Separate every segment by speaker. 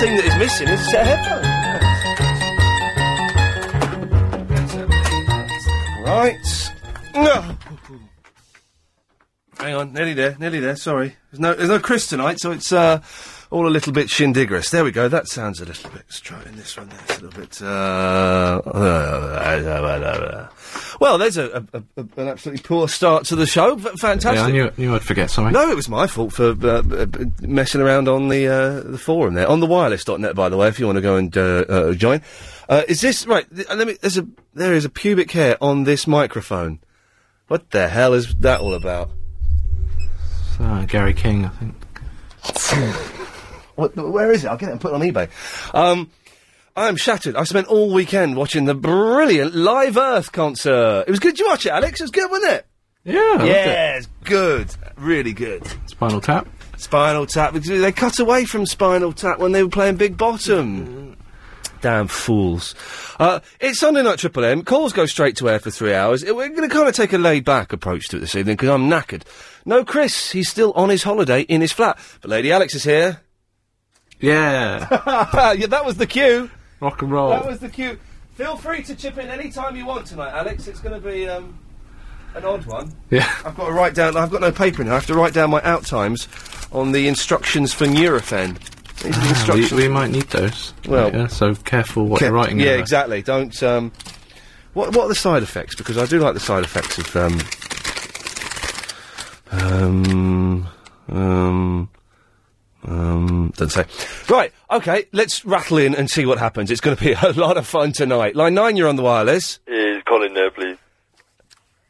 Speaker 1: thing that is missing is a set of headphones. Right. Ugh. Hang on, nearly there, nearly there. Sorry, there's no, there's no Chris tonight, so it's uh, all a little bit shindigrous. There we go. That sounds a little bit. Let's try it in this one. There, it's a little bit. Uh, well, there's a, a, a, an absolutely poor start to the show. F- fantastic.
Speaker 2: Yeah, I knew, knew I'd forget something.
Speaker 1: No, it was my fault for uh, b- b- messing around on the uh, the forum there on the wireless.net. By the way, if you want to go and uh, uh, join, uh, is this right? Th- let me. There's a there is a pubic hair on this microphone. What the hell is that all about?
Speaker 2: So, uh, Gary King, I think.
Speaker 1: What, where is it? I'll get it and put it on eBay. Um, I'm shattered. I spent all weekend watching the brilliant Live Earth concert. It was good. Did you watch it, Alex? It was good, wasn't it?
Speaker 2: Yeah, I loved it.
Speaker 1: yes, good, really good.
Speaker 2: Spinal Tap.
Speaker 1: Spinal Tap. They cut away from Spinal Tap when they were playing Big Bottom. Damn fools. Uh, it's Sunday night Triple M. Calls go straight to air for three hours. It- we're going to kind of take a laid back approach to it this evening because I'm knackered. No, Chris, he's still on his holiday in his flat. But Lady Alex is here.
Speaker 2: Yeah,
Speaker 1: yeah, that was the cue.
Speaker 2: rock and roll.
Speaker 1: That was the cue. Feel free to chip in any time you want tonight, Alex. It's going to be um, an odd one.
Speaker 2: yeah,
Speaker 1: I've got to write down. I've got no paper now. I have to write down my out times on the instructions for Nurofen. These are
Speaker 2: Ah,
Speaker 1: the
Speaker 2: we,
Speaker 1: instructions.
Speaker 2: we might need those.
Speaker 1: Well-
Speaker 2: yeah, so careful what you're writing.
Speaker 1: yeah,
Speaker 2: over.
Speaker 1: exactly. Don't. Um, what What are the side effects? Because I do like the side effects of um, um,
Speaker 3: uh,
Speaker 1: um, um. Don't say. Right. Okay. Let's rattle in and see what happens. It's going to be a lot of fun tonight. Line nine, you're on the wireless.
Speaker 3: Is Colin there, please?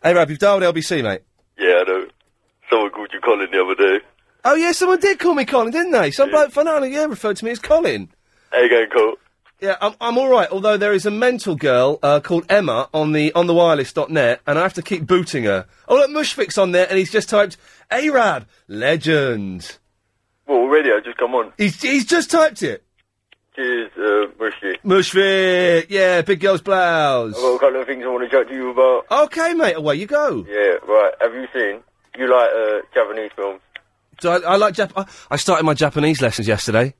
Speaker 1: Hey, Rab, you've dialed LBC, mate.
Speaker 3: Yeah, I know. Someone called you Colin the other day.
Speaker 1: Oh yeah, someone did call me Colin, didn't they? Some bloke from Ireland, yeah referred to me as Colin.
Speaker 3: Hey, going, Cole.
Speaker 1: Yeah, I'm, I'm all right. Although there is a mental girl uh, called Emma on the on the wireless.net, and I have to keep booting her. Oh look, Mushfik's on there, and he's just typed Arab legend.
Speaker 3: Well, already I just come on.
Speaker 1: He's he's just typed it.
Speaker 3: Cheers, uh, Mushy.
Speaker 1: Mushfik, yeah, big girl's blouse.
Speaker 3: I've got a couple of things I want to chat to you about.
Speaker 1: Okay, mate, away you go.
Speaker 3: Yeah, right. Have you seen? You like uh, Japanese films?
Speaker 1: So I, I like Jap- I, I started my Japanese lessons yesterday.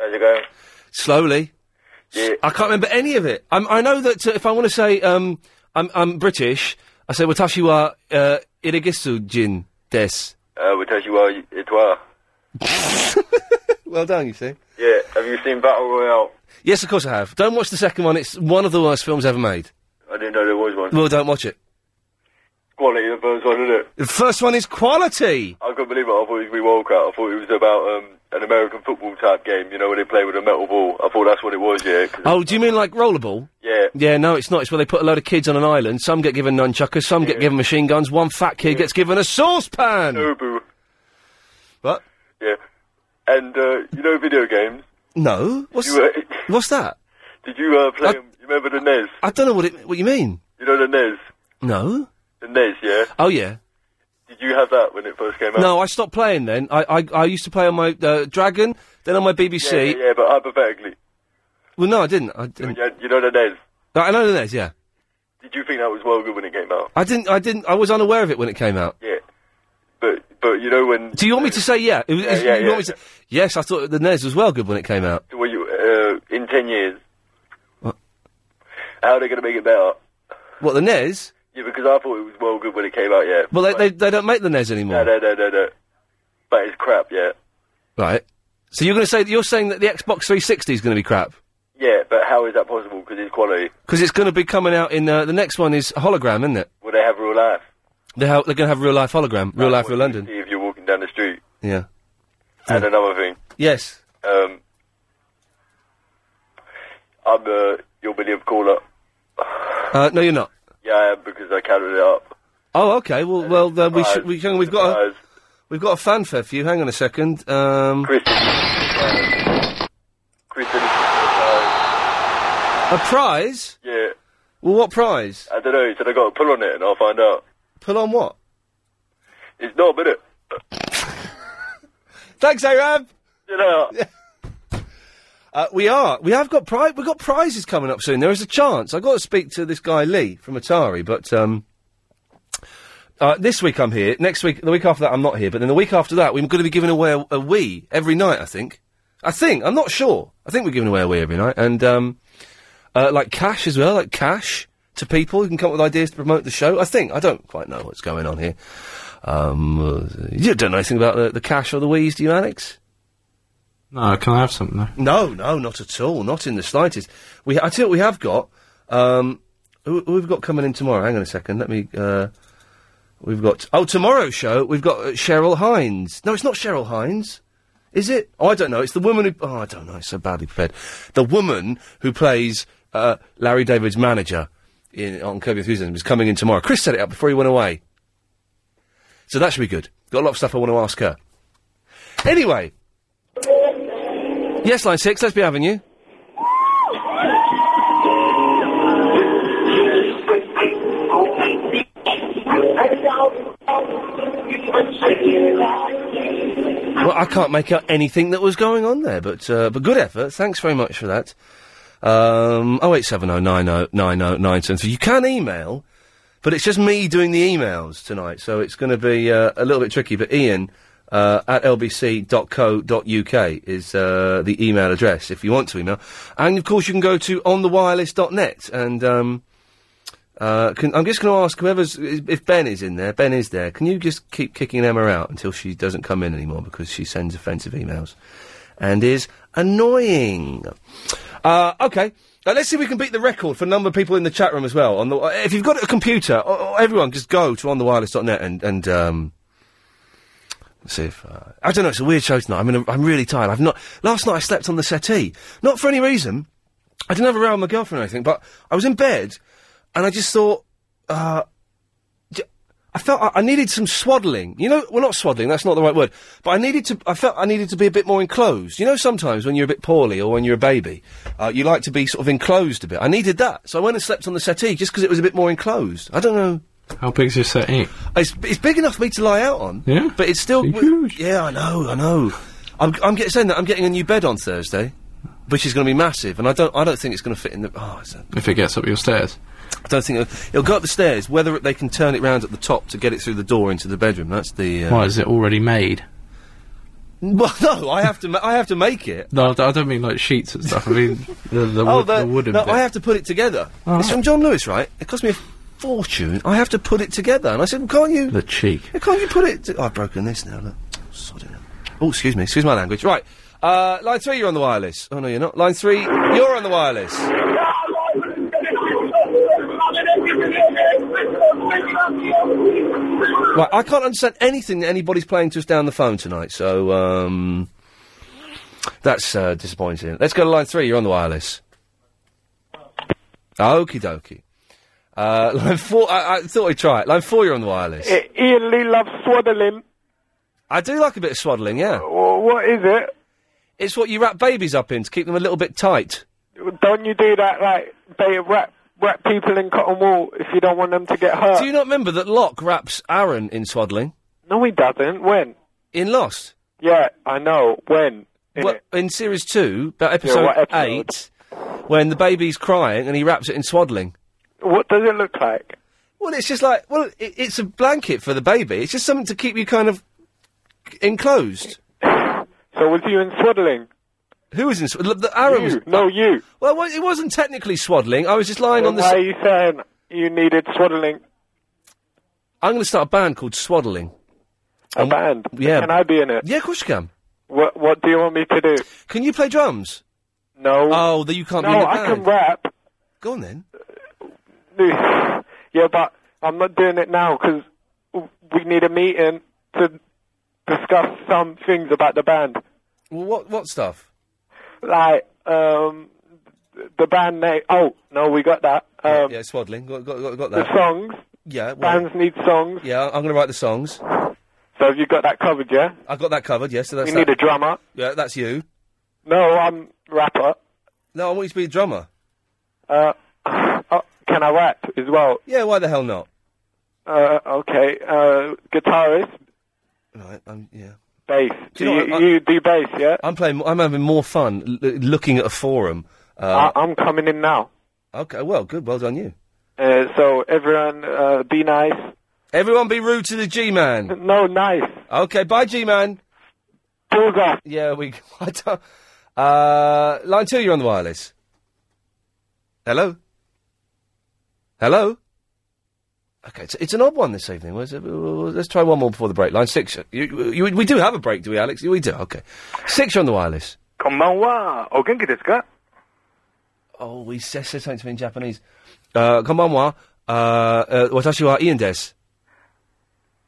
Speaker 3: How's it going?
Speaker 1: Slowly.
Speaker 3: Yeah.
Speaker 1: I can't remember any of it. I'm, I know that uh, if I want to say um, I'm, I'm British, I say watashi wa uh, irigisu jin des.
Speaker 3: Uh, we tell you why it's why.
Speaker 1: Well done, you see.
Speaker 3: Yeah. Have you seen Battle Royale?
Speaker 1: Yes, of course I have. Don't watch the second one. It's one of the worst films ever made.
Speaker 3: I didn't know there was one.
Speaker 1: Well, don't watch it.
Speaker 3: Quality of the first one, isn't it?
Speaker 1: The first one is quality.
Speaker 3: I couldn't believe it. I thought it was Walkout. I thought it was about um, an American football type game. You know, where they play with a metal ball. I thought that's what it was. Yeah. 'cause-
Speaker 1: Oh, do you mean like rollerball?
Speaker 3: Yeah.
Speaker 1: Yeah, no, it's not. It's where they put a load of kids on an island. Some get given nunchuckers, some get given machine guns. One fat kid gets given a saucepan.
Speaker 3: Nobu.
Speaker 1: Hmm. What?
Speaker 3: Yeah. And uh, you know video games.
Speaker 1: No. What's
Speaker 3: You, uh,
Speaker 1: what's that?
Speaker 3: did you uh, play
Speaker 1: I-
Speaker 3: 'em? You remember the NES?
Speaker 1: I don't know what it. What you mean?
Speaker 3: You know the NES?
Speaker 1: No.
Speaker 3: The NES, yeah?
Speaker 1: Oh yeah.
Speaker 3: Did you have that when it first came out?
Speaker 1: No, I stopped playing then. I, I, I used to play on my uh, Dragon, then on my
Speaker 3: Yeah,
Speaker 1: BBC.
Speaker 3: yeah, yeah, but hypothetically.
Speaker 1: Well, no, I didn't. I didn't.
Speaker 3: Yeah, you know the NES?
Speaker 1: No, I know there's, yeah.
Speaker 3: Did you think that was well good when it came out?
Speaker 1: I didn't. I didn't. I was unaware of it when it came out.
Speaker 3: Yeah. But, but you know when...
Speaker 1: Do you want me to say yeah? It was- is-
Speaker 3: yeah,
Speaker 1: you want
Speaker 3: yeah,
Speaker 1: me to- Yes, I thought the NES was well good when it came out.
Speaker 3: When you, uh, in 10 years.
Speaker 1: What?
Speaker 3: How are they going to make it better?
Speaker 1: What the NES?
Speaker 3: Yeah, because I thought it was well good when it came out, yeah.
Speaker 1: Well, they,
Speaker 3: But-
Speaker 1: they, they don't make the NES anymore,
Speaker 3: No, no, no, no, no. But it's crap, yeah.
Speaker 1: right? So you're going to say you're saying that the Xbox 360 is going to be crap
Speaker 3: Yeah, but how is that possible? Because it's quality.
Speaker 1: because it's going to be coming out in uh, the next one is hologram, isn't it?
Speaker 3: Will they have real life?
Speaker 1: They ha- they're going to have real life hologram, real life,
Speaker 3: What
Speaker 1: real
Speaker 3: you
Speaker 1: London.
Speaker 3: see If you're walking down the street.
Speaker 1: Yeah.
Speaker 3: And another thing,
Speaker 1: Yes.
Speaker 3: um, I'm uh, your million caller.
Speaker 1: Uh, no, you're not.
Speaker 3: Yeah, I am because I counted it up.
Speaker 1: Oh, okay. Well, well, then we should.
Speaker 3: Surprise.
Speaker 1: We, hang on, we've got a,
Speaker 3: Surprise.
Speaker 1: we've got a fanfare for you. Hang on a second. Um,
Speaker 3: Chris. uh, Chris. uh,
Speaker 1: a prize.
Speaker 3: Yeah,
Speaker 1: Well, what prize?
Speaker 3: I don't know. He said I got to pull on it, and I'll find out.
Speaker 1: Pull on what?
Speaker 3: It's not, but it.
Speaker 1: Thanks, Arab.
Speaker 3: You know,
Speaker 1: Uh, we are. We have got pri- We've got prizes coming up soon. There is a chance. I got to speak to this guy Lee from Atari, but um, uh, this week I'm here. Next week, the week after that, I'm not here. But then the week after that, we're going to be giving away a, a Wii every night. I think. I think. I'm not sure. I think we're giving away a Wii every night. And, um, uh, like cash as well, like cash to people who can come up with ideas to promote the show. I think. I don't quite know what's going on here. Um, uh, you don't know anything about the, the cash or the Wii's, do you, Alex?
Speaker 4: No, can I have something? though?
Speaker 1: No, no, not at all. Not in the slightest. We, I tell you what we have got. Um, who, who we've got coming in tomorrow? Hang on a second. Let me. Uh, we've got. Oh, tomorrow's show. We've got uh, Cheryl Hines. No, it's not Cheryl Hines. Is it? Oh, I don't know. It's the woman who. Oh, I don't know. It's so badly prepared. The woman who plays uh, Larry David's manager in, on Kirby Enthusiasm is coming in tomorrow. Chris set it up before he went away. So that should be good. Got a lot of stuff I want to ask her. Anyway. Yes, line six, let's be having you. Well, I can't make out anything that was going on there, but uh, but good effort. Thanks very much for that. Um, oh eight seven oh nine oh nine oh nine seven. So you can email, but it's just me doing the emails tonight, so it's going to be uh, a little bit tricky. But Ian uh, at lbc.co.uk is uh, the email address if you want to email, and of course you can go to onthewireless.net and. Um, uh, can, I'm just going to ask whoever's if Ben is in there. Ben is there. Can you just keep kicking Emma out until she doesn't come in anymore because she sends offensive emails and is annoying. Uh, okay. Uh, let's see if we can beat the record for number of people in the chat room as well. On the, if you've got a computer, o- o- everyone just go to onthewireless.net and and um, Let's see if uh, I don't know. It's a weird show tonight. I mean, I'm- I'm really tired. I've not last night. I slept on the settee, not for any reason. I didn't have a row with my girlfriend or anything, but I was in bed, and I just thought, uh, j- I felt I, I needed some swaddling. You know, well, not swaddling. That's not the right word. But I needed to. I felt I needed to be a bit more enclosed. You know, sometimes when you're a bit poorly or when you're a baby, uh, you like to be sort of enclosed a bit. I needed that, so I went and slept on the settee just because it was a bit more enclosed. I don't know.
Speaker 4: How big's your settee?
Speaker 1: It's, it's big enough for me to lie out on.
Speaker 4: Yeah?
Speaker 1: But it's still huge. Yeah, I know, I know. I'm, I'm get, saying that I'm getting a new bed on Thursday, which is going to be massive, and I don't, I don't think it's going to fit in the. Oh, it's a,
Speaker 4: If it gets up your stairs.
Speaker 1: I don't think it'll, it'll go up the stairs. Whether they can turn it round at the top to get it through the door into the bedroom, that's the. Uh,
Speaker 4: Why is it already made?
Speaker 1: Well, no, I have to, ma- I have to make it.
Speaker 4: No, I d- I don't mean like sheets and stuff. I mean the, the, wood,
Speaker 1: the-
Speaker 4: the wooden
Speaker 1: Oh, no,
Speaker 4: bit.
Speaker 1: I have to put it together. it's from John Lewis, right? It cost me a fortune. I have to put it together, and I said, well, "Can't you?"
Speaker 4: The cheek.
Speaker 1: Yeah, Can't you put it? To- oh, I've broken this now. Look. Sod it. Oh, excuse me. Excuse my language. Right. Uh, line three, you're on the wireless. Oh no, you're not. Line three, you're on the wireless. Right. I can't understand anything that anybody's playing to us down the phone tonight. So um, that's uh, disappointing. Let's go to line three. You're on the wireless. Okie dokie. Uh, line four. I, I thought I'd try it. Line four. You're on the wireless.
Speaker 5: Ian Lee loves swaddling.
Speaker 1: I do like a bit of swaddling, yeah.
Speaker 5: What is it?
Speaker 1: It's what you wrap babies up in to keep them a little bit tight.
Speaker 5: Don't you do that like they wrap wrap people in cotton wool if you don't want them to get hurt?
Speaker 1: Do you not remember that Locke wraps Aaron in swaddling?
Speaker 5: No, he doesn't. When?
Speaker 1: In Lost?
Speaker 5: Yeah, I know. When?
Speaker 1: Well, in series two, about episode,
Speaker 5: what episode?
Speaker 1: eight, when the baby's crying and he wraps it in swaddling.
Speaker 5: What does it look like?
Speaker 1: Well, it's just like, well, it, it's a blanket for the baby. It's just something to keep you kind of enclosed.
Speaker 5: So was you in swaddling?
Speaker 1: Who was in swaddling? Aaron was.
Speaker 5: You. No, you.
Speaker 1: Well, it wasn't technically swaddling. I was just lying on the.
Speaker 5: Why
Speaker 1: s-
Speaker 5: are you saying you needed swaddling?
Speaker 1: I'm going to start a band called Swaddling.
Speaker 5: A band?
Speaker 1: yeah.
Speaker 5: Can I be in it?
Speaker 1: Yeah, of course you can.
Speaker 5: What What do you want me to do?
Speaker 1: Can you play drums?
Speaker 5: No.
Speaker 1: Oh, that you can't be in
Speaker 5: no,
Speaker 1: the
Speaker 5: I
Speaker 1: band.
Speaker 5: can rap. Uh,
Speaker 1: Go on then.
Speaker 5: yeah, but I'm not doing it now because we need a meeting to discuss some things about the band,
Speaker 1: Well, what what stuff?
Speaker 5: like um, the band name. Oh no, we got that. Um,
Speaker 1: yeah, swaddling. Got, got, got, got
Speaker 5: The
Speaker 1: that.
Speaker 5: songs.
Speaker 1: yeah, well,
Speaker 5: Bands need songs.
Speaker 1: yeah. I'm going to write the songs.
Speaker 5: So have you got that covered? Yeah.
Speaker 1: I got that covered. Yes, so that's
Speaker 5: We need
Speaker 1: that.
Speaker 5: a drummer.
Speaker 1: yeah, that's you.
Speaker 5: No, I'm rapper.
Speaker 1: No, I want you to be a drummer.
Speaker 5: Uh, oh, can I rap as well?
Speaker 1: Yeah, why the hell not?
Speaker 5: Uh, okay. Uh, guitarist,
Speaker 1: Right, I'm, yeah.
Speaker 5: bass. Do
Speaker 1: Do you
Speaker 5: you,
Speaker 1: know what, I-
Speaker 5: you do bass? Yeah.
Speaker 1: I'm playing. I'm having more fun l- looking at a forum. Uh,
Speaker 5: I, I'm coming in now.
Speaker 1: okay, well, good. Well done, you.
Speaker 5: Uh, so everyone, uh, be nice.
Speaker 1: Everyone, be rude to the G man.
Speaker 5: No, nice.
Speaker 1: Okay, bye, G man.
Speaker 5: Bullseye.
Speaker 1: Yeah, we. I don't, uh, line two, you're on the wireless. Hello. Hello. Okay, it's, it's an odd one this evening. Was it- Let's try one more before the break. Line six. You, you, we do have a break, do we, Alex? We do. Okay. Six, you're on the wireless.
Speaker 2: こんばんは。お元気ですか
Speaker 1: Oh, we says says something to me in Japanese. Uh, konbanwa. Uh, uh, watashi wa Ian des.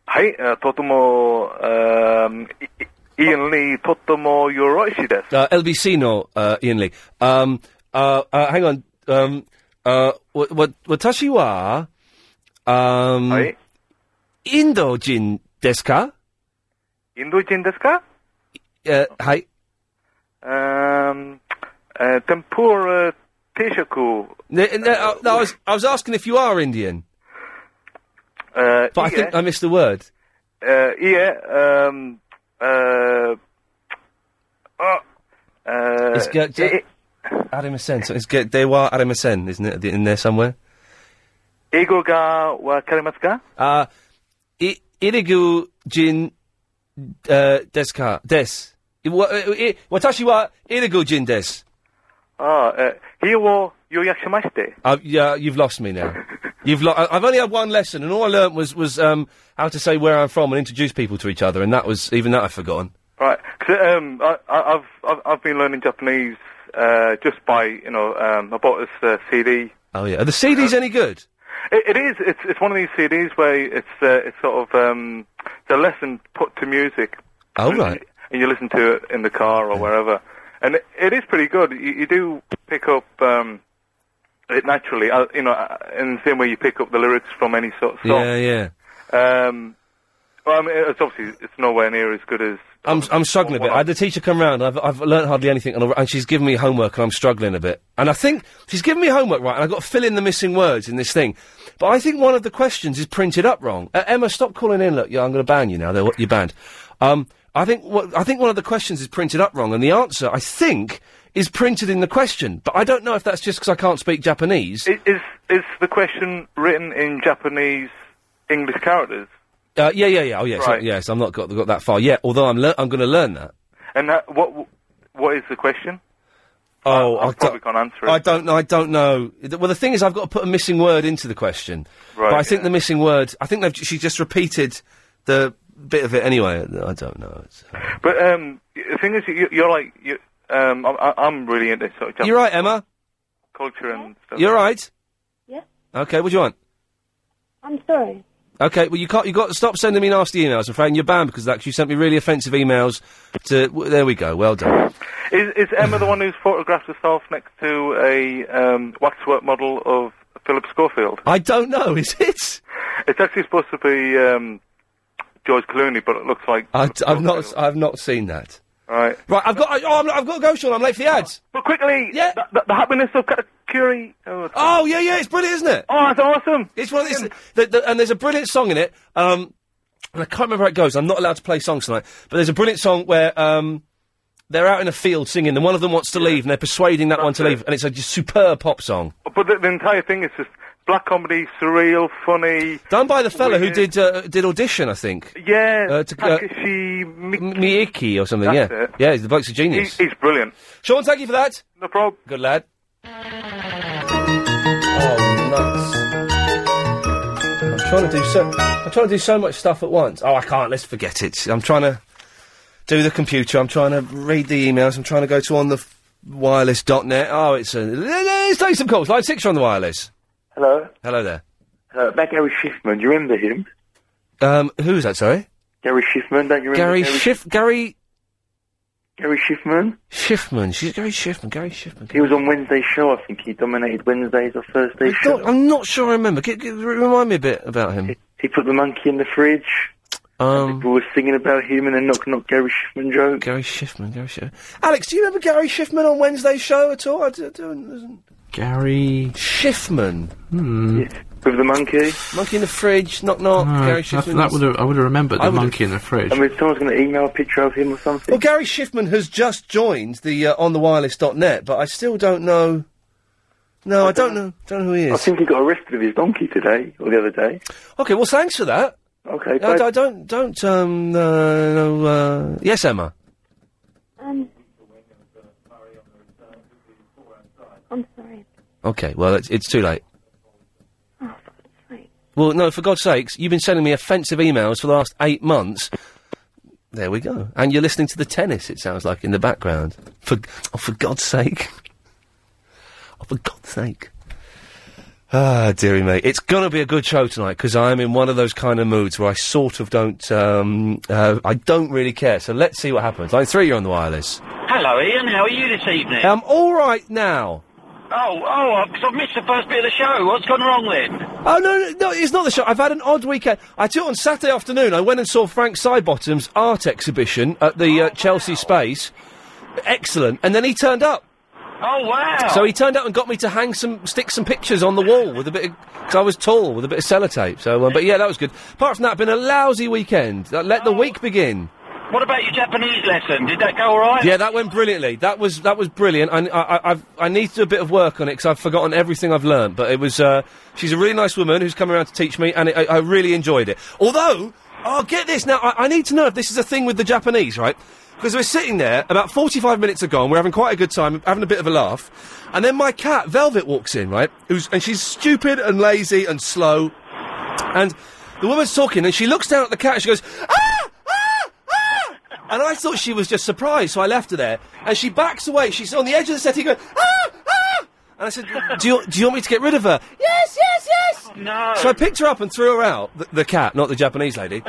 Speaker 2: はい、えーとても、えーいインリー、とてもよろしいです。
Speaker 1: Uh, LBC no, uh, Ian Lee. Um, uh, uh, hang on. Um, uh, wa- wa- watashi wa, um, Indo-jin desu ka?
Speaker 2: インド人ですか
Speaker 1: Uh, hi.
Speaker 2: うーん、えー天ぷら定食、
Speaker 1: No, no, I- uh, no, I, was, I was asking if you are Indian.
Speaker 2: Uh,
Speaker 1: but I think I missed the word.
Speaker 2: えーいいえ、うーん、えーあ、えー
Speaker 1: It's got-
Speaker 2: え
Speaker 1: Adamasen. So it's get Dewa Adamasen, isn't it? at the- In there somewhere.
Speaker 2: 英語がわかりますか
Speaker 1: Uh, I- Irigu Jin uh, Desu ka? Des. I- wa- uh, I- Watashi wa Irigu Jin Des.
Speaker 2: あーえー、here を予約しまして。
Speaker 1: Uh, yeah, you've lost me now. You've lo- I- I've only had one lesson, and all I learnt was was um, how to say where I'm from and introduce people to each other, and that was even that I've forgotten.
Speaker 2: Right, 'cause, um, I, I- I've, I've I've been learning Japanese uh, just by you know um, I bought this uh, CD.
Speaker 1: Oh yeah, are the CDs any good?
Speaker 2: It, it is. It's it's one of these CDs where it's uh, it's sort of um, it's a lesson put to music,
Speaker 1: Oh right.
Speaker 2: and you listen to it in the car or wherever, and it, it is pretty good. You, you do pick up um, it naturally, uh, you know, uh, in the same way you pick up the lyrics from any sort of song.
Speaker 1: Yeah, yeah.
Speaker 2: Um, well, I mean, it's obviously it's nowhere near as good as
Speaker 1: I'm I'm struggling a bit. I had the teacher come round. I've I've learnt hardly anything, and, I- and she's given me homework, and I'm struggling a bit. And I think she's given me homework right, and I've got to fill in the missing words in this thing. But I think one of the questions is printed up wrong. Uh, Emma, stop calling in. Look, yeah, I'm going to ban you now. They're, you're banned. Um, I think what I think one of the questions is printed up wrong, and the answer I think is printed in the question. But I don't know if that's just because I can't speak Japanese.
Speaker 2: I- Is is the question written in Japanese English characters?
Speaker 1: Uh, yeah, yeah, yeah. Oh, yes,
Speaker 2: Right.
Speaker 1: yes. I'm not got, got that far yet. Although I'm lear I'm going to learn that.
Speaker 2: And that, what what is the question?
Speaker 1: Oh, I,
Speaker 2: probably can't answer it.
Speaker 1: I don't know. I don't know. Th- Well, the thing is, I've got to put a missing word into the question.
Speaker 2: Right,
Speaker 1: But I think the missing word. I think they've, she just repeated the bit of it anyway. I don't know. It's- uh,
Speaker 2: But um, y- the thing is, you, you're like you. Um, I- I, I'm really into sort of Japanese
Speaker 1: You're right, Emma.
Speaker 2: culture and stuff.
Speaker 1: You're right.
Speaker 6: Yeah.
Speaker 1: Okay. What do you want?
Speaker 6: I'm sorry.
Speaker 1: Okay. Well, you can't. You got to stop sending me nasty emails. I'm afraid you're banned because of that. 'cause You sent me really offensive emails. To w- there we go. Well done.
Speaker 2: Is, is Emma the one who's photographed herself next to a um, waxwork model of Philip Schofield?
Speaker 1: I don't know. Is it?
Speaker 2: It's actually supposed to be um, George Clooney, but it looks like
Speaker 1: I, have not. s- I've not seen that.
Speaker 2: right.
Speaker 1: Right. I've got. I, oh, I'm, I've got to go, Sean. I'm late for the ads.
Speaker 2: But quickly, yeah. the, the, the happiness of Katakuri. Oh,
Speaker 1: Oh yeah, yeah, it's brilliant, isn't it?
Speaker 2: Oh, that's awesome.
Speaker 1: It's one of these, the, the, and there's a brilliant song in it. Um, and I can't remember how it goes. I'm not allowed to play songs tonight, but there's a brilliant song where um, they're out in a field singing, and one of them wants to leave, and they're persuading that one to leave, and it's a just superb pop song.
Speaker 2: But the, the entire thing is just black comedy, surreal, funny.
Speaker 1: Done by the fella who did uh, did audition, I think.
Speaker 2: Yeah,
Speaker 1: Uh, to- uh,
Speaker 2: Takeshi Miki.
Speaker 1: Miike or something.
Speaker 2: That's
Speaker 1: yeah,
Speaker 2: it.
Speaker 1: yeah, he's the bloke's a genius.
Speaker 2: He- he's brilliant.
Speaker 1: Sean, thank you for that.
Speaker 2: No problem.
Speaker 1: Good lad. Oh, nuts. I'm trying to do so. I'm trying to do so much stuff at once. Oh, I can't. Let's forget it. I'm trying to do the computer. I'm trying to read the emails. I'm trying to go to on the wireless.net. Oh, it's a. Let's take some calls. Line six you're on the wireless.
Speaker 3: Hello,
Speaker 1: Hello there.
Speaker 3: uh, that Gary Schiffman. Do you remember him?
Speaker 1: Um, who's that? Sorry,
Speaker 3: Gary Schiffman. Don't you remember
Speaker 1: Gary Schiff. Gary
Speaker 3: Gary Schiffman.
Speaker 1: Schiffman. She's Gary Schiffman. Gary Schiffman.
Speaker 3: He was on Wednesday show. I think he dominated Wednesdays or Thursday
Speaker 1: I
Speaker 3: show.
Speaker 1: don't- I'm not sure. I remember. G- g- remind me a bit about him.
Speaker 3: He put the monkey in the fridge.
Speaker 1: Um,
Speaker 3: We were singing about him and a knock knock Gary Schiffman joke.
Speaker 1: Gary Schiffman. Gary Schiffman. Alex, do you remember Gary Schiffman on Wednesday's show at all? I d- don't.
Speaker 4: Gary.
Speaker 1: Schiffman.
Speaker 4: Hmm.
Speaker 3: With the monkey.
Speaker 1: Monkey in the fridge, knock knock,
Speaker 4: No,
Speaker 1: Gary
Speaker 4: that,
Speaker 1: Schiffman.
Speaker 4: would have. I would have remembered
Speaker 1: I
Speaker 4: the
Speaker 1: would've-
Speaker 4: monkey in the fridge.
Speaker 3: I mean, if someone's going to email a picture of him or something.
Speaker 1: Well, Gary Schiffman has just joined the uh, on the wireless.net, but I still don't know. No, I, don't know. Don't know who he
Speaker 3: I
Speaker 1: is.
Speaker 3: think he got arrested with his donkey today or the other day.
Speaker 1: Okay, well, thanks for that.
Speaker 3: Okay,
Speaker 1: No, I,
Speaker 3: bye.
Speaker 1: d- I don't, don't, um, uh, no, uh, yes, Emma.
Speaker 6: Um. I'm sorry.
Speaker 1: Okay, well, it's, it's too late.
Speaker 6: Oh,
Speaker 1: Well, no, for God's sakes, you've been sending me offensive emails for the last eight months. There we go. And you're listening to the tennis, it sounds like, in the background. For, oh, for God's sake. Oh, for God's sake. Ah, dearie me. It's going to be a good show tonight because I'm in one of those kind of moods where I sort of don't, um, uh, I don't really care. So let's see what happens. Line three, you're on the wireless.
Speaker 7: Hello, Ian. How are you this evening?
Speaker 1: I'm all right now.
Speaker 7: Oh, oh, because I've missed the first bit of the show. What's gone wrong then?
Speaker 1: Oh no, no, no, it's not the show. I've had an odd weekend. I took on Saturday afternoon. I went and saw Frank Sidebottom's art exhibition at the uh, Chelsea Space. Excellent. And then he turned up.
Speaker 7: Oh wow!
Speaker 1: So he turned up and got me to hang some, stick some pictures on the wall with a bit of, because I was tall with a bit of sellotape. So, um, but yeah, that was good. Apart from that, been a lousy weekend. Uh, let the week begin.
Speaker 7: What about your Japanese lesson? Did that go all right?
Speaker 1: Yeah, that went brilliantly. That was that was brilliant. I I I, I've, I need to do a bit of work on it because I've forgotten everything I've learned. But it was uh, she's a really nice woman who's come around to teach me, and it, I, I really enjoyed it. Although, oh, get this now, I, I need to know if this is a thing with the Japanese, right? Because we're sitting there, about forty-five minutes are gone. We're having quite a good time, having a bit of a laugh, and then my cat Velvet walks in, right? Who's and she's stupid and lazy and slow, and the woman's talking, and she looks down at the cat, and she goes, ah. And I thought she was just surprised, so I left her there. And she backs away. She's on the edge of the settee going, ah, ah! And I said, do you, do you want me to get rid of her? Yes, yes, yes!
Speaker 7: Oh, no.
Speaker 1: So I picked her up and threw her out, the, the cat, not the Japanese lady.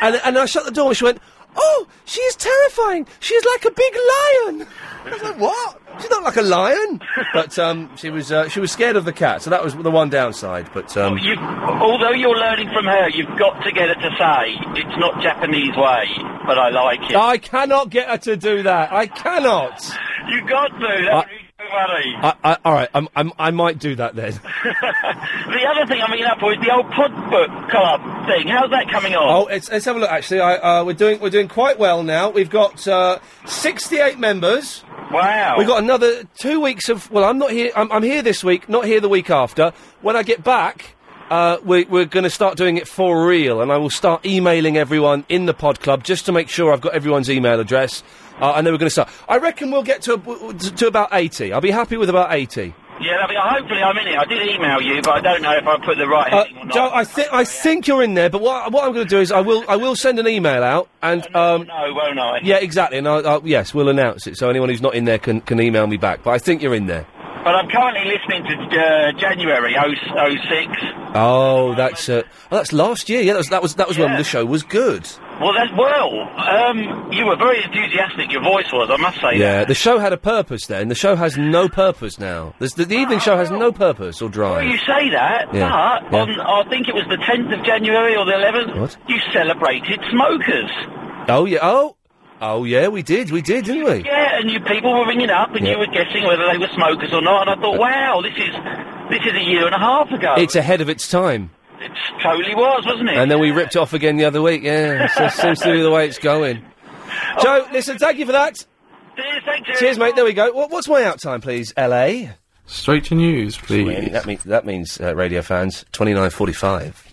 Speaker 1: and, and I shut the door and she went, oh, she is terrifying. She is like a big lion. I was like, what? She's not like a lion. but um, she was uh, she was scared of the cat, so that was the one downside. But um,
Speaker 7: You, although you're learning from her, you've got to get her to say it's not Japanese way, but I like it.
Speaker 1: I cannot get her to do that. I cannot.
Speaker 7: You got to. That
Speaker 1: I-
Speaker 7: makes me worry.
Speaker 1: I, I, all right, I'm, I'm, I might do that then.
Speaker 7: the other thing I'm up for is the old Pod Book Club thing. How's that coming on?
Speaker 1: Oh, it's, let's have a look. Actually, I, uh, we're doing we're doing quite well now. We've got uh, sixty-eight members.
Speaker 7: Wow.
Speaker 1: We've got another two weeks of. Well, I'm not here. I'm, I'm here this week, not here the week after. When I get back, uh, we, we're going to start doing it for real, and I will start emailing everyone in the pod club just to make sure I've got everyone's email address. Uh, and then we're going to start. I reckon we'll get to, a, to about eighty. I'll be happy with about eighty.
Speaker 7: Yeah, that'll be, hopefully I'm in it. I did email you, but I don't know if I put the right
Speaker 1: Uh,
Speaker 7: heading or not.
Speaker 1: Joe, I think I think you're in there, but what, what I'm going to do is I will I will send an email out and um,
Speaker 7: no, won't I?
Speaker 1: Yeah, exactly. And I'll, I'll, yes, we'll announce it so anyone who's not in there can, can email me back. But I think you're in there.
Speaker 7: But I'm currently listening to uh, January 0- 06.
Speaker 1: Oh, that's uh, oh, that's last year. Yeah, that was that was that was when the show was good.
Speaker 7: Well, that, well, um, you were very enthusiastic. Your voice was, I must say.
Speaker 1: Yeah, the show had a purpose then. The show has no purpose now. There's, the, the
Speaker 7: Oh,
Speaker 1: evening show has no purpose or
Speaker 7: Well, you
Speaker 1: drive.
Speaker 7: say that,
Speaker 1: Yeah,
Speaker 7: but
Speaker 1: yeah.
Speaker 7: on I think it was the 10th of January or the 11th.
Speaker 1: What?
Speaker 7: You celebrated smokers.
Speaker 1: Oh yeah. Oh, oh yeah. We did. We did, didn't we?
Speaker 7: Yeah, and you people were ringing up, and
Speaker 1: Yeah.
Speaker 7: you were guessing whether they were smokers or not. And I thought, wow, this is this is a year and a half ago.
Speaker 1: It's ahead of its time.
Speaker 7: It totally was, wasn't it?
Speaker 1: And then we ripped it off again the other week. Yeah, so it seems to be the way it's going. Joe, listen, thank you for that.
Speaker 7: Cheers, thank you.
Speaker 1: Cheers, mate. There we go. What, what's my out time, please? L.A.
Speaker 4: Straight to news,
Speaker 1: Wait,
Speaker 4: please.
Speaker 1: that means that means uh, radio fans twenty nine forty five.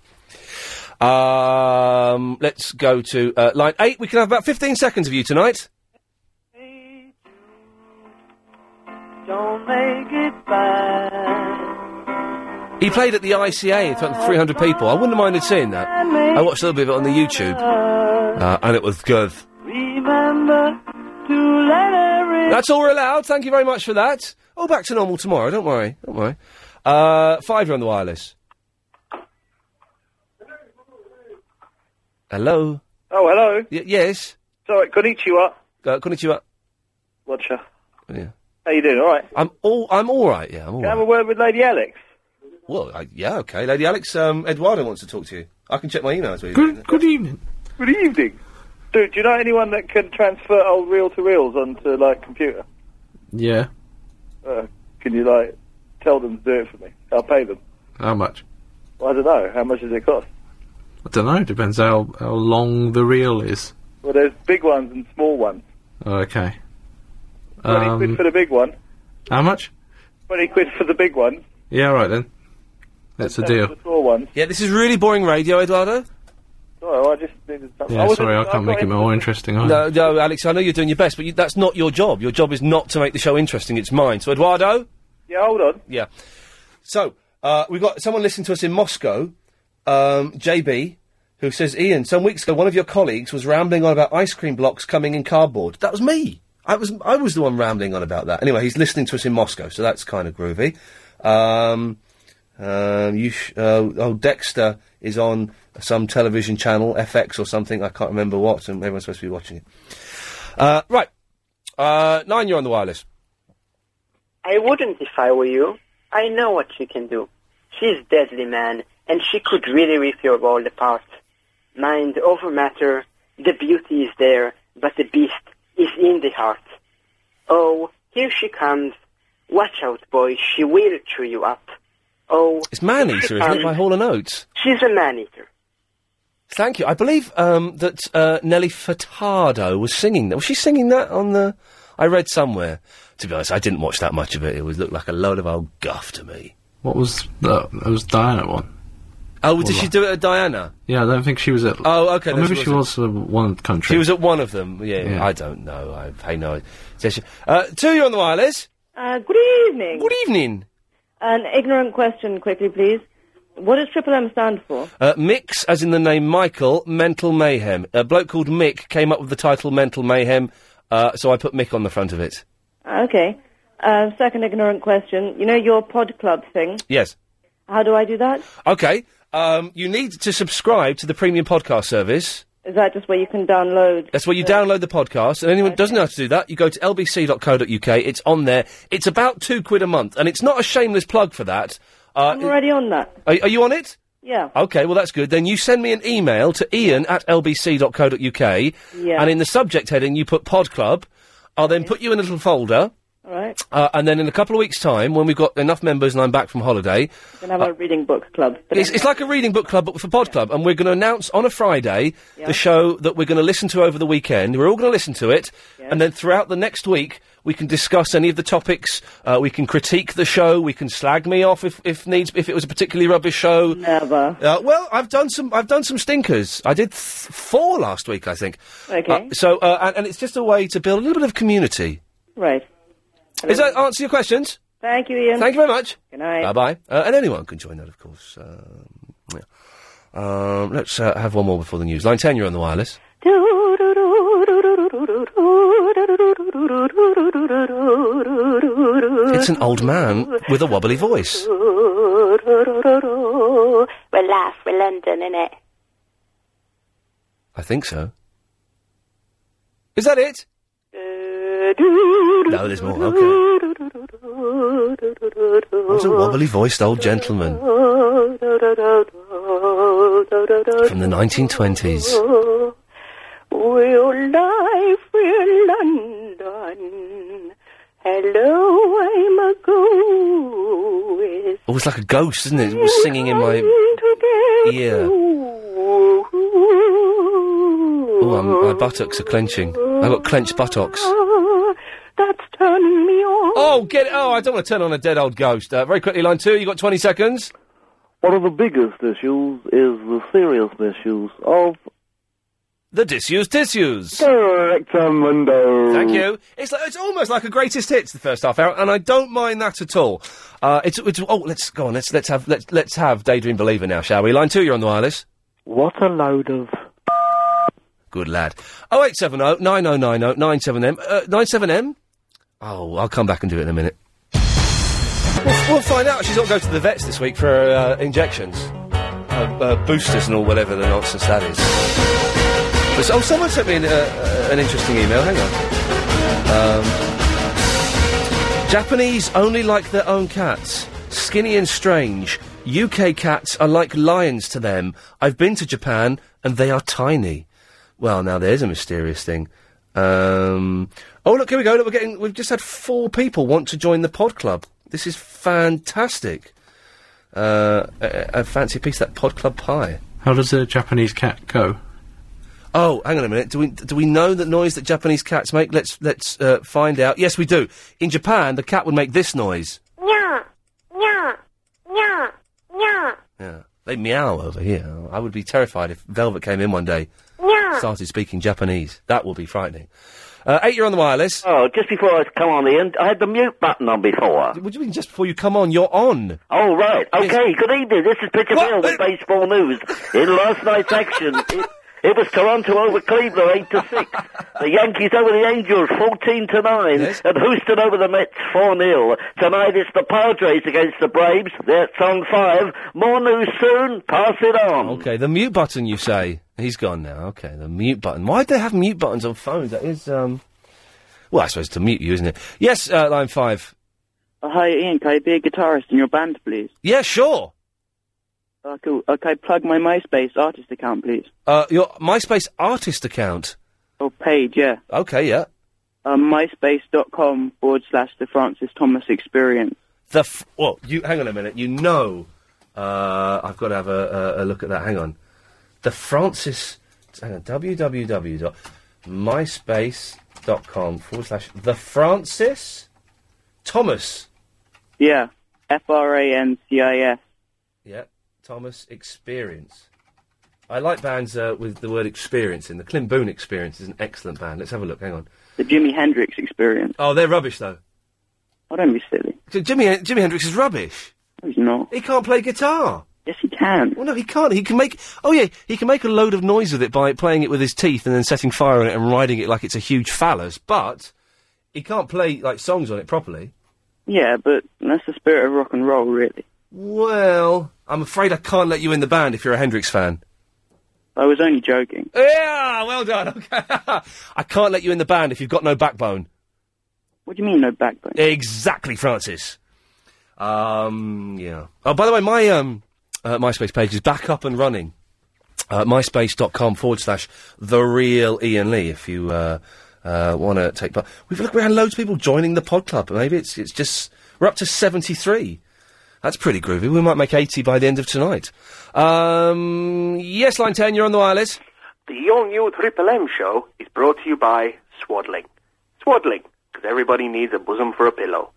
Speaker 1: Um, let's go to uh, line eight. We can have about fifteen seconds of you tonight.
Speaker 8: Don't make it bad.
Speaker 1: He played at the ICA in front of three hundred people. I wouldn't have minded seeing that. I watched a little bit of it on the YouTube, uh, and it was good.
Speaker 8: Remember to let her in.
Speaker 1: That's all we're allowed. Thank you very much for that. Oh, back to normal tomorrow. Don't worry. Don't worry. Uh, five, you're on the wireless. Hello.
Speaker 9: Oh, hello.
Speaker 1: Y- yes.
Speaker 9: Sorry, konnichiwa.
Speaker 1: Uh, konnichiwa.
Speaker 9: Watcher.
Speaker 1: Yeah.
Speaker 9: How you doing? All right.
Speaker 1: I'm all. I'm all right. Yeah. I'm all
Speaker 9: Can I have
Speaker 1: right.
Speaker 9: a word with Lady Alex?
Speaker 1: Well, I, yeah. Okay, Lady Alex. Um, Eduardo wants to talk to you. I can check my emails with you.
Speaker 9: good evening. Good evening. Dude, do you know anyone that can transfer old reel-to-reels onto, like, computer?
Speaker 4: Yeah.
Speaker 9: Uh, can you, like, tell them to do it for me? I'll pay them.
Speaker 4: How much?
Speaker 9: Well, I don't know. How much does it cost?
Speaker 4: I don't know. Depends how how long the reel is.
Speaker 9: Well, there's big ones and small ones.
Speaker 4: Okay.
Speaker 9: 20 quid
Speaker 4: Um,
Speaker 9: for the big one.
Speaker 4: how much?
Speaker 9: 20 quid for the big one.
Speaker 4: Yeah. All right then. That's the
Speaker 9: Ten for
Speaker 4: deal.
Speaker 9: The small one.
Speaker 1: Yeah, this is really boring radio, Eduardo.
Speaker 9: Sorry, I just needed something.
Speaker 4: Yeah,
Speaker 9: wasn't-
Speaker 4: sorry, I
Speaker 9: got
Speaker 4: can't make it
Speaker 9: into-
Speaker 4: more interesting. either.
Speaker 1: No, no, Alex, I know you're doing your best, but you, that's not your job. Your job is not to make the show interesting. It's mine. So, Eduardo.
Speaker 9: Yeah, hold on.
Speaker 1: Yeah. So uh, we've got someone listening to us in Moscow, um, JB, who says, "Ian, some weeks ago, one of your colleagues was rambling on about ice cream blocks coming in cardboard. That was me. I was I was the one rambling on about that. Anyway, he's listening to us in Moscow, so that's kind of groovy. Um, um, you sh- uh, oh, Dexter is on some television channel, FX or something. I can't remember what, and everyone's supposed to be watching it. Uh, right, uh, nine, you're on the wireless.
Speaker 10: I wouldn't if I were you. I know what she can do. She's deadly, man, and she could really rip your world apart. Mind over matter, the beauty is there, but the beast is in the heart. Oh, here she comes. Watch out, boy, she will chew you up. Oh,
Speaker 1: It's Man Eater, isn't it? By Hall and Oates.
Speaker 10: she's a man-eater.
Speaker 1: Thank you. I believe um, that uh, Nelly Furtado was singing that. Was she singing that on the? I read somewhere. To be honest, I didn't watch that much of it. It was looked like a load of old guff to me.
Speaker 4: What was that? That was Diana one.
Speaker 1: Oh,
Speaker 4: Well,
Speaker 1: did she
Speaker 4: uh,
Speaker 1: do it at Diana?
Speaker 4: Yeah, I don't think she was at.
Speaker 1: Oh, okay,
Speaker 4: Or
Speaker 1: that's
Speaker 4: maybe she
Speaker 1: what-
Speaker 4: was at one country.
Speaker 1: She was at one of them. Yeah,
Speaker 4: Yeah.
Speaker 1: I don't know. I pay no attention. Uh, two, you're on the wireless.
Speaker 11: Uh, good evening.
Speaker 1: Good evening.
Speaker 11: An ignorant question, quickly, please. What does Triple M stand for?
Speaker 1: Uh, Mix, as in the name Michael, Mental Mayhem. A bloke called Mick came up with the title Mental Mayhem, uh, so I put Mick on the front of it.
Speaker 11: Okay. Uh, second ignorant question. You know your pod club thing.
Speaker 1: Yes.
Speaker 11: How do I do that?
Speaker 1: Okay. Um, you need to subscribe to the premium podcast service.
Speaker 11: Is that just where you can download?
Speaker 1: That's where you download the podcast. And anyone who doesn't know how to do that, you go to lbc.co.uk. It's on there. It's about two quid a month, and it's not a shameless plug for that. Uh,
Speaker 11: I'm already on that.
Speaker 1: are, are you on it?
Speaker 11: Yeah.
Speaker 1: Okay, well that's good. Then you send me an email to Ian at lbc.co.uk,
Speaker 11: Yeah.
Speaker 1: and in the subject heading you put Pod Club. I'll then put you in a little folder.
Speaker 11: All right.
Speaker 1: Uh, and then in a couple of weeks' time, when we've got enough members and I'm back from holiday,
Speaker 11: We're
Speaker 1: Uh,
Speaker 11: gonna have a reading book club. But
Speaker 1: it's, it's like a reading book club, but for Pod Club. And we're going to announce on a Friday
Speaker 11: Yeah.
Speaker 1: the show that we're going to listen to over the weekend. We're all going to listen to it. And then throughout the next week, we can discuss any of the topics. Uh, we can critique the show. We can slag me off if, if needs, if it was a particularly rubbish show.
Speaker 11: Never.
Speaker 1: Uh, well, I've done some, I've done some stinkers. I did th- four last week, I think.
Speaker 11: Okay.
Speaker 1: Uh, so, uh, and, and it's just a way to build a little bit of community.
Speaker 11: right.
Speaker 1: Does that answer your questions?
Speaker 11: Thank you, Ian.
Speaker 1: Thank you very much.
Speaker 11: Good night.
Speaker 1: Bye bye. Uh, and anyone can join that, of course. Um, yeah. um, let's uh, have one more before the news. Line 10, you're on the wireless. It's an old man with a wobbly voice.
Speaker 12: We're live, we're London, innit?
Speaker 1: I think so. Is that it?
Speaker 8: Uh,
Speaker 1: No, there's more. Okay. What a wobbly voiced old gentleman from the 1920s.
Speaker 8: We're live, we're London. Hello, I'm a ghost.
Speaker 1: Always like a ghost, isn't it? It was singing in my ear. Oh, my buttocks are clenching. I've got clenched buttocks.
Speaker 8: That's turning me on.
Speaker 1: Oh, get it. Oh, I don't want to turn on a dead old ghost. Uh, very quickly, line two, you got 20 seconds.
Speaker 13: One of the biggest issues is the serious misuse of
Speaker 1: The disuse disuse.
Speaker 13: Director Mundo.
Speaker 1: Thank you. It's like, it's almost like a greatest hits the first half hour, and I don't mind that at all. Uh, it's, it's oh let's go on let's let's have let's let's have daydream believer now shall we? Line two, you're on the wireless.
Speaker 13: What a load of.
Speaker 1: Good lad. Oh eight seven oh nine oh nine oh nine seven m nine seven m. Oh, I'll come back and do it in a minute. We'll, we'll find out. She's got to go to the vets this week for uh, injections, uh, uh, boosters, and all whatever the nonsense that is. But, oh, someone sent me an, uh, uh, an interesting email. Hang on. Um, Japanese only like their own cats. Skinny and strange. UK cats are like lions to them. I've been to Japan and they are tiny. Well, now there's a mysterious thing. Um, oh, look, here we go. Look, we're getting, we've just had four people want to join the pod club. This is fantastic. Uh, a, a fancy piece of that pod club pie.
Speaker 4: How does a Japanese cat go?
Speaker 1: Oh, hang on a minute. Do we do we know the noise that Japanese cats make? Let's let's uh, find out. Yes, we do. In Japan, the cat would make this noise.
Speaker 8: Yeah, yeah, yeah, yeah.
Speaker 1: Yeah. They meow over here. I would be terrified if Velvet came in one day,
Speaker 14: Ah.
Speaker 1: started speaking Japanese. That would be frightening. Uh, eight, you're on the wireless.
Speaker 14: Oh, just before I come on, Ian, I had the mute button on before.
Speaker 1: What do you mean just before you come on? You're on.
Speaker 14: Oh, right. Okay, good evening. This is Peter Bill with Baseball News. In last night's action, it, it was Toronto over Cleveland, 8 to 6. The Yankees over the Angels, 14 to 9. And Houston over the Mets, 4 0. Tonight it's the Padres against the Braves. That's on 5. More news soon. Pass it on.
Speaker 1: Okay, the mute button, you say. He's gone now. Okay, the mute button. Why do they have mute buttons on phones? That is, um. Well, I suppose to mute you, isn't it? Yes, uh, line five.
Speaker 15: Uh, hi, Ian. Can I be a guitarist in your band, please?
Speaker 1: Yeah, sure.
Speaker 15: Uh, cool. Uh, can I plug my MySpace artist account, please?
Speaker 1: Uh, your MySpace artist account.
Speaker 15: Or page, Oh, yeah.
Speaker 1: Okay, yeah.
Speaker 15: Uh, MySpace.com forward slash The Francis Thomas Experience.
Speaker 1: The f- well, you hang on a minute. You know, uh, I've got to have a, a, a look at that. Hang on, the Francis. Hang on, www.myspace.com forward slash the Francis Thomas.
Speaker 15: Yeah. F R A N C I S.
Speaker 1: Yeah, Thomas Experience. I like bands uh, with the word experience in. The Clem Boone Experience is an excellent band. Let's have a look. Hang on.
Speaker 15: The Jimi Hendrix Experience.
Speaker 1: Oh, they're rubbish though.
Speaker 15: Oh, don't be silly.
Speaker 1: So Jimmy Jimi Hendrix is rubbish.
Speaker 15: He's not.
Speaker 1: He can't play guitar.
Speaker 15: Yes, he can.
Speaker 1: Well, no, he can't. He can make. Oh yeah, he can make a load of noise with it by playing it with his teeth and then setting fire on it and riding it like it's a huge phallus. But he can't play like songs on it properly.
Speaker 15: Yeah, but that's the spirit of rock and roll, really.
Speaker 1: Well, I'm afraid I can't let you in the band if you're a Hendrix fan.
Speaker 15: I was only joking.
Speaker 1: Yeah, well done. Okay. I can't let you in the band if you've got no backbone.
Speaker 15: What do you mean, no backbone?
Speaker 1: Exactly, Francis. Um, yeah. Oh, by the way, my um, uh, MySpace page is back up and running. Uh, MySpace.com forward slash the real Ian Lee. If you uh, uh, want to take part, we've look, we had loads of people joining the pod club. Maybe it's it's just we're up to seventy three. That's pretty groovy. We might make eighty by the end of tonight. Um, yes, line ten. You're on the wireless.
Speaker 16: The all new Triple M show is brought to you by Swaddling. Swaddling, because everybody needs a bosom for a pillow.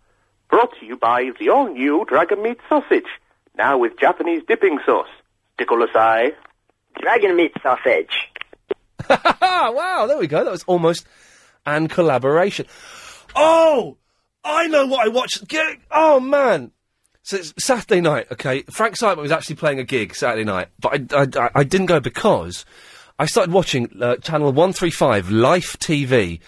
Speaker 16: Brought to you by the all new Dragon Meat Sausage, now with Japanese dipping sauce. Tickle aside.
Speaker 10: Dragon meat sausage.
Speaker 1: wow, there we go. That was almost an collaboration. Oh, I know what I watched. Ge- Oh man. So it's Saturday night, okay. Frank Simon was actually playing a gig Saturday night, but I, I, I- I didn't go because I started watching uh, channel one three five Life TV.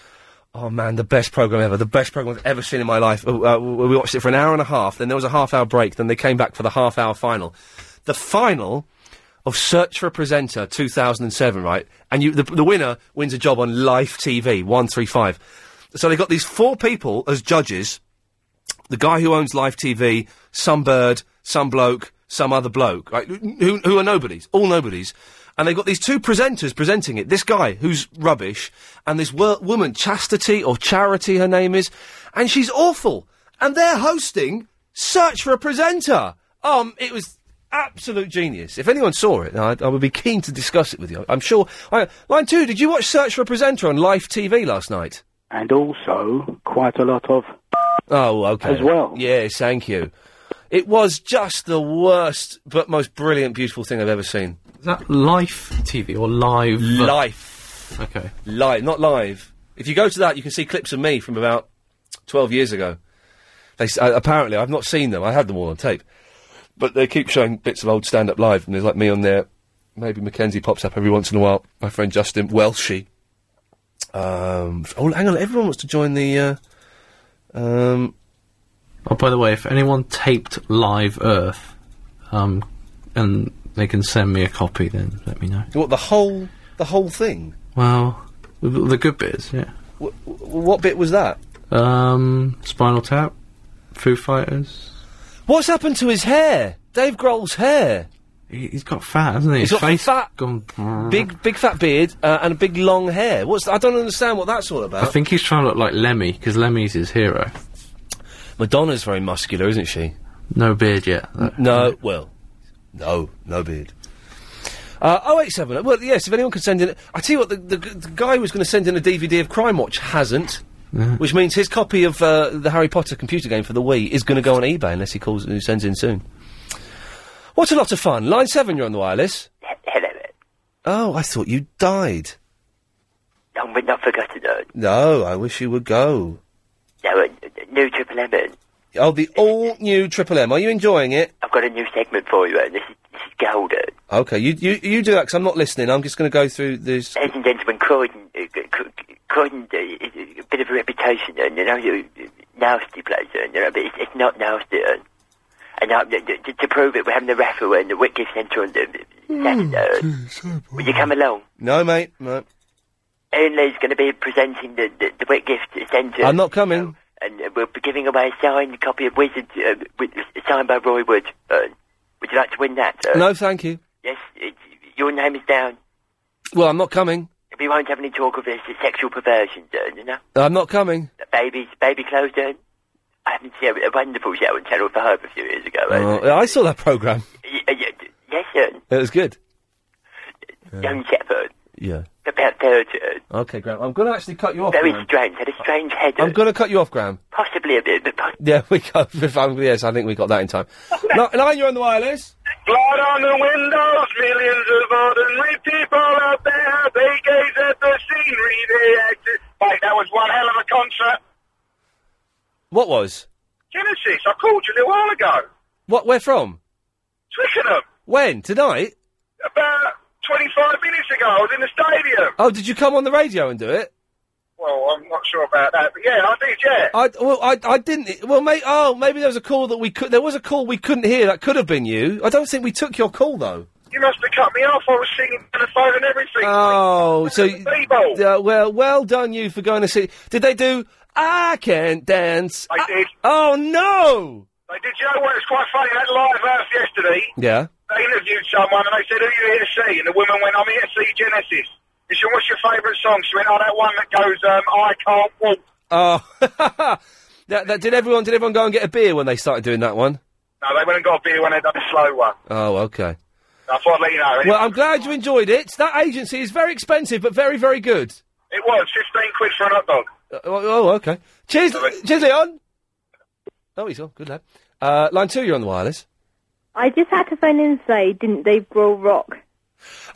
Speaker 1: Oh man, the best program ever! The best program I've ever seen in my life. Uh, uh, we watched it for an hour and a half. Then there was a half hour break. Then they came back for the half hour final. The final of Search for a Presenter 2007, right? And you, the, the winner wins a job on Live TV 135. So they got these four people as judges the guy who owns Live TV, some bird, some bloke, some other bloke, right? Who, who are nobodies, all nobodies. And they've got these two presenters presenting it. This guy, who's rubbish, and this wo- woman, Chastity, or Charity, her name is, and she's awful. And they're hosting Search for a Presenter. Um, it was absolute genius. If anyone saw it, I, I would be keen to discuss it with you. I'm sure. I, line two, did you watch Search for a Presenter on Live TV last night?
Speaker 17: and also quite a lot of.
Speaker 1: Oh, okay.
Speaker 17: As well.
Speaker 1: Yes, thank you. It was just the worst, but most brilliant, beautiful thing I've ever seen.
Speaker 4: Is that live TV or live?
Speaker 1: Life.
Speaker 4: Okay.
Speaker 1: Live, not live. If you go to that, you can see clips of me from about 12 years ago. They, s- uh, apparently, I've not seen them. I had them all on tape. But they keep showing bits of old stand-up live, and there's like me on there. Maybe Mackenzie pops up every once in a while. My friend Justin Welshie. Um, f- oh, hang on, everyone wants to join the. Uh, um,
Speaker 4: Oh, by the way, if anyone taped Live Earth, um, and they can send me a copy, then let me know.
Speaker 1: what the whole the whole thing?
Speaker 4: Well, the, the good bits, yeah.
Speaker 1: W- w- what bit was that?
Speaker 4: Um, Spinal Tap, Foo Fighters.
Speaker 1: What's happened to his hair? Dave Grohl's hair.
Speaker 4: He, he's got fat, hasn't he?
Speaker 1: He's
Speaker 4: His
Speaker 1: got
Speaker 4: face
Speaker 1: fat,
Speaker 4: gone
Speaker 1: big, big fat beard uh, and a big long hair. What's? I don't understand what that's all
Speaker 4: I
Speaker 1: about.
Speaker 4: think he's trying to look like Lemmy because Lemmy's his hero.
Speaker 1: Madonna's very muscular, isn't she?
Speaker 4: No beard yet.
Speaker 1: No, well, no, no beard. Uh, 087, well, yes, if anyone can send in... I tell you what, the, the, the guy who was going to send in a DVD of Crime Watch hasn't,
Speaker 4: Yeah.
Speaker 1: which means his copy of uh, the Harry Potter computer game for the Wii is going to go on eBay unless he calls, who sends in soon. What a lot of fun. Line 7, you're on the wireless.
Speaker 14: Hello.
Speaker 1: Oh, I thought you died.
Speaker 14: I'm with Not Forgotten On.
Speaker 1: No, I wish you would go.
Speaker 14: No, uh, new Triple M. uh, on.
Speaker 1: Oh, the all new Triple M. Are you enjoying it?
Speaker 14: I've got a new segment for you, and this is, this is uh, Golden.
Speaker 1: Okay, you you, you do that 'cause I'm not listening. I'm just going to go through this.
Speaker 14: Ladies and gentlemen, Croydon, uh, C- C- Croydon uh, is is a bit of a reputation, and you know, you you- nasty place, and you know, but it's, it's not nasty. And, and uh, to, to- to prove it, we're having a raffle in the Whitgift Centre on the Saturday. Will you come along?
Speaker 1: No, mate. No.
Speaker 14: Only's going to be presenting the, the, the Whitgift Centre.
Speaker 1: I'm not coming.
Speaker 14: and uh, we'll be giving away a signed copy of Wizard, uh, with, signed by Roy Wood. Uh, would you like to win that? Uh,
Speaker 1: No, thank you.
Speaker 14: Yes, it, your name is down.
Speaker 1: Well, I'm not coming.
Speaker 14: We won't have any talk of this it's sexual perversion, uh, you know?
Speaker 1: I'm not coming.
Speaker 14: Babies, baby clothes, uh, I haven't seen a, a wonderful show on Channel 5 a few years ago. Uh,
Speaker 1: Oh, I saw that program.
Speaker 14: y- uh, y- yes, uh,
Speaker 1: It was good.
Speaker 14: young shepherd,
Speaker 1: Yeah.
Speaker 14: about 30. uh,
Speaker 1: Okay, Graham. I'm going to actually cut you off.
Speaker 14: Very
Speaker 1: Graham.
Speaker 14: strange, had a strange head, uh,
Speaker 1: I'm going to cut you off, Graham.
Speaker 14: possibly a bit, but pos-
Speaker 1: Yeah, we got. If I'm, yes, I think we got that in time. no, line, you're on the wireless.
Speaker 8: Blood on the windows, millions of ordinary people out there. They gaze at the scenery. They act. Mate, that was one hell of a concert.
Speaker 1: What was?
Speaker 8: Genesis, I called you a little while ago.
Speaker 1: What? Where from?
Speaker 8: Twickenham,
Speaker 1: When? Tonight?
Speaker 8: about 25 minutes ago, I was in the stadium.
Speaker 1: Oh, did you come on the radio and do it?
Speaker 8: Well, I'm not sure about that, but yeah, I did, yeah.
Speaker 1: I well, I, I didn't. Well, mate. Oh, maybe there was a call that we could. There was a call we couldn't hear. That could have been you. I don't think we took your call though.
Speaker 8: You must have cut me off. I was singing on the phone and everything.
Speaker 1: Oh, so you- uh, well, well done you for going to see. Did they do? I can't dance. I
Speaker 8: did.
Speaker 1: Oh no.
Speaker 8: They did, you know what? It's quite funny. That live house yesterday,
Speaker 1: Yeah.
Speaker 8: they interviewed someone and they said, Who are you here to see? And the woman went, I'm here to see Genesis. He said, What's your favourite song? She went, Oh, that one that goes, um, I Can't Walk.
Speaker 1: Oh. that, that, did everyone? Did everyone go and get a beer when they started doing that one?
Speaker 8: No, they went and got a beer when they done the slow one.
Speaker 1: Oh, okay.
Speaker 8: I thought I'd let you know. It,
Speaker 1: Well, I'm glad you enjoyed it. That agency is very expensive, but very, very good.
Speaker 8: it was 15 quid for an hot dog.
Speaker 1: Uh, oh, oh, okay. Cheers, cheers, Leon. Oh, he's on. Good lad. Uh, line two, you're on the wireless.
Speaker 18: I just had to phone in and say, didn't they grow rock?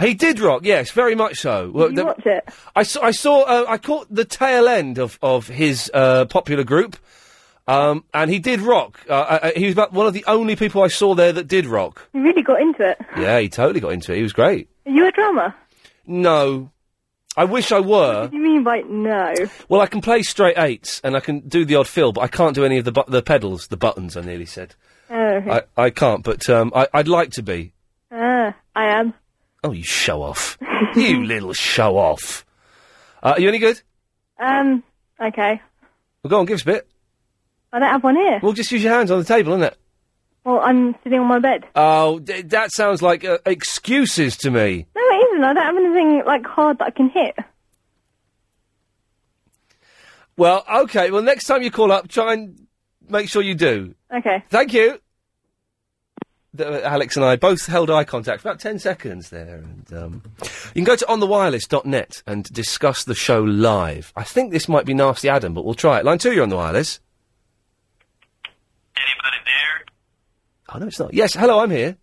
Speaker 1: He did rock, yes, very much so. Well,
Speaker 18: you
Speaker 1: the-
Speaker 18: watch it?
Speaker 1: I saw, I saw, uh, I caught the tail end of of his uh, popular group, um, and he did rock. Uh, I, I- he was about one of the only people I saw there that did rock.
Speaker 18: You really got into it.
Speaker 1: Yeah, he totally got into it. He was great.
Speaker 18: Are you a drummer?
Speaker 1: No, I wish I were.
Speaker 18: What do you mean by no?
Speaker 1: Well, I can play straight eights and I can do the odd fill, but I can't do any of the bu- the pedals, the buttons. I nearly said.
Speaker 18: Oh, okay.
Speaker 1: I, I can't, but um, I, I'd like to be.
Speaker 18: Ah, I am.
Speaker 1: Oh, you show off. you little show off. Uh, are you any good?
Speaker 18: Um, okay.
Speaker 1: Well, go on, give us a bit.
Speaker 18: I don't have one here.
Speaker 1: We'll just use your hands on the table, isn't it?
Speaker 18: Well, I'm sitting on my bed.
Speaker 1: Oh, d- that sounds like uh, excuses to me.
Speaker 18: No, it isn't. I don't have anything like hard that I can hit.
Speaker 1: Well, okay. Well, next time you call up, try and make sure you do.
Speaker 18: Okay.
Speaker 1: Thank you. Th- uh, Alex and I both held eye contact for about 10 seconds there. And um, You can go to onthewireless.net and discuss the show live. I think this might be Nasty Adam, but we'll try it. Line two, you're on the wireless. Anybody there? Oh, no, it's not. Yes, hello, I'm here.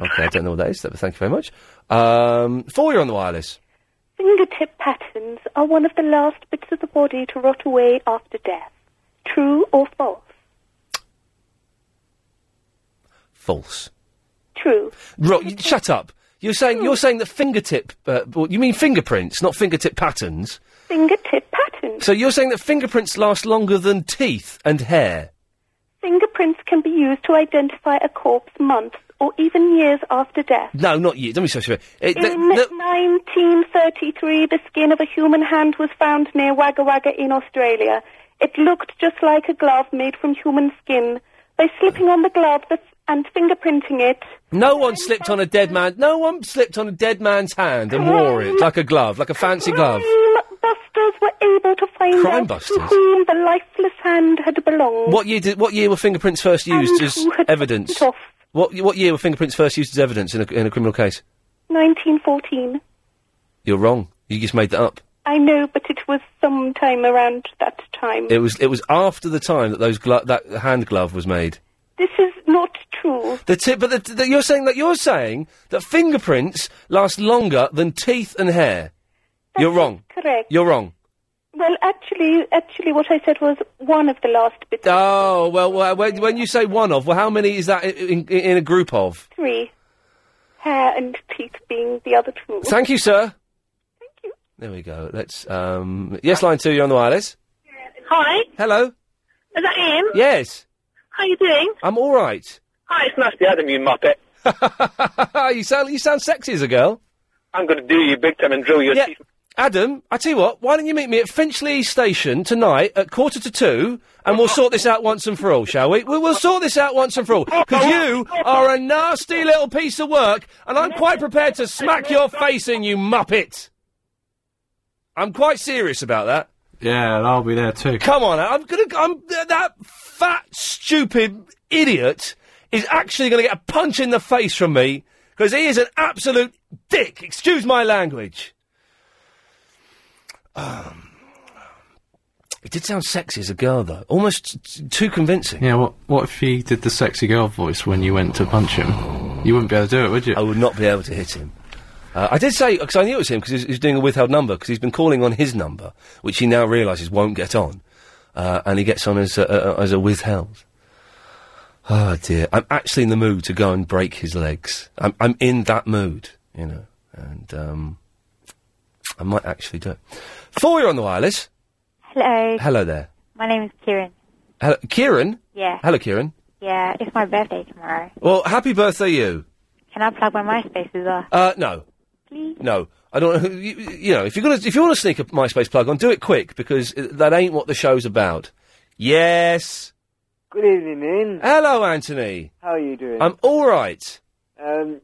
Speaker 1: Okay, I don't know what that is, but thank you very much. Um, four, you're on the wireless.
Speaker 12: Fingertip patterns are one of the last bits of the body to rot away after death. True or false?
Speaker 1: False.
Speaker 12: True.
Speaker 1: Right, you- shut up. You're saying you're saying that fingertip. Uh, well, you mean fingerprints, not fingertip patterns.
Speaker 12: Fingertip patterns.
Speaker 1: So you're saying that fingerprints last longer than teeth and hair.
Speaker 12: Fingerprints can be used to identify a corpse months or even years after death.
Speaker 1: No, not you. Don't be so sure. Eh, It,
Speaker 12: In
Speaker 1: th-
Speaker 12: 1933, the skin of a human hand was found near Wagga Wagga in Australia. It looked just like a glove made from human skin. By slipping on the glove the f- and fingerprinting it,
Speaker 1: no one slipped on a dead man. No one slipped on a dead man's hand and wore it like a glove, like a fancy glove.
Speaker 12: busters were able to find
Speaker 1: Crime
Speaker 12: out
Speaker 1: busters?
Speaker 12: to whom the lifeless hand had belonged.
Speaker 1: What year did? What year were fingerprints first used
Speaker 12: And
Speaker 1: as
Speaker 12: who had
Speaker 1: evidence?
Speaker 12: it off?
Speaker 1: What What year were fingerprints first used as evidence in a, in a criminal case?
Speaker 12: 1914.
Speaker 1: You're wrong. You just made that up.
Speaker 12: I know, but it was sometime around that time.
Speaker 1: It was it was after the time that those glo- that hand glove was made.
Speaker 12: This is not true.
Speaker 1: The tip, but the, the, you're saying that you're saying that fingerprints last longer than teeth and hair. you're wrong.
Speaker 12: Correct.
Speaker 1: You're wrong.
Speaker 12: Well, actually, actually, what I said was one of the last bits.
Speaker 1: Oh well, well when, when you say one of, well, how many is that i- in, in, in a group of?
Speaker 12: Three. Hair and teeth being the other two.
Speaker 1: Thank you, sir. There we go. Let's. um Yes, line two. You're on the wireless.
Speaker 3: Hi, is
Speaker 1: Hello.
Speaker 3: that Ian?
Speaker 1: Yes,
Speaker 3: How you doing?
Speaker 1: I'm all right.
Speaker 3: Hi, it's Nasty Adam, you muppet.
Speaker 1: you sound you sound sexy as a girl.
Speaker 3: I'm going to do you big time and drill your
Speaker 1: Yeah.
Speaker 3: teeth.
Speaker 1: Adam, I tell you what. Why don't you meet me at Finchley Station tonight at quarter to two, and we'll sort this out once and for all, shall we? we we'll sort this out once and for all because you are a nasty little piece of work, and I'm quite prepared to smack your face in, you muppet. I'm quite serious about that.
Speaker 19: Yeah, and I'll be there too.
Speaker 1: Come on, I'm gonna. I'm th- that fat, stupid idiot is actually gonna get a punch in the face from me because he is an absolute dick. Excuse my language. Um, it did sound sexy as a girl, though. Almost t- t- too convincing.
Speaker 19: Yeah, what what if he did the sexy girl voice when you went to punch him? You wouldn't be able to do it, would you? I
Speaker 1: would not be able to hit him. Uh, I did say because I knew it was him because he's, he's doing a withheld number because he's been calling on his number, which he now realises won't get on, uh, and he gets on as a, a, as a withheld. Oh dear! I'm actually in the mood to go and break his legs. I'm I'm in that mood, you know, and um, I might actually do it. Four, you're on the wireless.
Speaker 18: Hello.
Speaker 1: Hello there,
Speaker 18: My name is Kieran.
Speaker 1: Hello, Kieran.
Speaker 18: Yeah.
Speaker 1: Hello, Kieran.
Speaker 18: Yeah, it's my birthday tomorrow.
Speaker 1: Well, happy birthday, you.
Speaker 18: Can I plug my MySpace as well?
Speaker 1: Uh, no.
Speaker 18: Please?
Speaker 1: No. I don't. You, you know, if you're gonna if you want to sneak a MySpace plug on, do it quick because uh, that ain't what the show's about. Yes.
Speaker 20: Good evening, Ian.
Speaker 1: Hello, Anthony.
Speaker 20: How are you doing?
Speaker 1: I'm all right.
Speaker 20: Um,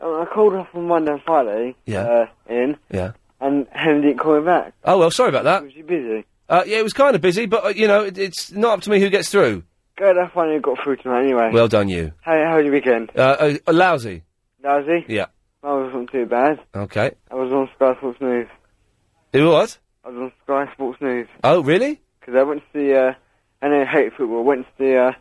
Speaker 20: oh, I called up on Monday and Friday.
Speaker 1: Yeah.
Speaker 20: Uh, Ian,
Speaker 1: Yeah.
Speaker 20: and Henry didn't call me back.
Speaker 1: Oh well, sorry about that.
Speaker 20: Was you busy?
Speaker 1: Uh, yeah, it was kind of busy, but uh, you know, it, it's not up to me who gets through.
Speaker 20: Good, I finally got through tonight anyway.
Speaker 1: Well done, you.
Speaker 20: How, how was your weekend?
Speaker 1: Uh, uh, uh, lousy.
Speaker 20: Lousy?
Speaker 1: Yeah.
Speaker 20: Mine wasn't too bad.
Speaker 1: Okay.
Speaker 20: I was on Sky Sports News.
Speaker 1: Who was?
Speaker 20: I was on Sky Sports News.
Speaker 1: Oh, really?
Speaker 20: Because I went to the, uh, I know you hate football, I went to the, uh,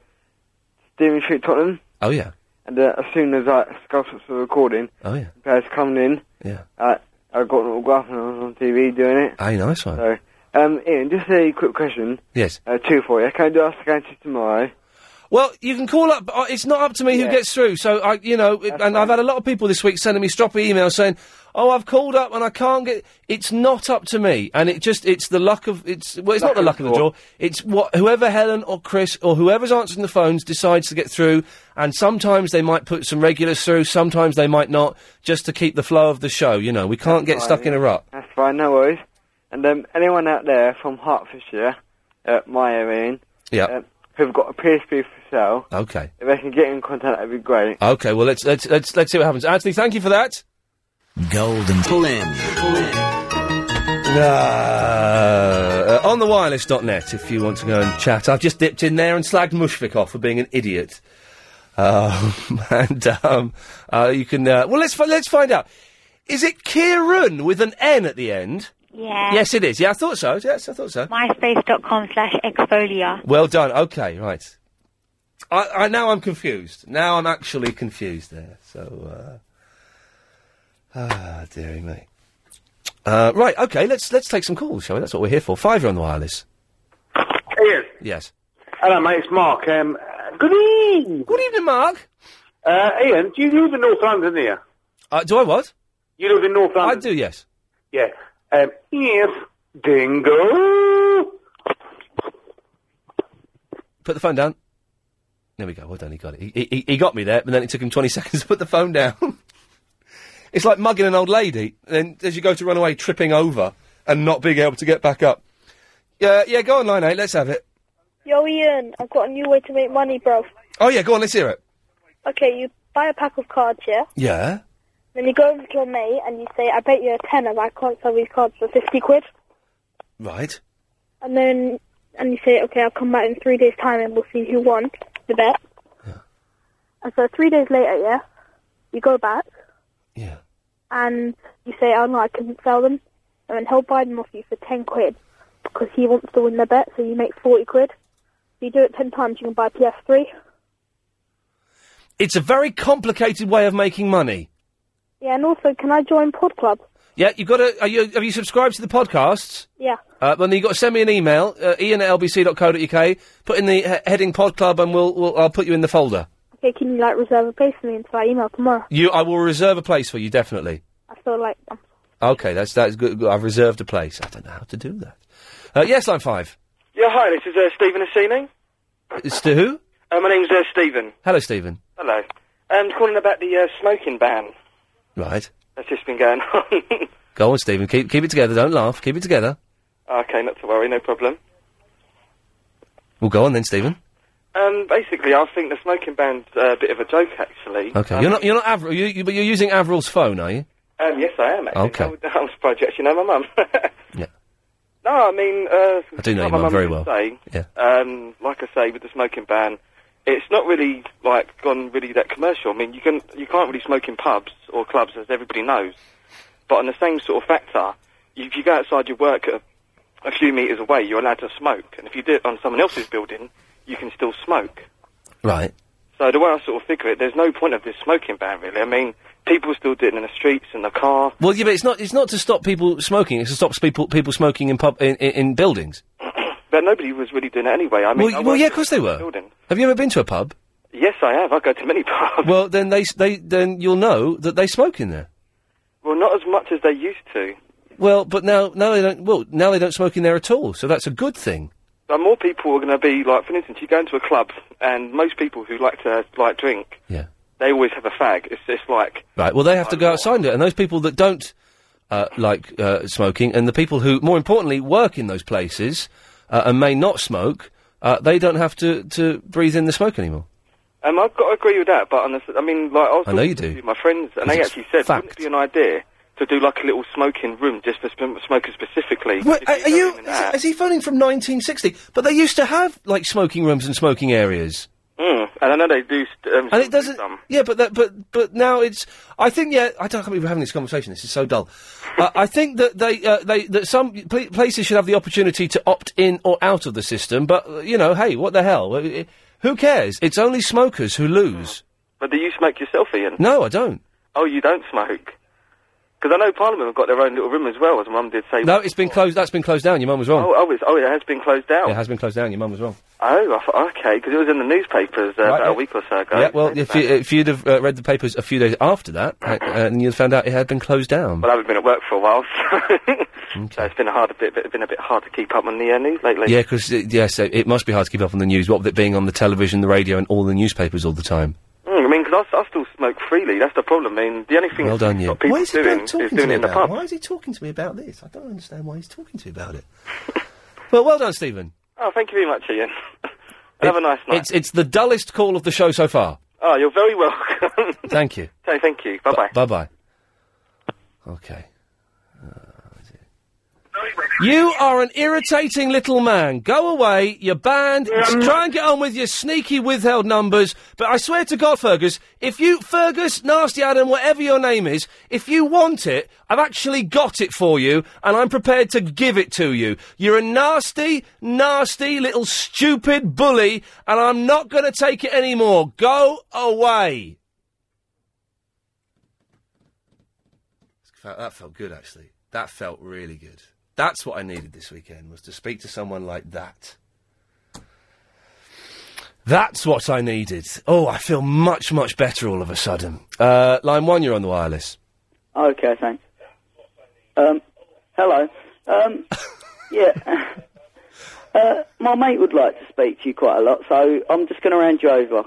Speaker 20: Steering Street Tottenham,
Speaker 1: Oh yeah.
Speaker 20: and uh, as soon as uh, Sky Sports were recording,
Speaker 1: Oh yeah.
Speaker 20: players coming in,
Speaker 1: Yeah.
Speaker 20: uh, I got an autograph and I was on TV doing it.
Speaker 1: Hey, nice one.
Speaker 20: So, um, Ian, just a quick question.
Speaker 1: Yes.
Speaker 20: Uh, two for you. Can I do Ask Antis tomorrow?
Speaker 1: Well, you can call up. Uh, it's not up to me who
Speaker 20: Yeah.
Speaker 1: gets through. So I, you know, it- and I've had a lot of people this week sending me stroppy emails saying, "Oh, I've called up and I can't get." It's not up to me, and it just it's the luck of it's. Well, it's not the luck of the draw. It's what whoever Helen or Chris or whoever's answering the phones decides to get through. And sometimes they might put some regulars through. Sometimes they might not, just to keep the flow of the show. You know, we can't get
Speaker 20: That's
Speaker 1: stuck
Speaker 20: fine,
Speaker 1: in a
Speaker 20: yeah.
Speaker 1: rut.
Speaker 20: That's fine, no worries. And um, anyone out there from Hertfordshire, uh, my area, Ian,
Speaker 1: Yeah.
Speaker 20: um, who've got a PSP for sale,
Speaker 1: Okay.
Speaker 20: if they can get in contact, that'd be great.
Speaker 1: Okay. Well, let's let's let's let's see what happens. Anthony, thank you for that. Golden pull in. Uh, on the wireless.net if you want to go and chat. I've just dipped in there and slagged Mushvik off for being an idiot. Um, and um, uh, you can. Uh, well, let's, fi- let's find out. Is it Kieran with an N at the end?
Speaker 18: Yeah.
Speaker 1: Yes, it is. Yeah, I thought so. Yes, I thought so.
Speaker 18: MySpace.com slash exfolia.
Speaker 1: Well done. Okay, right. I, I now I'm confused. Now I'm actually confused there. So, uh, ah, dearie me. Uh, right. Okay. Let's let's take some calls, shall we? That's what we're here for. Five, you're on the wireless.
Speaker 9: Ian.
Speaker 1: Yes.
Speaker 9: Hello, mate. It's Mark. Um, uh, good evening.
Speaker 1: Good evening, Mark.
Speaker 9: Uh, Ian, do you live in North London here?
Speaker 1: Uh, do I what?
Speaker 9: You live in North London? I do,
Speaker 1: yes.
Speaker 9: Yeah. Um, yes, Dingo.
Speaker 1: Put the phone down. There we go. Well done. He got it. He, he, he got me there, but then it took him 20 seconds to put the phone down. it's like mugging an old lady, and then as you go to run away, tripping over and not being able to get back up. Yeah, yeah. Go on, line eight. Let's have it.
Speaker 13: Yo, Ian, I've got a new way to make money, bro.
Speaker 1: Oh yeah. Go on. Let's hear it.
Speaker 13: Okay, you buy a pack of cards, yeah?
Speaker 1: Yeah.
Speaker 13: Then you go over to your mate and you say, I bet you a tenner, but I can't sell these cards for 50 quid.
Speaker 1: Right.
Speaker 13: And then, and you say, okay, I'll come back in three days' time and we'll see who won the bet. And so three days later, yeah, you go back.
Speaker 1: Yeah.
Speaker 13: And you say, oh no, I couldn't sell them. and then he'll buy them off you for 10 quid because he wants to win the bet, so you make 40 quid. If you do it 10 times, you can buy a PS3.
Speaker 1: It's a very complicated way of making money.
Speaker 13: Yeah, and also, can I join Pod Club?
Speaker 1: Yeah, you've got to. Are you, have you subscribed to the podcasts?
Speaker 13: Yeah.
Speaker 1: Uh, well, then you've got to send me an email, uh, ian at lbc.co.uk, put in the he- heading pod club, and we'll, we'll, I'll put you in the folder.
Speaker 13: Okay, can you, like, reserve a place for me until I email tomorrow?
Speaker 1: You, I will reserve a place for you, definitely.
Speaker 13: I feel like I'm
Speaker 1: Okay, that's that's good. good. I've reserved a place. I don't know how to do that. Uh, yes, line five.
Speaker 21: Yeah, hi, this is uh, Stephen Assini.
Speaker 1: It's to who?
Speaker 21: Uh, my name's uh, Stephen.
Speaker 1: Hello, Stephen.
Speaker 21: Hello. I'm calling about the uh, smoking ban
Speaker 1: Right,
Speaker 21: that's just been going on.
Speaker 1: go on, Stephen. Keep keep it together. Don't laugh. Keep it together.
Speaker 21: okay, not to worry, no problem.
Speaker 1: Well, go on then, Stephen.
Speaker 21: Um, basically, I think the smoking ban's uh, a bit of a joke, actually.
Speaker 1: Okay,
Speaker 21: Um,
Speaker 1: you're not you're not Avril. You, you, but you're using Avril's phone, are you?
Speaker 21: Um, yes, I am. Actually.
Speaker 1: Okay.
Speaker 21: I'm surprised you actually know my mum.
Speaker 1: Yeah.
Speaker 21: No, I mean, uh,
Speaker 1: I do know
Speaker 21: like
Speaker 1: your
Speaker 21: my
Speaker 1: mum very
Speaker 21: was
Speaker 1: well.
Speaker 21: saying,
Speaker 1: Yeah.
Speaker 21: Um, like I say, with the smoking ban, it's not really like gone really that commercial. I mean, you can you can't really smoke in pubs or clubs, as everybody knows. But on the same sort of factor, if you go outside your work a, a few meters away, you're allowed to smoke, and if you do it on someone else's building, you can still smoke.
Speaker 1: Right.
Speaker 21: So the way I sort of figure it, there's no point of this smoking ban really. I mean, people still do it in the streets, in the car.
Speaker 1: Well, yeah, but it's not it's not to stop people smoking. It's to stop people people smoking in pub in, in, in buildings.
Speaker 21: But nobody was really doing it anyway. I mean,
Speaker 1: well,
Speaker 21: I
Speaker 1: y- well,
Speaker 21: work
Speaker 1: yeah,
Speaker 21: in
Speaker 1: of course they
Speaker 21: the
Speaker 1: were.
Speaker 21: Building.
Speaker 1: Have you ever been to a pub?
Speaker 21: Yes, I have. I go to many pubs.
Speaker 1: Well, then they s- they then you'll know that they smoke in there.
Speaker 21: Well, not as much as they used to.
Speaker 1: Well, but now now they don't. Well, now they don't smoke in there at all. So that's a good thing.
Speaker 21: But more people are going to be like, for instance, you go into a club, and most people who like to like drink,
Speaker 1: Yeah.
Speaker 21: they always have a fag. It's just like,
Speaker 1: Right. Well, they have to go outside it, and those people that don't uh, like uh, smoking, and the people who, more importantly, work in those places uh, and may not smoke, uh, they don't have to, to breathe in the smoke anymore.
Speaker 21: um, I've got to agree with that. But on the, s- I mean, like, I was
Speaker 1: I know
Speaker 21: talking
Speaker 1: you do.
Speaker 21: to my friends, and they
Speaker 1: Because
Speaker 21: actually said, wouldn't it be an idea to do like a little smoking room just for sm- smokers specifically?
Speaker 1: Wait, are, are you?
Speaker 21: in
Speaker 1: Is, is he phoning from 1960? But they used to have like smoking rooms and smoking areas.
Speaker 21: Mm, and I know they do. St- um,
Speaker 1: And
Speaker 21: still
Speaker 1: it
Speaker 21: do
Speaker 1: doesn't.
Speaker 21: some.
Speaker 1: Yeah, but that, but but now it's. I think yeah. I don't. I can't believe we're having this conversation. This is so dull. uh, I think that they uh, they that some pl- places should have the opportunity to opt in or out of the system. But uh, you know, hey, what the hell? Uh, Who cares? It's only smokers who lose.
Speaker 21: But do you smoke yourself, Ian?
Speaker 1: No, I don't.
Speaker 21: Oh, you don't smoke? Because I know Parliament have got their own little room as well, as Mum did say.
Speaker 1: No, it's been closed. That's been closed down. Your mum was wrong.
Speaker 21: Oh, oh, it's, oh, it has been closed down.
Speaker 1: It has been closed down. Your mum was wrong.
Speaker 21: Oh, I thought, okay, because it was in the newspapers uh, about
Speaker 1: yeah.
Speaker 21: a week or so ago.
Speaker 1: yeah. Well, if you, if you'd have uh, read the papers a few days after that, uh, and you'd found out it had been closed down.
Speaker 21: Well, I haven't been at work for a while, so, so it's been a hard, a bit, been a bit hard to keep up on the uh, news lately.
Speaker 1: Yeah, because yes, it it must be hard to keep up on the news. What with it being on the television, the radio, and all the newspapers all the time.
Speaker 21: Mm, I mean, because I, I still smoke freely. That's the problem. I mean, the only thing
Speaker 1: Well
Speaker 21: that's
Speaker 1: done, you.
Speaker 21: got people doing is doing it in the pub.
Speaker 1: Why is he talking to me about this? I don't understand why he's talking to me about it. well, well done, Stephen.
Speaker 21: Oh, thank you very much, Ian. And have a nice night.
Speaker 1: It's it's the dullest call of the show so far.
Speaker 21: Oh, you're very welcome.
Speaker 1: Thank you.
Speaker 21: so, thank you. Bye bye.
Speaker 1: Bye bye. Okay. You are an irritating little man. Go away. You're banned. Try and get on with your sneaky withheld numbers. But I swear to God, Fergus, if you, Fergus, Nasty Adam, whatever your name is, if you want it, I've actually got it for you, and I'm prepared to give it to you. You're a nasty, nasty little stupid bully, and I'm not going to take it anymore. Go away. Fe- That felt good, actually. That felt really good. That's what I needed this weekend was to speak to someone like that. That's what I needed. Oh, I feel much, much better all of a sudden. Uh, line one, you're on the wireless.
Speaker 17: Okay, thanks. Um, hello. Um, yeah. Uh, my mate would like to speak to you quite a lot, so I'm just going to hand you over.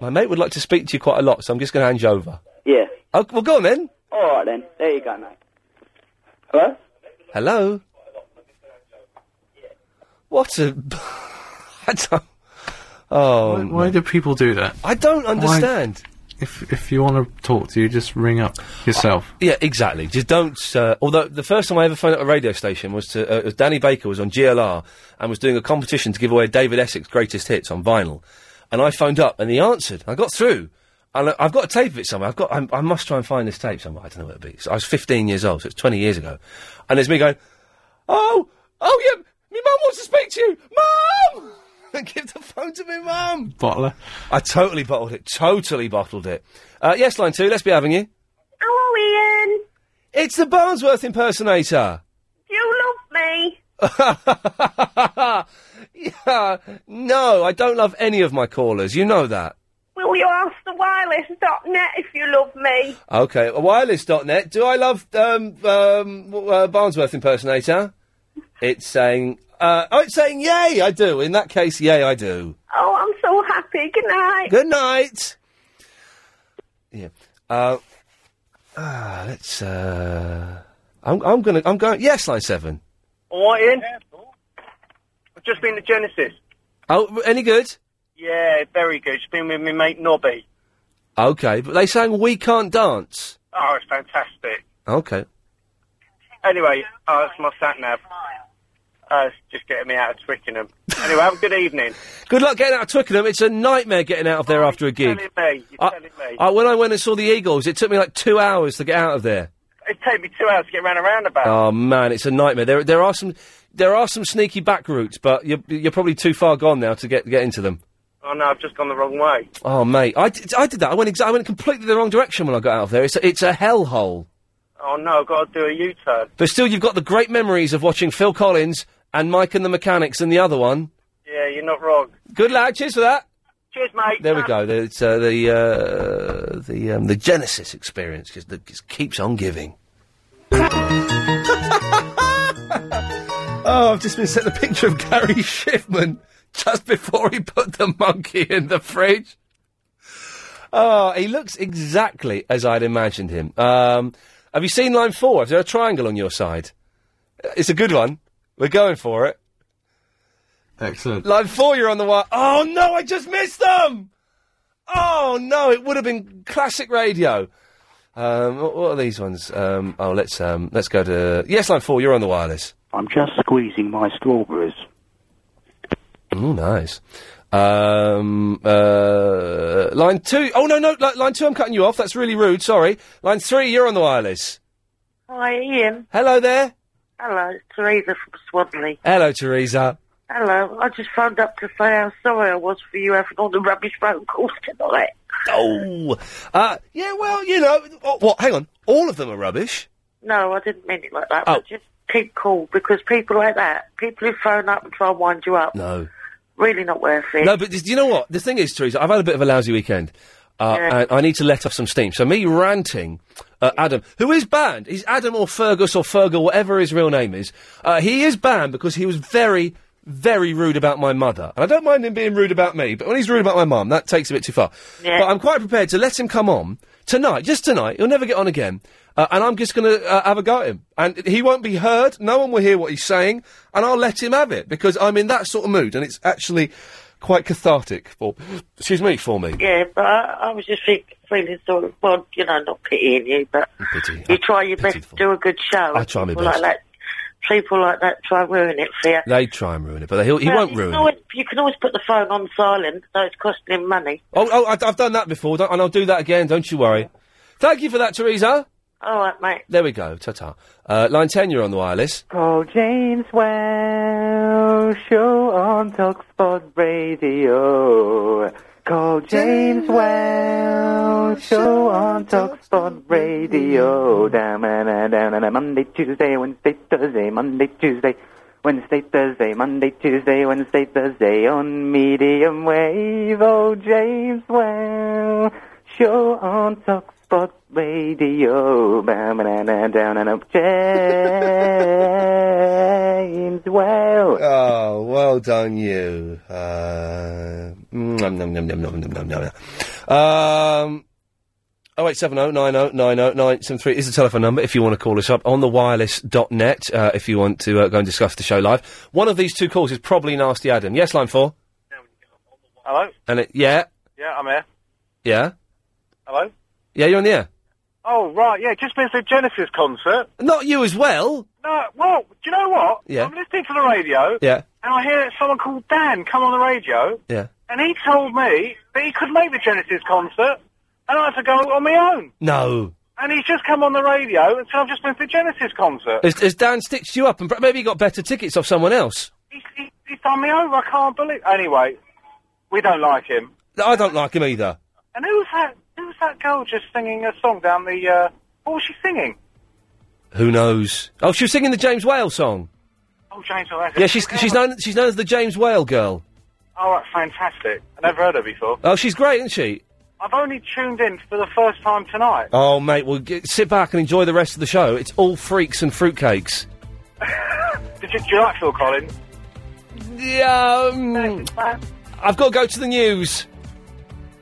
Speaker 1: My mate would like to speak to you quite a lot, so I'm just going to hand you over.
Speaker 17: Yeah.
Speaker 1: Oh, well, go on then.
Speaker 17: All right then. There you go, mate. Hello.
Speaker 1: Hello. What a. I don't. Oh.
Speaker 22: Why, why do people do that?
Speaker 1: I don't
Speaker 22: Why-
Speaker 1: understand.
Speaker 22: If if you want to talk to you, just ring up yourself.
Speaker 1: Yeah, exactly. Just don't. Uh, although the first time I ever phoned up a radio station was to uh, it was Danny Baker was on GLR and was doing a competition to give away David Essex's greatest hits on vinyl, and I phoned up and he answered. I got through, I'll, I've got a tape of it somewhere. I've got. I'm, I must try and find this tape somewhere. I don't know where it be. So I was 15 years old, so it's 20 years ago, and there's me going, "Oh, oh yeah, my mum wants to speak to you, mum." Give the phone to me, mum.
Speaker 23: Bottler.
Speaker 1: I totally bottled it. Totally bottled it. Uh, yes, line two. Let's be having you.
Speaker 18: Hello, Ian.
Speaker 1: It's the Barnsworth impersonator.
Speaker 18: Do you love me?
Speaker 1: yeah, no, I don't love any of my callers. You know that.
Speaker 18: Will you ask the wireless.net if you love me?
Speaker 1: Okay, wireless.net. Do I love um, um, w- uh, Barnsworth impersonator? It's saying, uh, oh, it's saying, yay, I do. In that case, yay, I do.
Speaker 18: Oh, I'm so happy. Good night.
Speaker 1: Good night. Yeah. Uh, ah, let's. Uh, I'm, I'm gonna. I'm going. Yes, line seven.
Speaker 24: All right, Ian. I've just been to Genesis.
Speaker 1: Oh, any good?
Speaker 24: Yeah, very good. Just been with me mate Nobby.
Speaker 1: Okay, but they sang "We Can't Dance."
Speaker 24: Oh, it's fantastic.
Speaker 1: Okay.
Speaker 24: Anyway, oh, that's my sat nav. Uh, it's just getting me out of Twickenham. Anyway, have a good evening.
Speaker 1: Good luck getting out of Twickenham. It's a nightmare getting out of there after a gig.
Speaker 24: Telling me, Oh, you're
Speaker 1: I-
Speaker 24: telling me.
Speaker 1: I, when I went and saw the Eagles, it took me like two hours to get out of there.
Speaker 24: It'd take me two hours to get round a roundabout.
Speaker 1: Oh man, it's a nightmare. There, there are some, there are some sneaky back routes, but you're, you're probably too far gone now to get get into them.
Speaker 24: Oh no, I've just gone the wrong way.
Speaker 1: Oh mate, I did, I did that. I went, exa- I went completely the wrong direction when I got out of there. It's a, it's a hellhole.
Speaker 24: Oh no, I've got to do a U-turn.
Speaker 1: But still, you've got the great memories of watching Phil Collins and Mike and the Mechanics and the other one.
Speaker 24: Yeah, you're not wrong.
Speaker 1: Good lad. Cheers for that.
Speaker 24: Cheers, mate.
Speaker 1: There we go. The- It's uh, the uh, the um, the Genesis experience because it just keeps on giving. oh, I've just been sent a picture of Gary Schiffman just before he put the monkey in the fridge. Oh, he looks exactly as I'd imagined him. Um, have you seen line four? Is there a triangle on your side? Uh, It's a good one. We're going for it.
Speaker 23: Excellent.
Speaker 1: Line four, you're on the wire. Oh no, I just missed them. Oh no, it would have been classic radio. Um, what, what are these ones? Um, oh, let's um, let's go to yes, line four. You're on the wireless.
Speaker 25: I'm just squeezing my strawberries.
Speaker 1: Oh, nice. Um, uh, line two. Oh no, no, li- line two. I'm cutting you off. That's really rude. Sorry. Line three. You're on the wireless.
Speaker 17: Hi, Ian.
Speaker 1: Hello there.
Speaker 17: Hello, it's Teresa from Swadley.
Speaker 1: Hello, Teresa.
Speaker 17: Hello, I just phoned up to say how sorry I was for you having all the rubbish phone calls tonight.
Speaker 1: Oh, uh, yeah. Well, you know oh, what? Hang on. All of them are rubbish.
Speaker 17: No, I didn't mean it like that,
Speaker 1: Oh.
Speaker 17: but just keep cool because people like that, people who phone up and try and wind you up,
Speaker 1: No.
Speaker 17: really not worth it.
Speaker 1: No, but do you know what? The thing is, Teresa, I've had a bit of a lousy weekend. Uh,
Speaker 17: Yeah.
Speaker 1: and I need to let off some steam. So me ranting at Adam, who is banned, he's Adam or Fergus or Fergal, whatever his real name is. Uh, he is banned because he was very, very rude about my mother. And I don't mind him being rude about me, but when he's rude about my mum, that takes a bit too far.
Speaker 26: Yeah.
Speaker 1: But I'm quite prepared to let him come on tonight, just tonight. He'll never get on again. Uh, and I'm just going to uh, have a go at him. And he won't be heard. No one will hear what he's saying. And I'll let him have it because I'm in that sort of mood. And it's actually quite cathartic for, excuse me, for me.
Speaker 17: Yeah, but I, I was just think, feeling sort of, well, you know, not pitying you, but
Speaker 1: Pity.
Speaker 17: you try your best to do a good show.
Speaker 1: I try my
Speaker 17: people
Speaker 1: best.
Speaker 17: Like that, people like that try ruin it for you.
Speaker 1: They try and ruin it, but he'll, he
Speaker 17: Well,
Speaker 1: won't
Speaker 17: you
Speaker 1: ruin
Speaker 17: can
Speaker 1: it.
Speaker 17: always, You can always put the phone on silent, though it's costing him money.
Speaker 1: Oh, oh I, I've done that before, don't, and I'll do that again, don't you worry. Thank you for that, Teresa.
Speaker 17: All right, mate.
Speaker 1: There we go, ta ta. Uh, line 10, you're on the wireless.
Speaker 8: Call Oh, James Well Show on Talkspot Radio. Call James Well Show on Talkspot Radio. Down and down and Monday, Tuesday, Wednesday, Thursday, Monday, Tuesday, Wednesday, Thursday, Monday, Tuesday, Wednesday, Thursday on medium wave. Oh, James Well Show on Talkspot Radio. Down and down and up. James Well.
Speaker 1: Oh, well done, you. Uh, nom, nom, nom, nom, nom, nom, nom, nom. Um, 0870 90 90 973 is the telephone number if you want to call us up on the wireless.net uh, if you want to uh, go and discuss the show live. One of these two calls is probably Nasty Adam. Yes, line four.
Speaker 24: Hello.
Speaker 1: And it, yeah,
Speaker 24: Yeah, I'm here.
Speaker 1: yeah,
Speaker 24: Hello.
Speaker 1: yeah, you're on the air.
Speaker 24: Oh right, yeah, just been to the Genesis concert.
Speaker 1: Not you as well.
Speaker 24: No, well, do you know what?
Speaker 1: Yeah.
Speaker 24: I'm listening to the radio.
Speaker 1: Yeah.
Speaker 24: And I hear someone called Dan come on the radio,
Speaker 1: Yeah.
Speaker 24: and he told me that he could make the Genesis concert. and I had to go on my own.
Speaker 1: No.
Speaker 24: And he's just come on the radio and said, I've just been to the Genesis concert.
Speaker 1: Has, has Dan stitched you up and pr- maybe you got better tickets off someone else?
Speaker 24: He's done me over, I can't believe... Anyway, we don't like him.
Speaker 1: I don't like him either.
Speaker 24: And who was that, who was that girl just singing a song down the, uh... What was she singing?
Speaker 1: Who knows? Oh, she was singing the James Whale song.
Speaker 24: Oh, James O'Hara.
Speaker 1: Yeah, she's she's known she's known as the James Whale girl.
Speaker 24: Oh, right, fantastic. I never heard her before.
Speaker 1: Oh, she's great, isn't she?
Speaker 24: I've only tuned in for the first time tonight.
Speaker 1: Oh, mate, well, g- sit back and enjoy the rest of the show. It's all freaks and fruitcakes.
Speaker 24: Did you, do you like Phil Collins?
Speaker 1: Yeah, um, I've got to go to the news.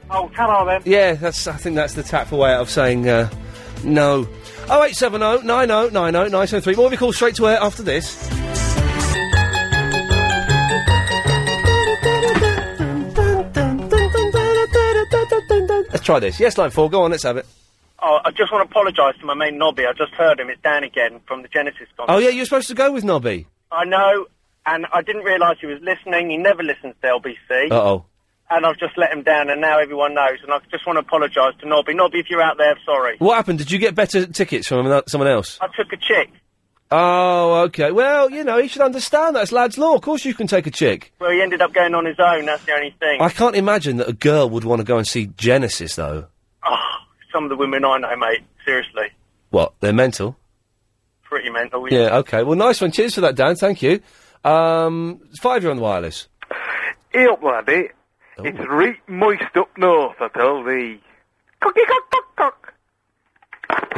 Speaker 24: Oh, ta then.
Speaker 1: Yeah, that's. I think that's the tactful way out of saying uh, no. Oh eight seven oh nine oh nine oh nine seven three. More of your calls straight to air after this. Let's try this. Yes, line four. Go on, let's have it.
Speaker 6: Oh, I just want to apologise to my main knobby. I just heard him. It's Dan again from the Genesis concert.
Speaker 1: Oh yeah, you're supposed to go with Nobby.
Speaker 6: I know, and I didn't realise he was listening. He never listens to LBC.
Speaker 1: Uh oh.
Speaker 6: And I've just let him down, and now everyone knows. And I just want to apologise to Nobby. Nobby, if you're out there, sorry.
Speaker 1: What happened? Did you get better tickets from ano- someone else?
Speaker 6: I took a chick.
Speaker 1: Oh, okay. Well, you know, he should understand that's lad's law. Of course, you can take a chick.
Speaker 6: Well, he ended up going on his own. That's the only thing.
Speaker 1: I can't imagine that a girl would want to go and see Genesis, though.
Speaker 6: Oh, some of the women I know, mate. Seriously,
Speaker 1: What? They're mental.
Speaker 6: pretty mental.
Speaker 1: Yeah. Okay. Well, nice one. Cheers for that, Dan. Thank you. Um, five, you're on the wireless.
Speaker 7: Hey up, laddie. It's right moist up north, I tell thee.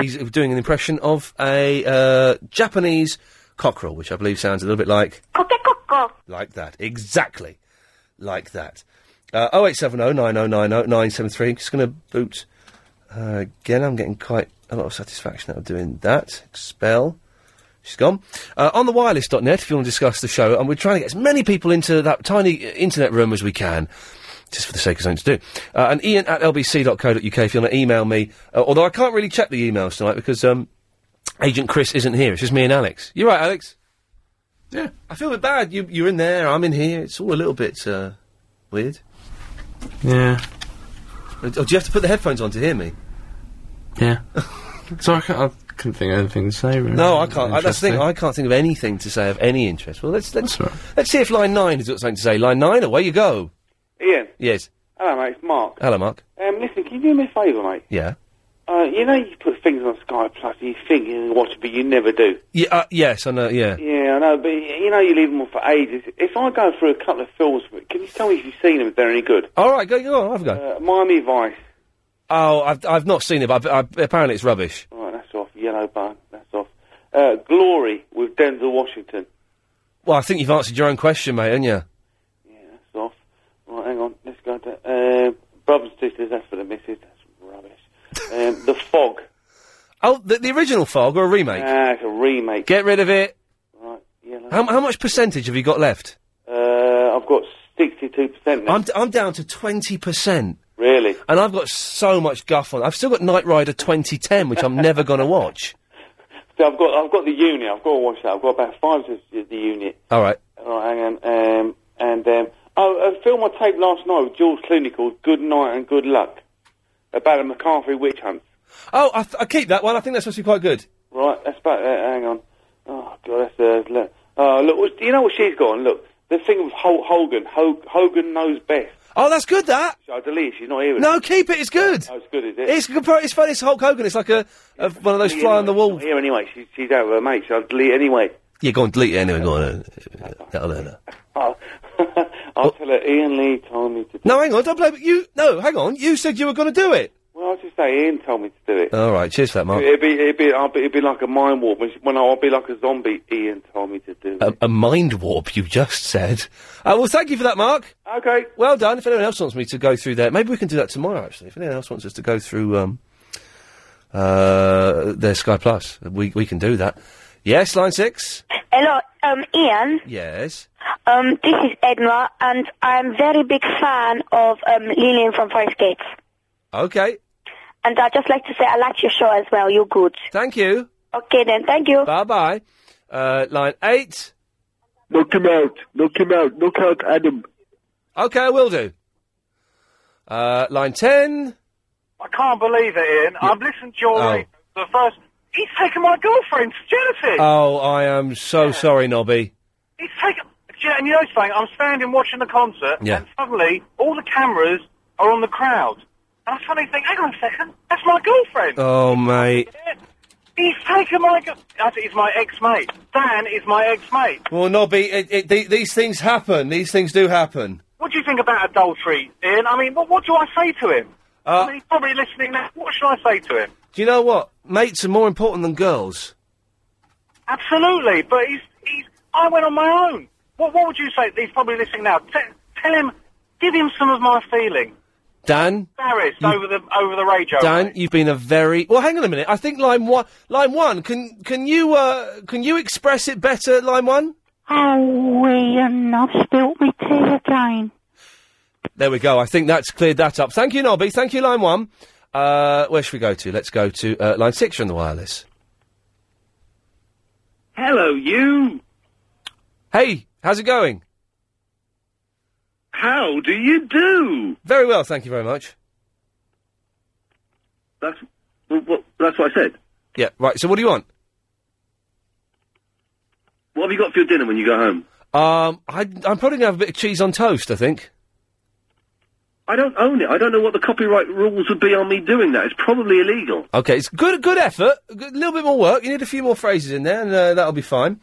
Speaker 1: He's doing an impression of a uh, Japanese cockerel, which I believe sounds a little bit like like that. Exactly, like that. Oh eight seven oh nine oh nine oh nine seven three. Just going to boot uh, again. I'm getting quite a lot of satisfaction out of doing that. Expel. She's gone. Uh, on the wireless.net, if you want to discuss the show, and we're trying to get as many people into that tiny uh, internet room as we can, just for the sake of something to do. Uh, and ian at lbc.co.uk if you want to email me, uh, although I can't really check the emails tonight because um, Agent Chris isn't here. It's just me and Alex. You're right, Alex. Yeah. I feel a bit bad. You, you're in there, I'm in here. It's all a little bit uh, weird.
Speaker 4: Yeah.
Speaker 1: Oh, do you have to put the headphones on to hear me?
Speaker 4: Yeah. so I, can't, I couldn't think of anything to say.
Speaker 20: Mm.
Speaker 4: Really.
Speaker 1: No, I can't. I, that's the thing. I can't think of anything to say of any interest. Well, let's let's let's see if line nine has got something to say. Line nine, away you go.
Speaker 9: Ian,
Speaker 1: Yes.
Speaker 9: hello mate, it's Mark.
Speaker 1: Hello, Mark.
Speaker 9: Um, listen, can you do me a favour, mate?
Speaker 1: Yeah.
Speaker 9: Uh, you know you put things on Sky Plus, and you think you watch it, but you never do.
Speaker 1: Yeah. Uh, yes, I know. Yeah.
Speaker 9: Yeah, I know, but y- you know you leave them on for ages. If I go through a couple of films, can you tell me if you've seen them, if they're any good?
Speaker 1: All right, go, go on. Have a go.
Speaker 9: Uh, Miami Vice.
Speaker 1: Oh, I've I've not seen it, but I, I, apparently it's rubbish.
Speaker 9: All right, that's off. Yellow Barn, that's off. Uh, Glory with Denzel Washington.
Speaker 1: Well, I think you've answered your own question, mate, haven't you?
Speaker 9: That's off. Right, hang on, let's go to... Uh, Brothers and Sisters, that's for the missus. That's rubbish. Um, the Fog.
Speaker 1: Oh, the, the original Fog or a remake?
Speaker 9: Ah, it's a remake.
Speaker 1: Get rid of it.
Speaker 9: Right, yellow.
Speaker 1: How how much percentage have you got left?
Speaker 9: Uh, I've got 62% now.
Speaker 1: I'm d- I'm down to twenty percent.
Speaker 9: Really?
Speaker 1: And I've got so much guff on. I've still got Knight Rider 2010, which I'm never going to watch.
Speaker 9: So I've got I've got the unit. I've got to watch that. I've got about five of the the unit.
Speaker 1: All right.
Speaker 9: All right, hang on. Um, and um, oh, a film I taped last night with George Clooney called "Good Night and Good Luck" about a McCarthy witch hunt.
Speaker 1: Oh, I, th- I keep that one. I think that's supposed to be quite good.
Speaker 9: Right, that's about. Uh, hang on. Oh God, that's a look. Oh look, what's- you know what she's got on? Look, the thing with Hol- Hogan. Ho- Hogan knows best.
Speaker 1: Oh, that's good. That.
Speaker 9: Shall I delete? it? She's not here.
Speaker 1: No, keep it. It's good.
Speaker 9: Oh, it's good, is it?
Speaker 1: It's compar- it's funny. It's Hulk Hogan. It's like a, a one of those fly on the wall.
Speaker 9: Here anyway. She's she's out with her mate. So I'll delete anyway.
Speaker 1: Yeah, go on, delete it anyway. Go on. uh, uh, That'll learn her.
Speaker 9: Oh, I'll tell her Ian Lee told me to.
Speaker 1: No, hang on. Don't blame you. No, hang on. You said you were going to do it.
Speaker 9: Well, I'll just say Ian told me to do it.
Speaker 1: All right. Cheers for that, Mark.
Speaker 9: It'd be, it'd be, I'll be, it'd be like a mind warp. When I'll be like a zombie, Ian told me to do.
Speaker 1: A, a mind warp, you just said. Uh, well, thank you for that, Mark.
Speaker 9: Okay.
Speaker 1: Well done. If anyone else wants me to go through there, maybe we can do that tomorrow, actually. If anyone else wants us to go through um, uh, their Sky Plus, we, we can do that. Yes, line six?
Speaker 13: Hello, um, Ian.
Speaker 1: Yes.
Speaker 13: Um, this is Edna, and I'm very big fan of um, Lillian from Forest Gates.
Speaker 1: Okay.
Speaker 13: And I'd just like to say I like your show as well. You're good.
Speaker 1: Thank you.
Speaker 13: Okay then, thank you.
Speaker 1: Bye bye. Uh, line eight.
Speaker 14: Knock him out. Knock him out. Knock out Adam.
Speaker 1: Okay, I will do. Uh, line ten.
Speaker 8: I can't believe it, Ian. I've listened to your
Speaker 1: Oh.
Speaker 8: radio for the first. He's taken my girlfriend's jealousy.
Speaker 1: Oh, I am so sorry, Nobby.
Speaker 8: He's taken. Yeah, and you know something? I'm standing watching the concert,
Speaker 1: Yeah.
Speaker 8: and suddenly all the cameras are on the crowd. And I suddenly think, hang on a second, that's my girlfriend.
Speaker 1: Oh, mate.
Speaker 8: He's taken my. Go- That's he's my ex-mate. Dan is my ex-mate.
Speaker 1: Well, Nobby, it, it, the, these things happen. These things do happen.
Speaker 8: What do you think about adultery, Ian? I mean, what, what do I say to him?
Speaker 1: Uh,
Speaker 8: I mean, he's probably listening now. What should I say to him?
Speaker 1: Do you know what? Mates are more important than girls.
Speaker 8: Absolutely, but he's, he's. I went on my own. What, what would you say? He's probably listening now. T- tell him, give him some of my feeling.
Speaker 1: Dan,
Speaker 8: Embarrassed
Speaker 1: Mm.
Speaker 8: over the over the radio.
Speaker 1: Dan, you've been a very well. Hang on a minute. I think line one, line one. Can can you uh, can you express it better? Line one.
Speaker 18: Oh, Ian, I've spilt my tea again.
Speaker 1: There we go. I think that's cleared that up. Thank you, Nobby. Thank you, line one. Uh, where should we go to? Let's go to uh, line six. You're on the wireless.
Speaker 27: Hello, you.
Speaker 1: Hey, how's it going?
Speaker 27: How do you do?
Speaker 1: Very well, thank you very much.
Speaker 27: That's well, well, that's what I said.
Speaker 1: Yeah, right. So, what do you want?
Speaker 27: What have you got for your dinner when you go home?
Speaker 1: Um, I, I'm probably gonna have a bit of cheese on toast. I think.
Speaker 27: I don't own it. I don't know what the copyright rules would be on me doing that. It's probably illegal.
Speaker 1: Okay, it's good. Good effort. A good- little bit more work. You need a few more phrases in there, and uh, that'll be fine.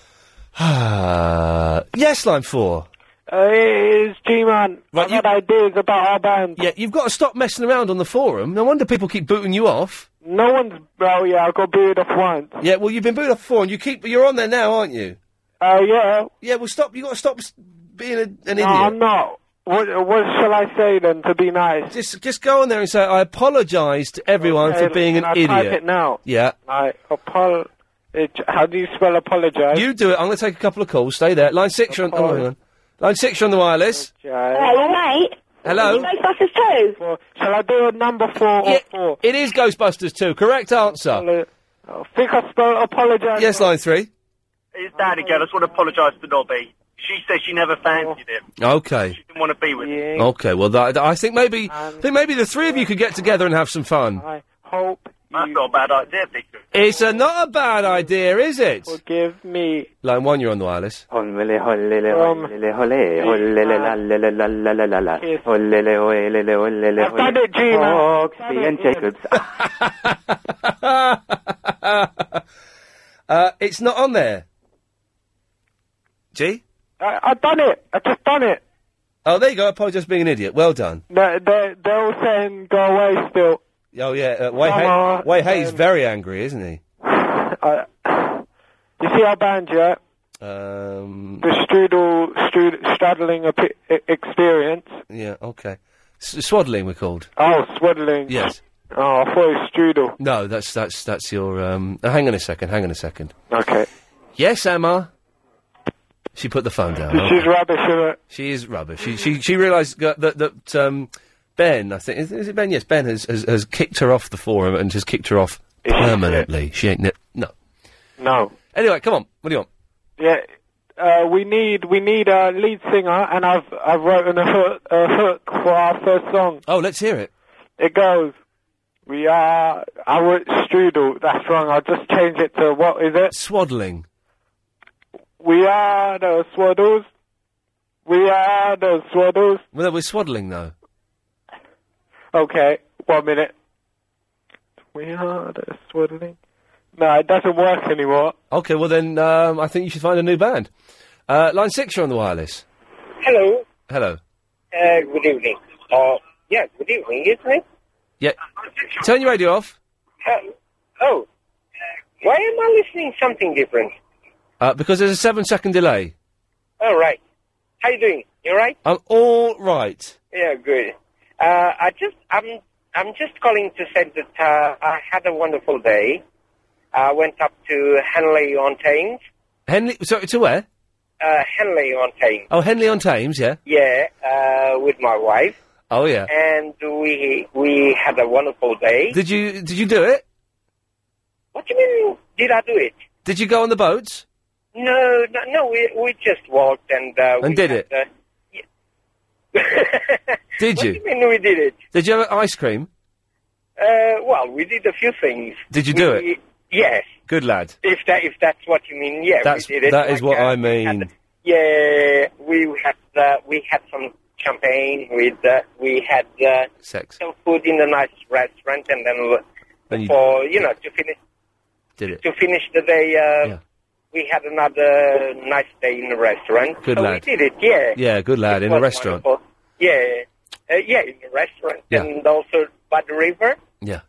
Speaker 1: yes, line four.
Speaker 24: Uh, it's G-Man. I've had ideas about our band.
Speaker 1: Yeah, you've got to stop messing around on the forum. No wonder people keep booting you off.
Speaker 24: No one's... Oh, yeah, I got booed off once.
Speaker 1: Yeah, well, you've been booted off before, and you keep you're on there now, aren't you?
Speaker 24: Oh, yeah.
Speaker 1: Yeah, well, stop. You got to stop s- being a, an
Speaker 24: no,
Speaker 1: idiot.
Speaker 24: I'm not. What, what shall I say then to be nice?
Speaker 1: Just just go on there and say I apologise to everyone
Speaker 24: Okay,
Speaker 1: Oh, for being an
Speaker 24: I'll
Speaker 1: idiot.
Speaker 24: type it now.
Speaker 1: Yeah.
Speaker 24: I apol... It, how do you spell apologise?
Speaker 1: You do it. I'm going to take a couple of calls. Stay there. Line six, you're on. Oh, hang on. Line six, you're on the wireless.
Speaker 24: Hello,
Speaker 18: mate.
Speaker 1: Hello.
Speaker 18: Ghostbusters 2.
Speaker 24: Well, shall I do a number four or four?
Speaker 1: It is Ghostbusters 2. Correct answer.
Speaker 24: I think I spelled apologise.
Speaker 1: Yes, line three.
Speaker 8: His daddy girl. I just want to apologise to Nobby. She says she never fancied him.
Speaker 1: Okay.
Speaker 8: Didn't want to be with him.
Speaker 1: Okay. Well, that, I think maybe I think maybe the three of you could get together and have some fun.
Speaker 24: I hope
Speaker 8: That's not a bad idea, Victor.
Speaker 1: It's a, not a bad idea, is it?
Speaker 24: Forgive me.
Speaker 1: Line one, you're on the wireless.
Speaker 24: Hollele, hollele,
Speaker 8: Um,
Speaker 24: hollele, hollele, hollele, la, la, la, la, la, la, la, la. Hollele, hollele, hollele, I've done it, Gina. hollele. I've Foxy done and it. Jacobs.
Speaker 1: Uh, it's not on there. G.
Speaker 24: I, Uh, I've done it. I've just done it.
Speaker 1: Oh, there you go. I apologise for being an idiot. Well done.
Speaker 24: They're, they're, they're all saying go away still.
Speaker 1: Oh yeah, uh, Way Hay,
Speaker 24: Hello,
Speaker 1: Way Hay's
Speaker 24: um,
Speaker 1: very angry, isn't he?
Speaker 24: I, Uh, you see our band, yeah?
Speaker 1: Um,
Speaker 24: The strudel, strud, straddling a pi- e- experience.
Speaker 1: yeah. Okay. S- swaddling, we're called.
Speaker 24: Oh, swaddling.
Speaker 1: Yes.
Speaker 24: Oh, I thought it was strudel.
Speaker 1: No, that's that's that's your. Um, uh, hang on a second. Hang on a second.
Speaker 24: Okay.
Speaker 1: Yes, Emma. She put the phone down.
Speaker 24: This is rubbish, isn't it?
Speaker 1: She is rubbish. She she she realised that that, that um, Ben, I think is, is it Ben? Yes, Ben has, has has kicked her off the forum and has kicked her off permanently. She ain't ne- no.
Speaker 24: No.
Speaker 1: Anyway, come on. What do you want?
Speaker 24: Yeah. Uh, we need we need a lead singer, and I've I've written a hook, a hook for our first song.
Speaker 1: Oh, let's hear it.
Speaker 24: It goes, "We are our strudel." That's wrong. I'll just change it to what is it?
Speaker 1: Swaddling.
Speaker 24: We are the swaddles. We are the swaddles.
Speaker 1: Well, we're swaddling though.
Speaker 24: Okay, one minute. We are the swaddling. No, it doesn't work anymore.
Speaker 1: Okay, well then um, I think you should find a new band. Uh, line six, you're on the wireless.
Speaker 16: Hello.
Speaker 1: Hello.
Speaker 16: Uh, good evening. Uh, yeah, good evening, isn't it?
Speaker 1: Yeah. Turn your radio off
Speaker 16: Uh, oh. Why am I listening something different?
Speaker 1: uh, because there's a seven second delay.
Speaker 16: All right. How you doing? You all right?
Speaker 1: I'm all right.
Speaker 16: Yeah, good. Uh, I just, I'm, I'm just calling to say that uh, I had a wonderful day. I went up to Henley on Thames.
Speaker 1: Henley, sorry, to where?
Speaker 16: Uh, Henley on Thames.
Speaker 1: Oh, Henley on Thames, yeah.
Speaker 16: Yeah, uh, with my wife,
Speaker 1: Oh yeah.
Speaker 16: and we we had a wonderful day.
Speaker 1: Did you did you do it?
Speaker 16: What do you mean? Did I do it?
Speaker 1: Did you go on the boats?
Speaker 16: No, no, no. We we just walked and uh, we
Speaker 1: And did
Speaker 16: had,
Speaker 1: it?
Speaker 16: Uh, yeah.
Speaker 1: Did
Speaker 16: what
Speaker 1: you?
Speaker 16: do you mean we did it?
Speaker 1: Did you have ice cream?
Speaker 16: Uh, well, we did a few things.
Speaker 1: Did you do
Speaker 16: We-
Speaker 1: it?
Speaker 16: Yes.
Speaker 1: Good lad.
Speaker 16: If that if that's what you mean, yeah,
Speaker 1: That's
Speaker 16: we did it. uh,
Speaker 1: that is what I mean.
Speaker 16: Yeah, we had uh, we had some champagne. We uh, we had uh,
Speaker 1: Sex.
Speaker 16: some food in a nice restaurant, and then
Speaker 1: Then you
Speaker 16: for you know to finish
Speaker 1: did it.
Speaker 16: to finish the day, uh, we had another nice day in the restaurant.
Speaker 1: Good
Speaker 16: so
Speaker 1: lad.
Speaker 16: Oh, We did it, yeah,
Speaker 1: Yeah, good lad in a restaurant.
Speaker 16: yeah, uh, yeah, in the restaurant,
Speaker 1: Yeah.
Speaker 16: and also by the river.
Speaker 1: Yeah.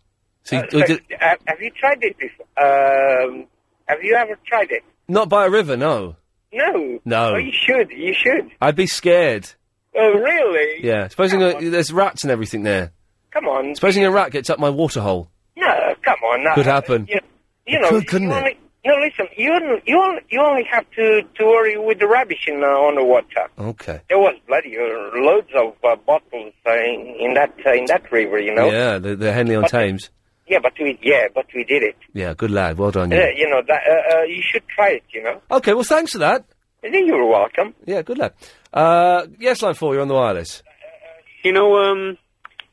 Speaker 1: So,
Speaker 16: Uh,
Speaker 1: you, oh,
Speaker 16: so, uh, have you tried it before? Um, have you ever tried it?
Speaker 1: not by a river, no.
Speaker 16: No.
Speaker 1: No.
Speaker 16: Oh, you should. You should.
Speaker 1: I'd be scared.
Speaker 16: Oh, really?
Speaker 1: Yeah. Supposing uh, there's rats and everything there.
Speaker 16: Come on.
Speaker 1: Supposing a rat gets up my water hole.
Speaker 16: No, come on. No.
Speaker 1: Could happen.
Speaker 16: You, you know,
Speaker 1: could, couldn't
Speaker 16: you
Speaker 1: it?
Speaker 16: Only, no, listen. You only, you only, you only have to, to worry with the rubbish in, uh, on the water.
Speaker 1: Okay.
Speaker 16: There was bloody uh, loads of uh, bottles uh, in, in that uh, in that river. You know.
Speaker 1: Yeah, the, the Henley on Thames.
Speaker 16: Yeah, but we yeah, but we did it.
Speaker 1: Yeah, good lad. Well done.
Speaker 16: Yeah,
Speaker 1: You. Oh.
Speaker 16: you know that uh, uh, you should try it. You know.
Speaker 1: Okay, well, thanks for that.
Speaker 16: You're welcome.
Speaker 1: Yeah, good lad. Uh, yes, line four, you're on the wireless.
Speaker 11: You know, um,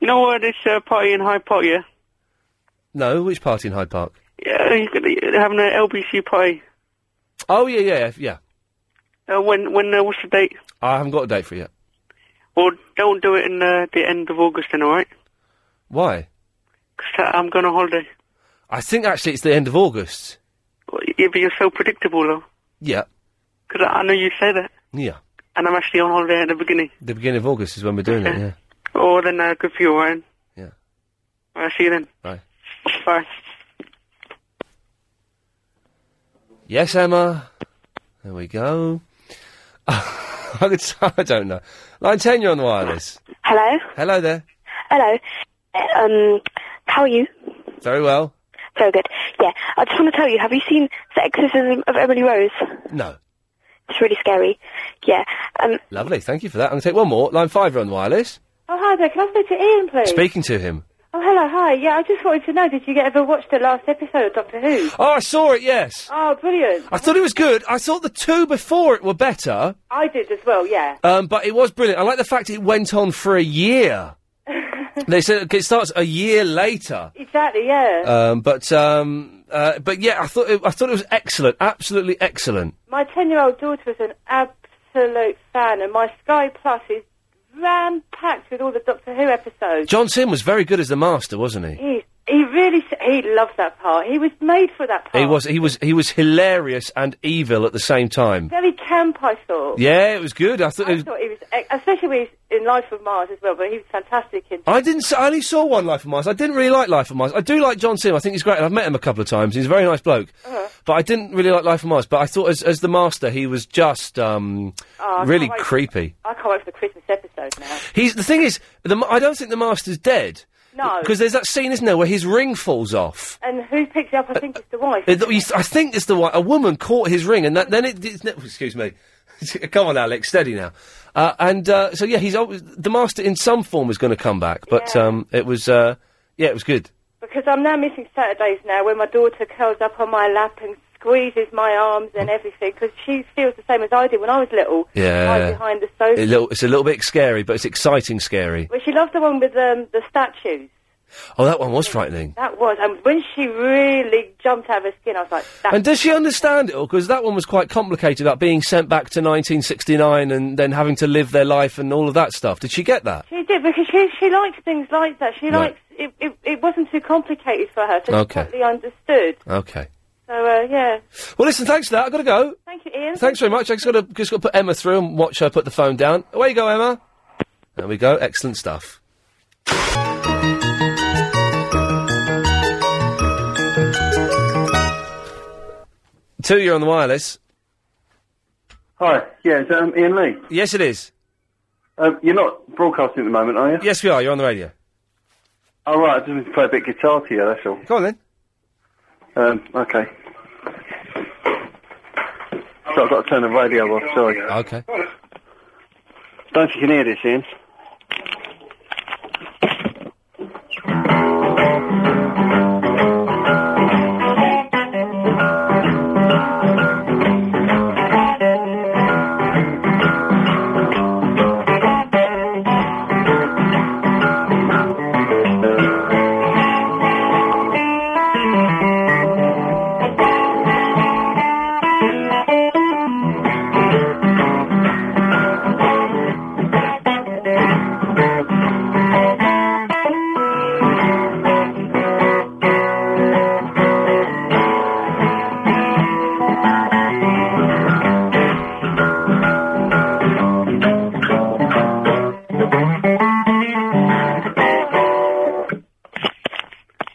Speaker 11: you know uh, this uh, party in Hyde Park, yeah?
Speaker 1: No, which party in Hyde Park?
Speaker 11: Yeah, you're gonna, you're having an LBC party.
Speaker 1: Oh, yeah, yeah, yeah.
Speaker 11: Uh, when, when, uh, what's the date?
Speaker 1: I haven't got a date for you yet.
Speaker 11: Well, don't do it in uh, the end of August then, alright?
Speaker 1: Why?
Speaker 11: Because uh, I'm going on holiday.
Speaker 1: I think actually it's the end of August.
Speaker 11: Yeah, but you're so predictable, though.
Speaker 1: Yeah,
Speaker 11: Because I, I know you say that.
Speaker 1: yeah.
Speaker 11: And I'm actually on holiday at the beginning.
Speaker 1: The beginning of August is when we're doing it, yeah.
Speaker 11: Oh, then, uh, good for you, Ryan.
Speaker 1: Yeah.
Speaker 11: Alright, see you then.
Speaker 1: Bye.
Speaker 11: Bye.
Speaker 1: Yes, Emma. There we go. I could s- I don't know. Line 10, you're on the wireless.
Speaker 12: Hello.
Speaker 1: Hello there.
Speaker 12: Hello.
Speaker 13: Uh,
Speaker 12: Um, how are you?
Speaker 1: Very well.
Speaker 12: So good. Yeah, I just want to tell you. Have you seen the Exorcism of Emily Rose?
Speaker 1: No.
Speaker 12: It's really scary. Yeah. Um.
Speaker 1: Lovely. Thank you for that. I'm going to take one more. Line 5, you're on the wireless.
Speaker 28: Oh, hi there. Can I speak to Ian, please?
Speaker 1: Speaking to him.
Speaker 28: Oh, hello. Hi. Yeah, I just wanted to know, did you get ever watch the last episode of Doctor Who?
Speaker 1: Oh, I saw it, yes.
Speaker 28: Oh, brilliant.
Speaker 1: I thought it was good. I thought the two before it were better.
Speaker 28: I did as well, yeah.
Speaker 1: Um, but it was brilliant. I like the fact it went on for a year. they said it starts a year later.
Speaker 28: Exactly, yeah.
Speaker 1: Um, but um, uh, but yeah, I thought it, I thought it was excellent, absolutely excellent.
Speaker 28: my 10-year-old daughter was an absolute fan, and my Sky Plus is ram-packed with all the Doctor Who episodes.
Speaker 1: John Sim was very good as the master, wasn't he?
Speaker 28: He, he really... s- He loved that part. He was made for that part.
Speaker 1: He was he was he was hilarious and evil at the same time.
Speaker 28: Very camp, I thought.
Speaker 1: Mm. Yeah, it was good. I thought.
Speaker 28: I
Speaker 1: It was,
Speaker 28: thought he was... ex- Especially when he's in Life of Mars as well, but he was fantastic in...
Speaker 1: I didn't. s- I only saw one Life of Mars. I didn't really like Life of Mars. I do like John Sim. I think he's great. and I've met him a couple of times. He's a very nice bloke.
Speaker 28: Uh-huh.
Speaker 1: But I didn't really like Life of Mars. But I thought as as the master, he was just um,
Speaker 28: Oh, I can't
Speaker 1: really
Speaker 28: wait-
Speaker 1: creepy.
Speaker 28: I can't wait for the Christmas episode now.
Speaker 1: He's the thing is, the, ma- I don't think the master's dead.
Speaker 28: No.
Speaker 1: Because there's that scene, isn't there, where his ring falls off.
Speaker 28: And who picks it up? I think it's the wife.
Speaker 1: It- you- I think it's the one. A woman caught his ring, and that, then it. it's ne- excuse me. come on, Alex, steady now. Uh, and uh, so yeah, he's always, the master in some form was going to come back, but um, it was uh, yeah, it was good.
Speaker 28: Because I'm now missing Saturdays now when my daughter curls up on my lap and squeezes my arms and everything because she feels the same as I did when I was little.
Speaker 1: Yeah.
Speaker 28: Hide behind the sofa.
Speaker 1: A little, it's a little bit scary, but it's exciting scary.
Speaker 28: Well, she loved the one with um, the statues.
Speaker 1: Oh, that one was frightening.
Speaker 28: That was. And when she really jumped out of her skin, I was like, that.
Speaker 1: And does she understand it all? Because that one was quite complicated about being sent back to 1969 and then having to live their life and all of that stuff. Did she get that?
Speaker 28: She did because she she likes things like that. She
Speaker 1: Right.
Speaker 28: likes it, it. It wasn't too complicated for her, so
Speaker 1: Okay.
Speaker 28: she totally understood.
Speaker 1: Okay.
Speaker 28: So uh, yeah,
Speaker 1: Well, listen, thanks for that. I've got to go.
Speaker 28: thank you, Ian.
Speaker 1: Thanks very much. I just got to just got to put Emma through and watch her put the phone down. Away you go, Emma. There we go. Excellent stuff. Two, you're on the wireless.
Speaker 22: Hi, yeah, it's um, Ian Lee.
Speaker 1: Yes, it is.
Speaker 22: Um, you're not broadcasting at the moment, are you?
Speaker 1: Yes, we are. You're on the radio.
Speaker 22: Oh, right, I just need to play a bit of guitar to you, that's all.
Speaker 1: Go on then.
Speaker 22: Um, okay. So I've got to turn the radio off, sorry.
Speaker 1: Okay.
Speaker 22: Don't think you can hear this, Ian.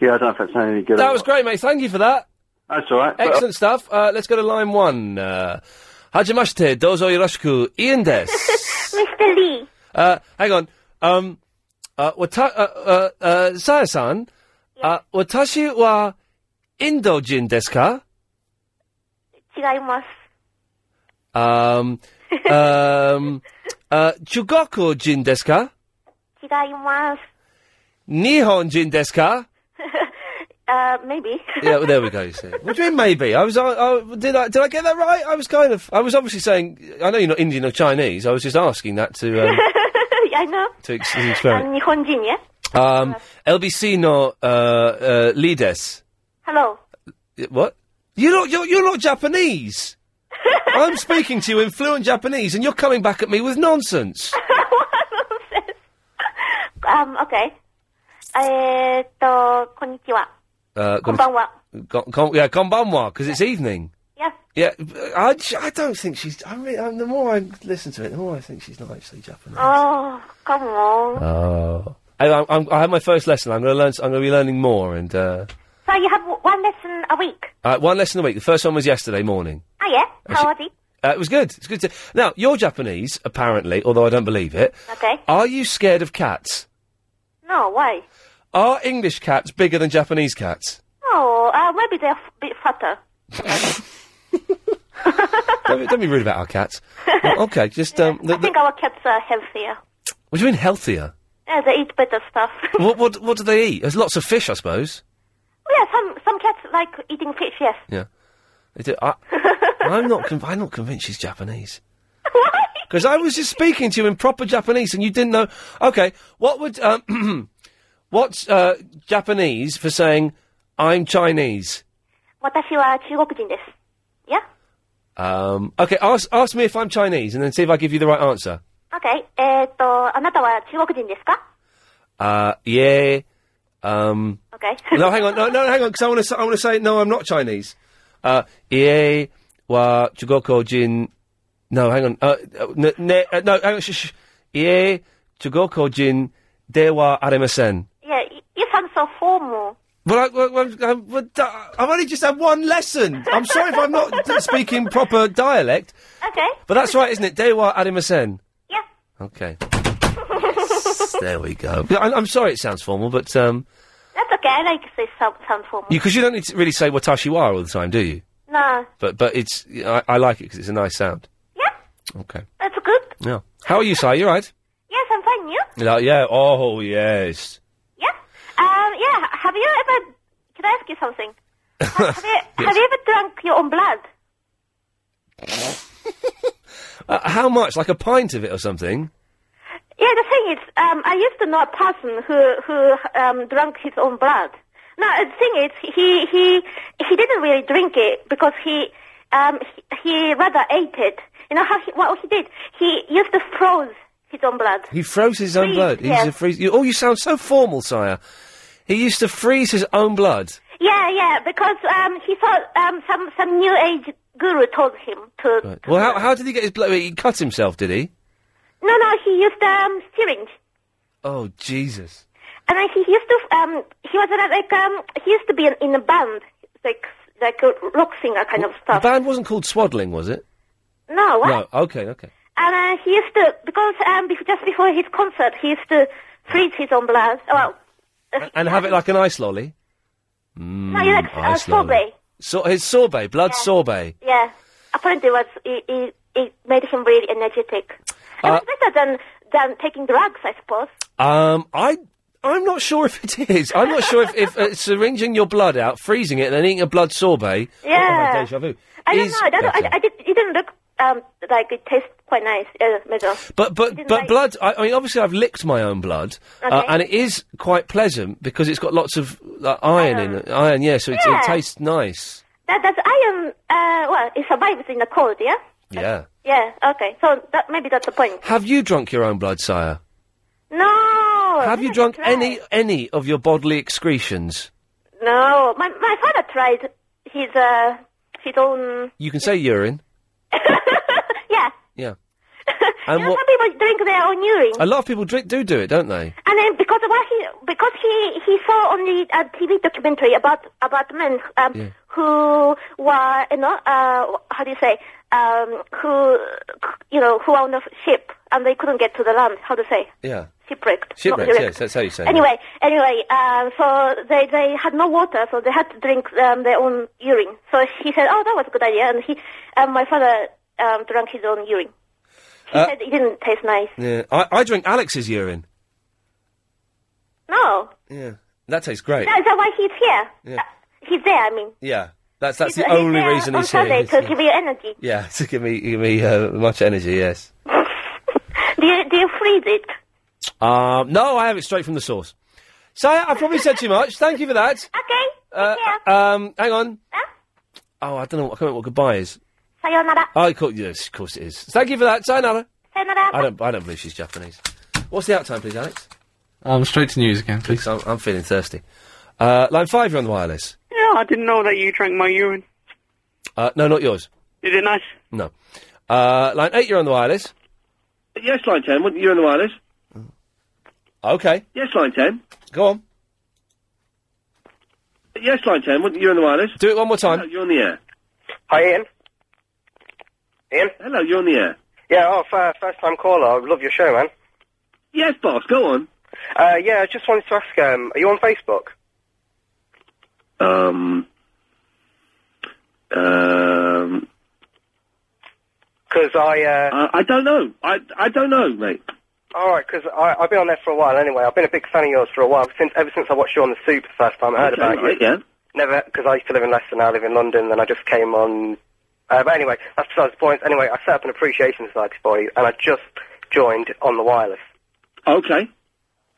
Speaker 22: that's not any good.
Speaker 1: That was great, mate. Thank you for that.
Speaker 22: That's all right.
Speaker 1: Excellent stuff. Uh, let's go to line one. Uh, Hajimashite, dozo yoroshiku, Ian des.
Speaker 29: Mr. Lee.
Speaker 1: Uh, hang on. Um, uh, wata- uh, uh, uh, Saya-san, uh, watashi wa Indo-jin desu ka?
Speaker 29: 違います。
Speaker 1: Um, um, uh, Chugoku-jin desu ka?
Speaker 29: 違います。
Speaker 1: Nihon-jin desu ka?
Speaker 29: uh, maybe.
Speaker 1: yeah, well, there we go. You see. What do you mean? Maybe I was. I, I, did I did I get that right? I was kind of. I was obviously saying. I know you're not Indian or Chinese. I was just asking that to um,
Speaker 29: yeah, I know.
Speaker 1: to ex- experiment.
Speaker 29: I'm 日本人 yeah?
Speaker 1: Um, LBC no uh, uh, leaders.
Speaker 29: Hello.
Speaker 1: Y- What? You're not. You're, you're not Japanese. I'm speaking to you in fluent Japanese, and you're coming back at me with nonsense.
Speaker 29: Um, okay. えーっと、こんにちは。
Speaker 1: Uh,
Speaker 29: こんばんは。
Speaker 1: Kon- kon- yeah, konbanwa, because it's evening.
Speaker 29: Yeah.
Speaker 1: Yeah, I, j- I don't think she's. I mean, um, the more I listen to it, the more I think she's not actually Japanese.
Speaker 29: Oh, come on.
Speaker 1: Oh. I, I'm, I'm, I had my first lesson. I'm going to learn. I'm going to be learning more. And uh,
Speaker 29: So you have one lesson a week.
Speaker 1: uh, one lesson a week. The first one was yesterday morning.
Speaker 29: Ah, yeah? How was it?
Speaker 1: Uh, it was good. It's good to. Now you're Japanese, apparently, although I don't believe it.
Speaker 29: Okay.
Speaker 1: Are you scared of cats?
Speaker 29: No, why?
Speaker 1: Are English cats bigger than Japanese cats?
Speaker 29: Oh, uh, maybe they're a bit fatter.
Speaker 1: don't, be- don't be rude about our cats. Well, okay, just um. The,
Speaker 29: I think
Speaker 1: the,
Speaker 29: our cats are healthier.
Speaker 1: what do you mean healthier?
Speaker 29: Yeah, they eat better stuff.
Speaker 1: what what what do they eat? There's lots of fish, I suppose.
Speaker 29: yeah, some some cats like eating fish. Yes.
Speaker 1: Yeah. They do. I, I'm not. Con- I'm not convinced she's Japanese. Because I was just speaking to you in proper Japanese, and you didn't know. Okay, what would um, what's uh, Japanese for saying I'm Chinese?
Speaker 29: 私は中国人です。
Speaker 1: Um, okay, ask ask me if I'm Chinese, and then see if I give you the right answer.
Speaker 29: Okay. えーっと、あなたは中国人ですか
Speaker 1: Uh, yeah. Um,
Speaker 29: Okay.
Speaker 1: no, hang on. No, no, hang on. Because I want to. I want to say no. I'm not Chinese. Uh, ie wa chugoko jin. No, hang on. Uh, uh, ne, ne, uh, no, hang on. Shh, shh. Ie chugoko jin de wa arimasen.
Speaker 29: Yeah, y- you sound so formal.
Speaker 1: But I, well, well, I, well, d- I've only just had one lesson. I'm sorry if I'm not d- speaking proper dialect.
Speaker 29: Okay.
Speaker 1: But that's right, isn't it? De wa arimasen.
Speaker 29: Yeah.
Speaker 1: Okay. Yes, there we go. I, I'm sorry it sounds formal, but um,
Speaker 29: That's okay. I like to say sound, sound formal.
Speaker 1: because you, don't need to really say watashi wa all the time, do you?
Speaker 29: No,
Speaker 1: But but it's I, I like it because it's a nice sound. Yeah. Okay.
Speaker 29: that's good.
Speaker 1: Yeah. How are you, Si? You right?
Speaker 29: Yes, I'm fine. You?
Speaker 1: Yeah, yeah. Oh yes.
Speaker 29: Um, yeah. Have you ever? Can I ask you something? Have you, have you ever drunk your own blood?
Speaker 1: Uh, how much? Like a pint of it or something?
Speaker 29: Yeah, the thing is, um, I used to know a person who who um, drank his own blood. No, uh, the thing is, he he he didn't really drink it because he um he, he rather ate it. You know how he, what he did? He used to froze his own blood.
Speaker 1: He froze his own
Speaker 29: Freeze,
Speaker 1: blood. He used to
Speaker 29: yes.
Speaker 1: freeze. You, oh, you sound so formal, sire. He used to freeze his own blood.
Speaker 29: Yeah, yeah, because um he thought um some some new age guru told him to.
Speaker 1: Right. Well, how, how did he get his blood? He cut himself, did he?
Speaker 29: No, no, he used um syringe.
Speaker 1: Oh Jesus.
Speaker 29: And then he used to, um, he was uh, like, um, he used to be in, in a band, like, like a rock singer kind of
Speaker 1: The
Speaker 29: stuff.
Speaker 1: band wasn't called Swaddling, was it?
Speaker 29: No, what?
Speaker 1: No. Okay. Okay.
Speaker 29: And uh, he used to, because um, bef- just before his concert, he used to freeze his own blood. Well,
Speaker 1: And have it like an ice lolly. Mm,
Speaker 29: no, you like uh,
Speaker 1: ice lolly.
Speaker 29: sorbet.
Speaker 1: So his sorbet, blood sorbet.
Speaker 29: Yeah. Apparently, it was it, it, it made him really energetic. It
Speaker 1: Uh,
Speaker 29: was better than than taking drugs, I suppose.
Speaker 1: Um, I. I'm not sure if it is. I'm not sure if, if uh, syringing your blood out, freezing it, and then eating a blood sorbet.
Speaker 29: Yeah.
Speaker 1: Oh, deja vu.
Speaker 29: I don't
Speaker 1: is
Speaker 29: know. I don't. know. I,
Speaker 1: better.
Speaker 29: I did, it didn't look um, like it tastes quite nice. Uh, middle.
Speaker 1: But but but blood. I, I mean, obviously, I've licked my own blood, uh,
Speaker 29: Okay.
Speaker 1: and it is quite pleasant because it's got lots of uh, iron in it. Iron, yeah. So it's,
Speaker 29: Uh-huh. Yeah.
Speaker 1: it tastes nice.
Speaker 29: That that's iron. Uh, well, it survives in the cold. Yeah.
Speaker 1: Yeah.
Speaker 29: Yeah. Okay. So that maybe that's the point.
Speaker 1: Have you drunk your own blood, sire?
Speaker 29: No.
Speaker 1: Have you drunk any any of your bodily excretions?
Speaker 29: No. My my father tried his uh his own.
Speaker 1: You can say urine.
Speaker 29: Yeah.
Speaker 1: Yeah. And
Speaker 29: you know,
Speaker 1: what-
Speaker 29: some people drink their own urine.
Speaker 1: A lot of people drink, do do it, don't they?
Speaker 29: And then because of what he because he he saw on the uh, TV documentary about about men um,
Speaker 1: Yeah.
Speaker 29: who were you know uh, how do you say um, who you know who were on the ship and they couldn't get to the land. How to say
Speaker 1: Yeah.
Speaker 29: shipwrecked? not
Speaker 1: Shipwrecks,
Speaker 29: wrecked.
Speaker 1: yes, that's how you say it.
Speaker 29: Anyway, anyway, um, so they they had no water, so they had to drink um, their own urine. So he said, "Oh, that was a good idea," and he, um, my father, um, drank his own urine. He
Speaker 1: Uh,
Speaker 29: said it didn't taste nice.
Speaker 1: yeah. I, I drink Alex's urine.
Speaker 29: No,
Speaker 1: Yeah. That tastes great.
Speaker 29: that is why he's here.
Speaker 1: Yeah.
Speaker 29: He's there. I mean,
Speaker 1: Yeah. That's that's
Speaker 29: he's,
Speaker 1: the
Speaker 29: he's
Speaker 1: only
Speaker 29: there
Speaker 1: reason
Speaker 29: on
Speaker 1: he's
Speaker 29: Sunday
Speaker 1: here.
Speaker 29: to give you energy.
Speaker 1: Yeah, to give me give me uh, much energy. Yes.
Speaker 29: Do you do you freeze it?
Speaker 1: Um, no, I have it straight from the source. So I- I've probably said too much. Thank you for that.
Speaker 29: Okay.
Speaker 1: Uh, um, hang on. Oh, I don't know. What, I can't remember what goodbye is.
Speaker 29: Sayonara.
Speaker 1: Oh, of course, yes, of course it is. Thank you for that. Sayonara.
Speaker 29: Sayonara.
Speaker 1: I don't. I don't believe she's Japanese. What's the out time, please, Alex?
Speaker 30: Um, straight to news again, please.
Speaker 1: I'm, I'm feeling thirsty. Uh, line five, you're on the wireless.
Speaker 31: Yeah, I didn't know that you drank my urine.
Speaker 1: Uh, no, not yours.
Speaker 31: Is it nice?
Speaker 1: No. Uh, line eight, you're on the wireless.
Speaker 24: Yes, line 10. What- You're on the wireless.
Speaker 1: Okay.
Speaker 24: Yes, line 10.
Speaker 1: Go on.
Speaker 24: Yes, line 10. What- You're on the wireless.
Speaker 1: Do it one more time.
Speaker 24: Hello, you're on the air.
Speaker 10: Hi, Ian. Ian?
Speaker 24: Hello, you're on the air.
Speaker 10: Yeah, oh, fir- first time caller. I love your show, man.
Speaker 24: Yes, boss, go on.
Speaker 10: Uh, yeah, I just wanted to ask, um, are you on Facebook?
Speaker 24: Um. Um.
Speaker 10: Because I, uh...
Speaker 24: I, I don't know. I, I don't know, mate.
Speaker 10: All right, because I've been on there for a while anyway. I've been a big fan of yours for a while, since ever since I watched you on The Soup the first time I heard
Speaker 24: Okay,
Speaker 10: about
Speaker 24: right,
Speaker 10: you.
Speaker 24: yeah.
Speaker 10: Never, because I used to live in Leicester, now I live in London, and I just came on... Uh, but anyway, that's besides the point. Anyway, I set up an appreciation society for you, and I just joined on the wireless.
Speaker 24: Okay.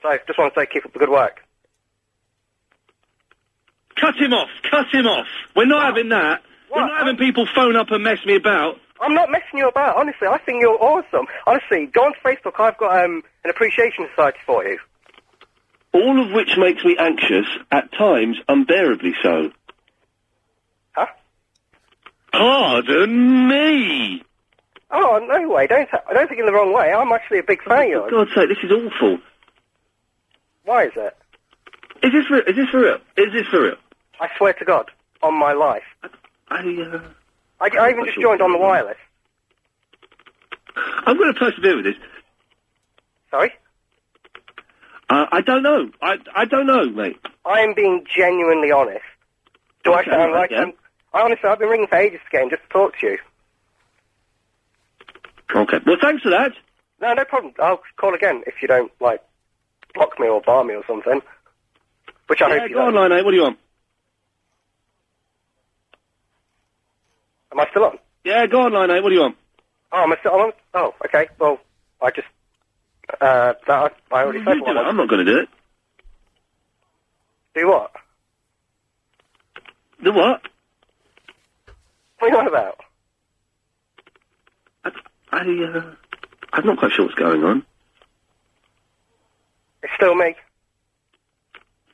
Speaker 10: So I just want to say keep up the good work.
Speaker 24: Cut him off. Cut him off. We're not having that. We're not having people phone up and mess me about.
Speaker 10: I'm not messing you about, honestly. I think you're awesome. Honestly, go on Facebook. I've got um, an appreciation society for you.
Speaker 24: All of which makes me anxious, at times unbearably so.
Speaker 10: Huh?
Speaker 24: Pardon me!
Speaker 10: Oh, no way. Don't, I don't think in the wrong way. I'm actually a big fan of
Speaker 24: For
Speaker 10: yours.
Speaker 24: God's sake, this is awful.
Speaker 10: Why is it?
Speaker 24: Is this for, is this for real? Is this for real?
Speaker 10: I swear to God, on my life.
Speaker 24: I, uh,
Speaker 10: I, I even just joined on the wireless.
Speaker 24: I'm going to persevere with this.
Speaker 10: Sorry?
Speaker 24: Uh, I don't know. I, I don't know, mate.
Speaker 10: I am being genuinely honest. Do
Speaker 24: Okay,
Speaker 10: I sound
Speaker 24: right,
Speaker 10: like
Speaker 24: yeah.
Speaker 10: I'm... I honestly, I've been ringing for ages again just to talk to you.
Speaker 24: Okay. Well, thanks for that.
Speaker 10: No, no problem. I'll call again if you don't, like, block me or bar me or something. Which I
Speaker 24: yeah,
Speaker 10: hope you
Speaker 24: go
Speaker 10: don't.
Speaker 24: on, line eight. What do you want?
Speaker 10: Am I still on?
Speaker 24: Yeah, go on, line eight. What do you want?
Speaker 10: Oh, am I still on? Oh, okay. Well, I just... Uh, that, I already said what I
Speaker 24: I'm not going to do it.
Speaker 10: Do what?
Speaker 24: The what?
Speaker 10: What are you on about?
Speaker 24: I, uh, I'm not quite sure what's going on.
Speaker 10: It's still me.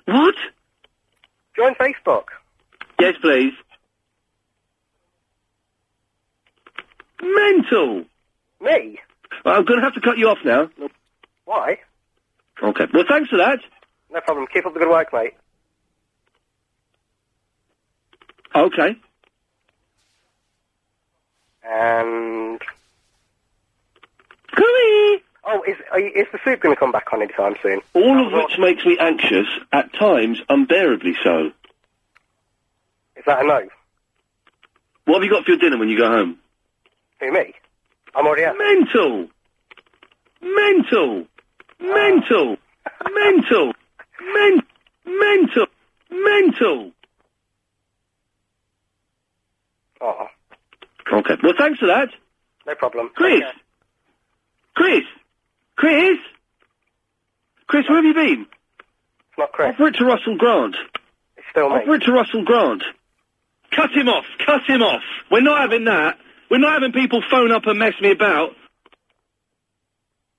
Speaker 24: What?
Speaker 10: Join Facebook.
Speaker 24: Yes, please. Mental.
Speaker 10: Me?
Speaker 24: Well, I'm going to have to cut you off now.
Speaker 10: Why?
Speaker 24: Okay. Well, thanks for that.
Speaker 10: No problem. Keep up the good work, mate.
Speaker 24: Okay.
Speaker 10: And...
Speaker 24: Cooey!
Speaker 10: Oh, is, are you, is the soup going to come back on anytime soon?
Speaker 24: All of which makes me anxious, at times unbearably so.
Speaker 10: Is that a no?
Speaker 24: What have you got for your dinner when you go home?
Speaker 10: Who, me? I'm already out.
Speaker 24: Mental! Mental! Mental! Mental! Men- mental! Mental!
Speaker 10: Oh,
Speaker 24: Okay. Well, thanks for that.
Speaker 10: no problem.
Speaker 24: Chris! Chris! Chris! Chris, where have you been?
Speaker 10: It's not Chris.
Speaker 24: Offer it to Russell Grant.
Speaker 10: It's still me.
Speaker 24: Offer it to Russell Grant. Cut him off. Cut him off. We're not having that. We're not having people phone up and mess me about.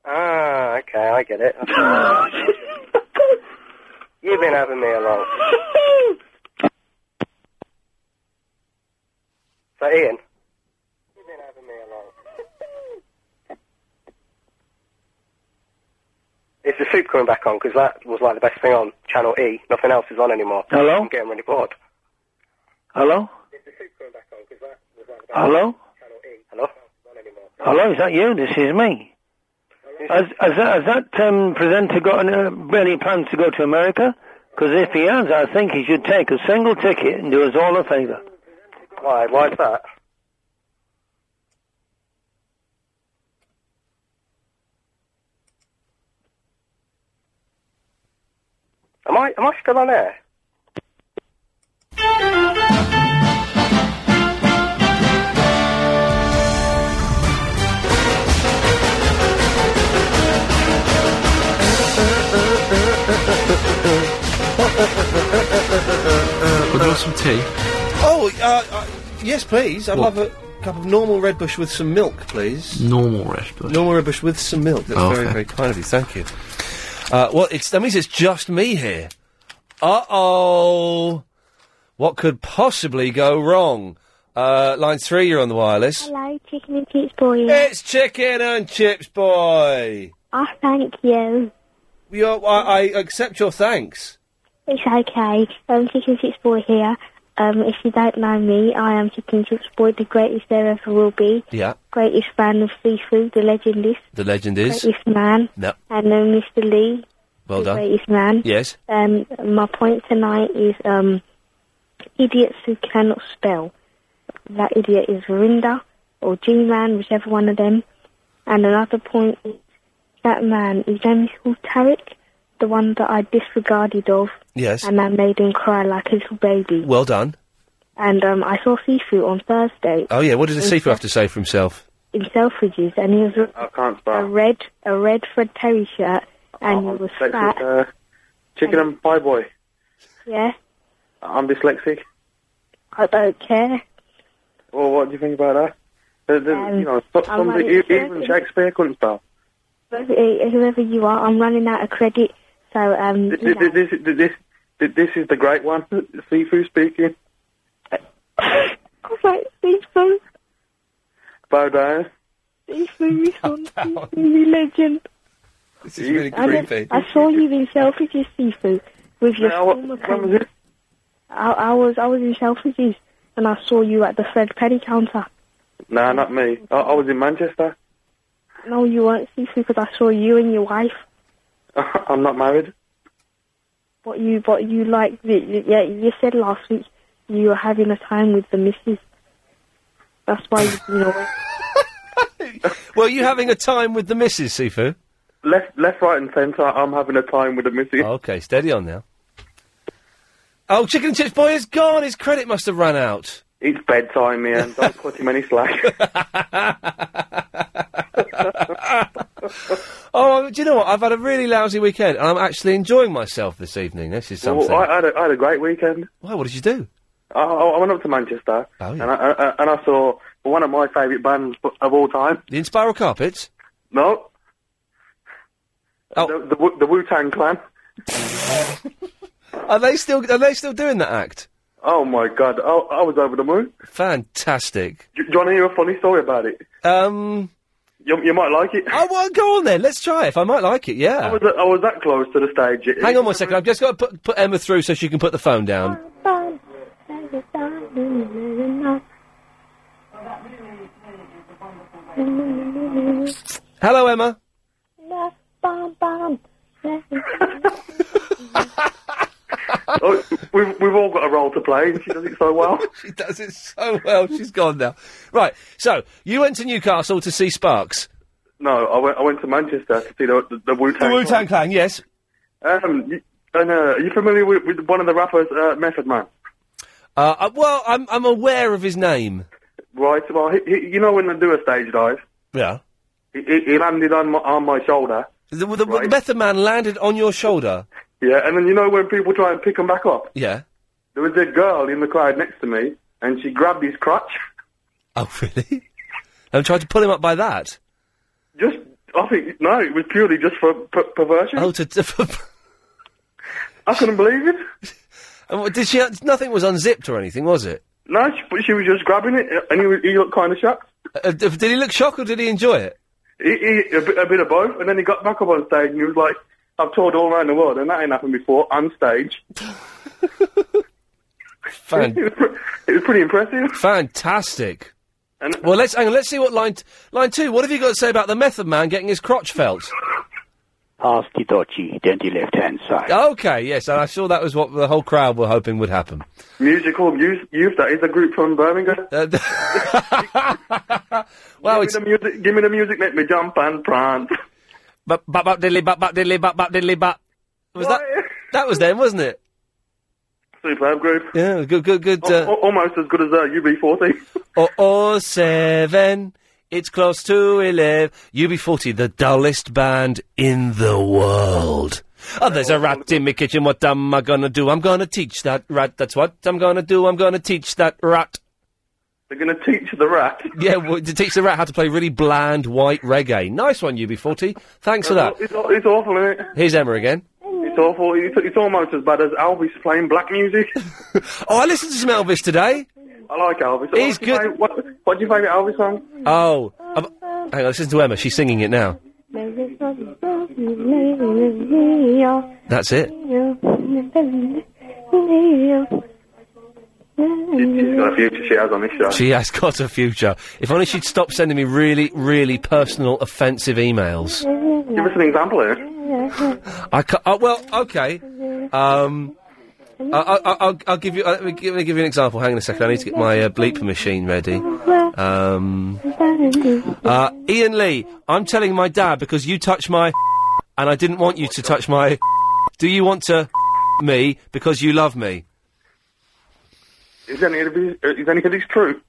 Speaker 10: Ah, okay, I get it. You've been having me along. So, Ian? Soup coming back on? Because that was like the best thing on Channel E. Nothing else is on anymore.
Speaker 32: Hello?
Speaker 10: I'm getting really bored.
Speaker 32: Hello?
Speaker 24: Oh.
Speaker 32: Hello?
Speaker 10: Hello?
Speaker 32: Hello, is that you? This is me. Has, has that, has that um, presenter got any, uh, any plans to go to America? Because if he has, I think he should take a single ticket and do us all a favour.
Speaker 10: Why? Why is that? Am I am I still on air?
Speaker 24: Would you want some tea?
Speaker 1: Oh, uh, uh, yes, please. I'd love a cup of normal red bush with some milk, please.
Speaker 24: Normal rest.
Speaker 1: Normal red bush with some milk. That's
Speaker 24: Oh,
Speaker 1: very,
Speaker 24: okay.
Speaker 1: very kind of you. Thank you. Uh, well, it's that means it's just me here. Uh oh. What could possibly go wrong? Uh, line three, you're on the wireless.
Speaker 13: Hello, chicken and chips boy.
Speaker 1: It's chicken and chips, boy.
Speaker 13: Oh, thank you.
Speaker 1: You're, I, I accept your thanks.
Speaker 13: It's okay. Um, chicken and chips boy here. Um, if you don't know me, I am chicken and chips boy, the greatest there ever will be.
Speaker 1: Yeah,
Speaker 13: Greatest fan of seafood, the legend is.
Speaker 1: the legend is.
Speaker 13: Greatest man.
Speaker 1: No,
Speaker 13: And um, Mr. Lee,
Speaker 1: well
Speaker 13: the
Speaker 1: done.
Speaker 13: greatest man.
Speaker 1: Yes.
Speaker 13: Um, my point tonight is um, idiots who cannot spell. That idiot is Verinda or G-Man, whichever one of them. And another point is that man, his name is called Tarek, the one that I disregarded of.
Speaker 1: Yes.
Speaker 13: And I made him cry like a little baby.
Speaker 1: Well done.
Speaker 13: And um, I saw Sifu on Thursday
Speaker 1: Oh yeah, what did the seafood have to say for himself?
Speaker 13: in Selfridges, and he was
Speaker 1: I can't
Speaker 13: a red, a red Fred Terry shirt, and he was fat.
Speaker 22: Uh, chicken and pie boy.
Speaker 13: Yeah,
Speaker 22: I'm dyslexic.
Speaker 13: I don't care.
Speaker 22: Well, what do you think about that? The, the, you know, so-
Speaker 13: I'm
Speaker 22: somebody,
Speaker 13: like,
Speaker 22: e- even
Speaker 13: yeah.
Speaker 22: Shakespeare couldn't spell.
Speaker 13: Whoever whoever you are, I'm running out of credit. So um,
Speaker 22: Th-
Speaker 13: you
Speaker 22: th-
Speaker 13: know,
Speaker 22: This, this, this, th- this is the great one. Seafood speaking.
Speaker 13: great seafood,
Speaker 22: Bow down.
Speaker 13: seafood is on seafood legend.
Speaker 1: This is really
Speaker 13: I, don't-
Speaker 1: creepy.
Speaker 13: I saw you in Selfridges seafood with your
Speaker 22: Now, what-
Speaker 13: former
Speaker 22: when was
Speaker 13: friend. I, I was I was in Selfridges and I saw you at the Fred Penny counter.
Speaker 22: No, not me. I, I was in Manchester.
Speaker 13: No, you weren't seafood because I saw you and your wife.
Speaker 22: I'm not married.
Speaker 13: What you what you like? Yeah, you said last week you were having a time with the missus. That's why you've been away.
Speaker 1: Well, you having a time with the missus, Sifu?
Speaker 22: Left, left, right, and centre. I'm having a time with the missus.
Speaker 1: Okay, steady on now. Oh, chicken and chips boy is gone. His credit must have run out.
Speaker 22: It's bedtime, Ian. Don't cut him any slack.
Speaker 1: Oh, do you know what? I've had a really lousy weekend, and I'm actually enjoying myself this evening. This is something.
Speaker 22: Well, I, I, had a, I had a great weekend.
Speaker 1: Wow, what did you do? Oh,
Speaker 22: I, I I went up to Manchester and, I, I, I- and I saw one of my favourite bands of all time.
Speaker 1: The Inspiral Carpets? Oh.
Speaker 22: No. The, the, Wu- the Wu Tang Clan.
Speaker 1: Are they still Are they still doing that act?
Speaker 22: Oh my god, I, I was over the moon.
Speaker 1: Fantastic.
Speaker 22: Do, do you want to hear a funny story about it?
Speaker 1: Um,
Speaker 22: you, you might like it.
Speaker 1: I won't go on then. Let's try it. If I might like it, yeah.
Speaker 22: I was, I was that close to the stage. It-
Speaker 1: Hang on one second. I've just got to put, put Emma through so she can put the phone down. Hello, Emma.
Speaker 22: oh, we've, we've all got a role to play, and she does it so well.
Speaker 1: she does it so well. She's gone now. Right. So you went to Newcastle to see Sparks.
Speaker 22: No, I went, I went to Manchester to see the, the, the Wu
Speaker 1: The
Speaker 22: Tang.
Speaker 1: Wu Tang Clan. Yes.
Speaker 22: Um, you, and, uh, are you familiar with, with one of the rappers, uh, Method Man?
Speaker 1: Uh, uh, well, I'm I'm aware of his name.
Speaker 22: Right, well, he, he, you know when they do a stage dive,
Speaker 1: Yeah.
Speaker 22: he, he he landed on my, on my shoulder.
Speaker 1: The, the, the Method Man landed on your shoulder.
Speaker 22: Yeah, and then you know when people try and pick him back up?
Speaker 1: Yeah.
Speaker 22: There was a girl in the crowd next to me, and she grabbed his crotch.
Speaker 1: Oh really? and tried to pull him up by that.
Speaker 22: Just, I think, no, it was purely just for per- perversion.
Speaker 1: Oh, to, to
Speaker 22: I couldn't believe it.
Speaker 1: And what- did she? Nothing was unzipped or anything, was it?
Speaker 22: No, she, but she was just grabbing it, and he, was, he looked kind of shocked.
Speaker 1: Uh, d- did he look shocked or did he enjoy it?
Speaker 22: He, he, a, bit, a bit of both, and then he got back up on stage, and he was like, I've toured all around the world, and that ain't happened before on stage.
Speaker 1: Fan-
Speaker 22: it, was pre- it was pretty impressive.
Speaker 1: Fantastic. well, let's hang on. Let's see what line t- line two. What have you got to say about the Method Man getting his crotch felt?
Speaker 3: Arty dodgy, down the left hand side.
Speaker 1: Okay, yes, and I saw that was what the whole crowd were hoping would happen.
Speaker 22: Musical youth, youth. That is a group from Birmingham.
Speaker 1: Uh, well,
Speaker 22: give, me the music, give me the music. Let me jump and prance.
Speaker 1: Bap bap bap diddly bap bap diddly bap bap diddly bap. Was that that was them, wasn't it?
Speaker 22: Superb group.
Speaker 1: Yeah, good, good, good.
Speaker 22: Al- al- almost as good as uh, UB40.
Speaker 1: Oh, oh seven. It's close to eleven. UB40, the dullest band in the world. Oh, there's a rat in my kitchen. What am I gonna do? I'm gonna teach that rat. That's what I'm gonna do. I'm gonna teach that rat.
Speaker 22: They're going to teach the rat.
Speaker 1: Yeah, well, to teach the rat how to play really bland white reggae. Nice one, UB40. Thanks for that.
Speaker 22: It's, aw- it's awful, isn't it?
Speaker 1: Here's Emma again.
Speaker 22: It's awful. It's, it's almost as bad as Elvis playing black music.
Speaker 1: Oh, I listened to some Elvis today.
Speaker 22: I like Elvis.
Speaker 1: He's
Speaker 22: What's your
Speaker 1: good.
Speaker 22: fav- what, what's your favourite Elvis song?
Speaker 1: Oh, I've- hang on, listen to Emma. She's singing it now. That's it.
Speaker 22: She's got a future she has on this show.
Speaker 1: She has got a future. If only she'd stop sending me really, really personal, offensive emails.
Speaker 22: Give us an example here.
Speaker 1: I ca Uh, well, okay. Um, I, I, I- I'll, I'll give you. Uh, let, me give, let me give you an example. Hang on a second. I need to get my uh, bleep machine ready. Um, uh, Ian Lee, I'm telling my dad because you touched my, and I didn't want you to touch my. Do you want to me because you love me?
Speaker 22: Is any of these, is any of these true?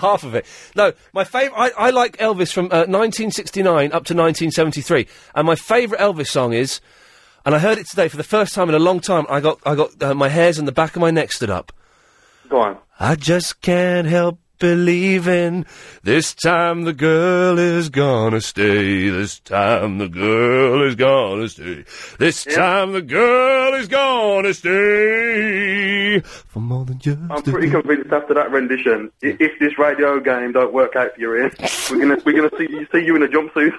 Speaker 1: Half of it. No, my favorite. I, I like Elvis from uh, 1969 up to 1973, and my favorite Elvis song is. And I heard it today for the first time in a long time. I got, I got uh, my hairs and the back of my neck stood up.
Speaker 22: Go on.
Speaker 1: I just can't help believing this time the girl is gonna stay. This time the girl is gonna stay. This time the girl is gonna stay. For more than just
Speaker 22: I'm pretty convinced after that rendition, i- if this radio game don't work out for your ears, we're gonna we're gonna see you see you in a jumpsuit.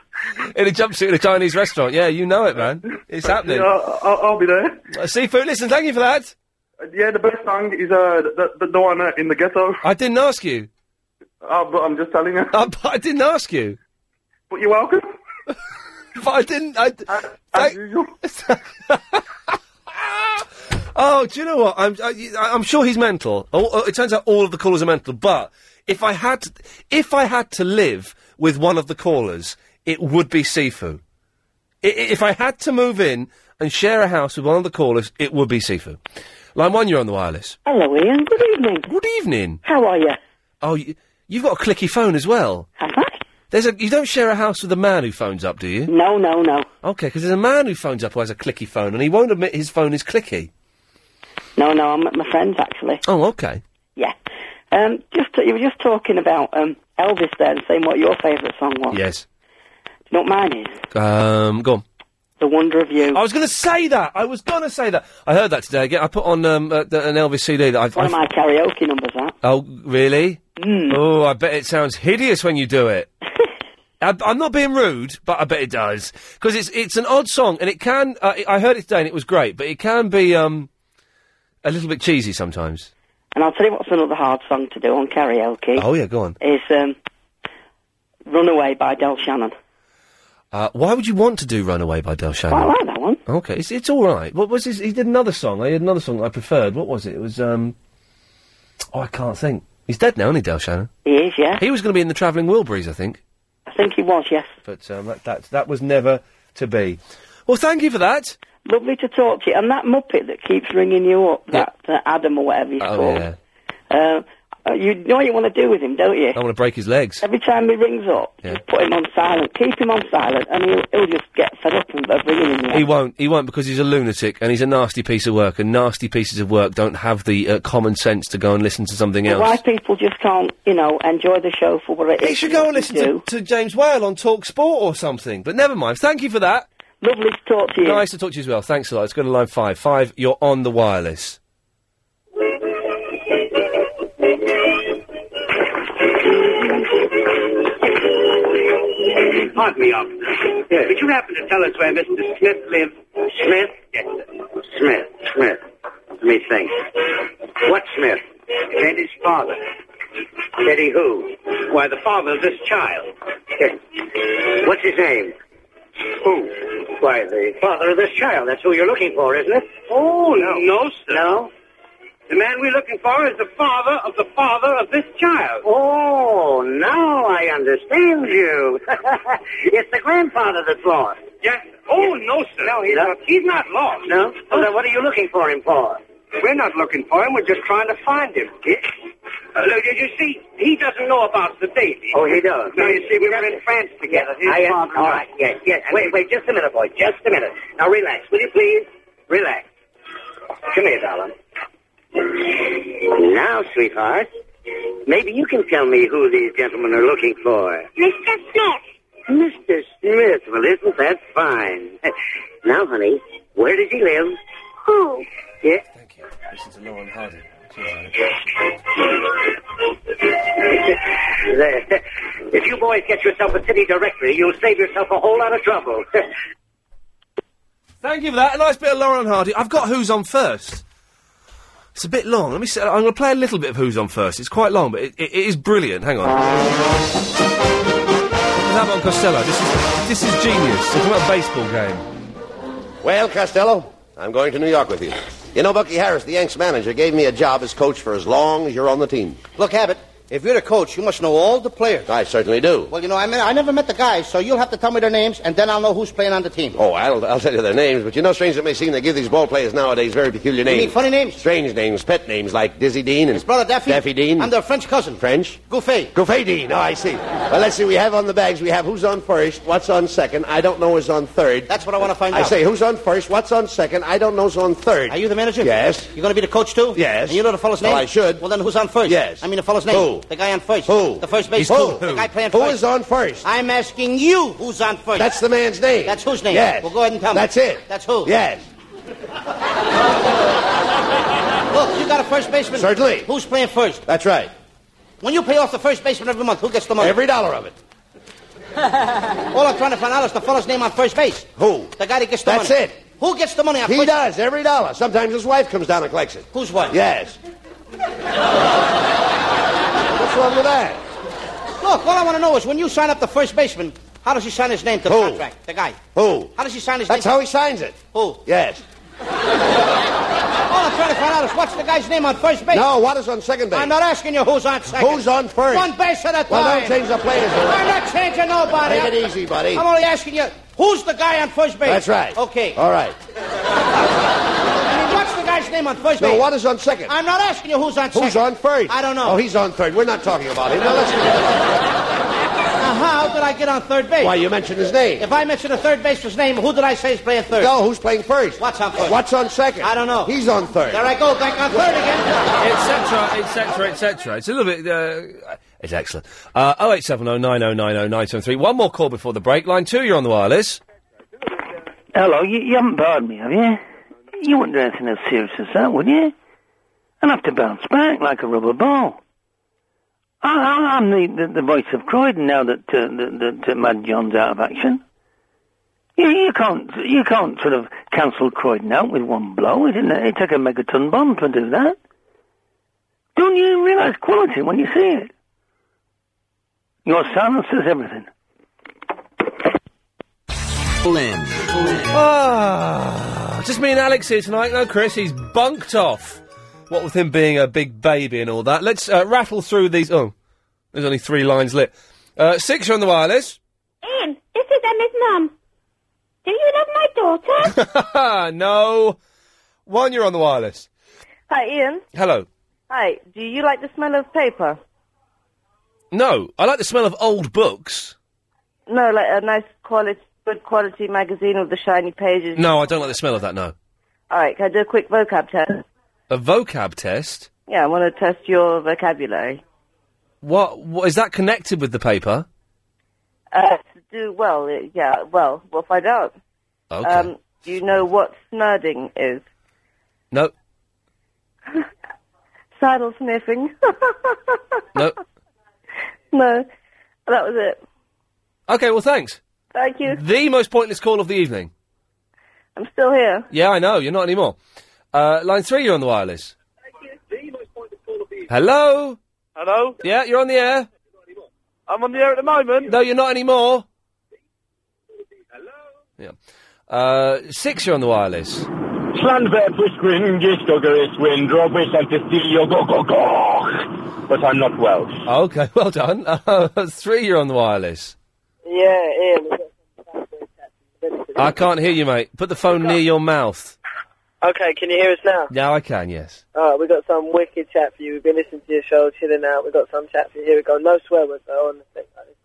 Speaker 1: in a jumpsuit in a Chinese restaurant. Yeah, you know it, man. It's happening.
Speaker 22: Yeah, I'll, I'll- I'll be there. Uh,
Speaker 1: Uh, Seafood, listen, thank you for that.
Speaker 22: Yeah, the best song is uh the, the, the one uh, in the ghetto.
Speaker 1: I didn't ask you.
Speaker 22: Oh, but I'm just telling you.
Speaker 1: Uh, but I didn't ask you.
Speaker 22: But you're welcome.
Speaker 1: but I didn't. I, Oh, do you know what? I'm I, I'm sure he's mental. Oh, oh, it turns out all of the callers are mental. But if I had to, if I had to live with one of the callers, it would be Sifu. I- i- If I had to move in and share a house with one of the callers, it would be Sifu. Line one, you're on the wireless.
Speaker 17: Hello, Ian. Good evening.
Speaker 1: Good evening.
Speaker 17: How are you?
Speaker 1: Oh, you, you've got a clicky phone as well.
Speaker 17: Have I?
Speaker 1: There's a. You don't share a house with a man who phones up, do you?
Speaker 17: No, no, no.
Speaker 1: Okay, because there's a man who phones up who has a clicky phone, and he won't admit his phone is clicky.
Speaker 17: No, no, I'm at my friend's actually.
Speaker 1: Oh, okay.
Speaker 17: Yeah. Um, just you were just talking about um, Elvis there and saying what your favourite song was.
Speaker 1: Yes.
Speaker 17: Do you know what mine is?
Speaker 1: Um, go on.
Speaker 17: The Wonder of You.
Speaker 1: I was going to say that. I was going to say that. I heard that today again. I put on um, uh, th- an Elvis CD that I've.
Speaker 17: One of my
Speaker 1: I've-
Speaker 17: karaoke numbers. That.
Speaker 1: oh, really?
Speaker 17: Mm.
Speaker 1: Oh, I bet it sounds hideous when you do it. I, I'm not being rude, but I bet it does because it's it's an odd song and it can. Uh, I heard it today and it was great, but it can be um, a little bit cheesy sometimes.
Speaker 17: And I'll tell you what's another hard song to do on karaoke.
Speaker 1: Oh yeah, go on.
Speaker 17: Is um, Runaway by Del Shannon.
Speaker 1: Uh, why would you want to do "Runaway" by Del Shannon?
Speaker 17: I like that one.
Speaker 1: Okay, it's it's all right. What was his? He did another song. He did another song that I preferred. What was it? It was um. Oh, I can't think. He's dead now, isn't he, Del Shannon?
Speaker 17: He is, yeah.
Speaker 1: He was going to be in the Travelling Wilburys, I think,
Speaker 17: I think he was, yes.
Speaker 1: but um, that, that that was never to be. Well, thank you for that.
Speaker 17: Lovely to talk to you. And that Muppet that keeps ringing you up, that uh, Adam or whatever he's
Speaker 1: Oh
Speaker 17: called.
Speaker 1: yeah,
Speaker 17: Uh, uh, you know what you want to do with him, don't you?
Speaker 1: I want to break his legs.
Speaker 17: Every time he rings up,
Speaker 1: Yeah.
Speaker 17: put him on silent. Keep him on silent, and he'll, he'll just get fed up and of ringing him.
Speaker 1: He won't. He won't because he's a lunatic and he's a nasty piece of work. And nasty pieces of work don't have the uh, common sense to go and listen to something else.
Speaker 17: Why people just can't, you know, enjoy the show for what it is.
Speaker 1: He should go and listen to, to James Whale on Talk Sport or something. But never mind. Thank you for that.
Speaker 17: Lovely to talk to you.
Speaker 1: Nice to talk to you as well. Thanks a lot. Let's go to line five. Five, you're on the wireless.
Speaker 6: pardon me, Arthur. Yes. Could you happen to tell us where Mr. Smith lives? Smith? Yes, sir. Smith, Smith. Let me think. What Smith? Teddy's father. Teddy who? Why, the father of this child. Yes. What's his name? Who? Why, the father of this child. That's who you're looking for, isn't it? Oh, no. No, sir. No? The man we're looking for is the father of the father of this child. Oh, now I understand you. it's the grandfather that's lost. Yes. Oh, no, sir. No, he's not. He's not lost. No? Well, then what are you looking for him for? We're not looking for him. We're just trying to find him. Uh, Look, you see, he doesn't know about the baby. Oh, he does. Now, you see, we were in France together. I am. All right, yes, yes. Wait, wait, just a minute, boy. Just a minute. Now, relax, will you please? Relax. Come here, darling. Now, sweetheart, maybe you can tell me who these gentlemen are looking for. Mr. Smith. Mr. Smith. Well, isn't that fine? now, honey, where does he live? Who? Yeah.
Speaker 1: Thank you. Listen to Lauren Hardy.
Speaker 6: There. If you boys get yourself a city directory, you'll save yourself a whole lot of trouble.
Speaker 1: Thank you for that. A nice bit of Lauren Hardy. I've got Who's On First. It's a bit long. Let me. See, I'm going to play a little bit of Who's On First. It's quite long, but it, it, it is brilliant. Hang on. Avon Costello. This is this is genius. It's about a baseball game.
Speaker 33: Well, Costello, I'm going to New York with you. You know, Bucky Harris, the Yanks manager, gave me a job as coach for as long as you're on the team.
Speaker 34: Look, Abbott, if you're the coach, you must know all the players.
Speaker 33: I certainly do.
Speaker 34: Well, you know, I mean, I never met the guys, so you'll have to tell me their names, and then I'll know who's playing on the team.
Speaker 33: Oh, I'll, I'll tell you their names, but you know, strange as it may seem, they give these ball players nowadays very peculiar
Speaker 34: You
Speaker 33: names.
Speaker 34: mean funny names?
Speaker 33: Strange names, pet names like Dizzy Dean and... His
Speaker 34: brother Daffy?
Speaker 33: Daffy Dean.
Speaker 34: I'm their French cousin.
Speaker 33: French?
Speaker 34: Gouffet.
Speaker 33: Gouffet Dean. Oh, I see. Well, let's see. We have on the bags, we have who's on first, what's on second, I don't know who's on third.
Speaker 34: That's what I want to find
Speaker 33: I
Speaker 34: out.
Speaker 33: say who's on first, what's on second, I don't know who's on third.
Speaker 34: Are you the manager?
Speaker 33: Yes.
Speaker 34: You going to be the coach, too?
Speaker 33: Yes.
Speaker 34: And you know the fellow's name?
Speaker 33: Well, I should.
Speaker 34: Well, then who's on first?
Speaker 33: Yes.
Speaker 34: I mean, the fellow's name.
Speaker 33: Who?
Speaker 34: The guy on first.
Speaker 33: Who?
Speaker 34: The first
Speaker 33: He's who?
Speaker 34: baseman. The guy playing
Speaker 33: Who
Speaker 34: first.
Speaker 33: is on first?
Speaker 34: I'm asking you who's on first.
Speaker 33: That's the man's name.
Speaker 34: That's whose name?
Speaker 33: Yes.
Speaker 34: Well, go ahead and tell me.
Speaker 33: That's it.
Speaker 34: That's who?
Speaker 33: Yes.
Speaker 34: Look, you got a first baseman?
Speaker 33: Certainly.
Speaker 34: Who's playing first?
Speaker 33: That's right.
Speaker 34: When you pay off the first baseman every month, who gets the money?
Speaker 33: Every dollar of it.
Speaker 34: All I'm trying to find out is the fellow's name on first base.
Speaker 33: Who?
Speaker 34: The guy that gets the
Speaker 33: That's
Speaker 34: money.
Speaker 33: it.
Speaker 34: Who gets the money on
Speaker 33: He
Speaker 34: first
Speaker 33: does, every dollar. Sometimes his wife comes down and collects it.
Speaker 34: Who's wife?
Speaker 33: Yes. What's wrong with that?
Speaker 34: Look, all I want to know is when you sign up the first baseman, how does he sign his name to the
Speaker 33: Who?
Speaker 34: contract? The guy.
Speaker 33: Who?
Speaker 34: How does he sign his
Speaker 33: That's
Speaker 34: name?
Speaker 33: how he signs it.
Speaker 34: Who?
Speaker 33: Yes.
Speaker 34: All I'm trying to find out is what's the guy's name on first base?
Speaker 33: No, what is on second base?
Speaker 34: I'm not asking you who's on second.
Speaker 33: Who's on first?
Speaker 34: One base at a time.
Speaker 33: Well, don't change the players.
Speaker 34: I'm not changing nobody.
Speaker 33: Take it easy, buddy.
Speaker 34: I'm only asking you, who's the guy on first base?
Speaker 33: That's right.
Speaker 34: Okay.
Speaker 33: All right.
Speaker 34: I mean, what's the guy's name on first
Speaker 33: No,
Speaker 34: base?
Speaker 33: what is on second?
Speaker 34: I'm not asking you who's on second.
Speaker 33: Who's on first?
Speaker 34: I don't know.
Speaker 33: Oh, he's on third. We're not talking about him. Now, let's...
Speaker 34: Now, Uh-huh, how did I get on third base?
Speaker 33: Why, you mentioned his name.
Speaker 34: If I mention a third baseman's name, who did I say is playing third?
Speaker 33: No, who's playing first?
Speaker 34: What's on first?
Speaker 33: What's on second?
Speaker 34: I don't know.
Speaker 33: He's on third.
Speaker 34: There I go, back on third again.
Speaker 1: Etc. Etc. Etc. It's a little bit. Uh, it's excellent. Uh, 0870 9090 973. One more call before the break. Line two. You're on the wireless.
Speaker 32: Hello, you, you haven't bothered me, have you? You wouldn't do anything as serious as that, would you? I'd have to bounce back like a rubber ball. I, I, I'm the, the, the voice of Croydon now that, uh, that, that uh, Mad John's out of action. You, you can't you can't sort of cancel Croydon out with one blow. It didn't it took a megaton bomb to do that. Don't you realise quality when you see it? Your silence is everything.
Speaker 1: Blim. Ah, just me and Alex here tonight. No, Chris, he's bunked off. What with him being a big baby and all that. Let's uh, rattle through these. Oh, there's only three lines lit. Uh, six, you're on the wireless.
Speaker 29: Ian, this is Emma's mum. Do you love my daughter?
Speaker 1: no. One, you're on the wireless.
Speaker 35: Hi, Ian.
Speaker 1: Hello.
Speaker 35: Hi. Do you like the smell of paper?
Speaker 1: No, I like the smell of old books.
Speaker 35: No, like a nice quality, good quality magazine with the shiny pages.
Speaker 1: No, I don't like the smell of that, no.
Speaker 35: All right, can I do a quick vocab test?
Speaker 1: A vocab test?
Speaker 35: Yeah, I want to test your vocabulary.
Speaker 1: What, what is that connected with the paper?
Speaker 35: Uh, to do well, uh, yeah, well, we'll find out.
Speaker 1: Okay.
Speaker 35: Um, do you know what snurding is?
Speaker 1: No,
Speaker 35: Saddle sniffing.
Speaker 1: no.
Speaker 35: no, that was it.
Speaker 1: Okay, well, thanks.
Speaker 11: Thank you.
Speaker 1: The most pointless call of the evening.
Speaker 11: I'm still here.
Speaker 1: Yeah, I know. You're not anymore. Uh, line three, you're on the wireless. Hello.
Speaker 36: Hello?
Speaker 1: Yeah, you're on the air.
Speaker 36: I'm on the air at the moment.
Speaker 1: No, you're not anymore. Hello. Yeah. Uh, six, you're on the wireless.
Speaker 37: Slanver whiskering, gistoggeris wind, robis and testilio go go go. But I'm not Welsh.
Speaker 1: Okay, well done. Uh, three, you're on the wireless.
Speaker 24: Yeah, Ian.
Speaker 1: I can't hear you, mate. Put the phone near your mouth.
Speaker 24: Okay, can you hear us now?
Speaker 1: Now I can. Yes.
Speaker 24: Alright, we've got some wicked chat for you. We've been listening to your show, chilling out. We've got some chat for you. Here we go. No swear words, though, on the thing.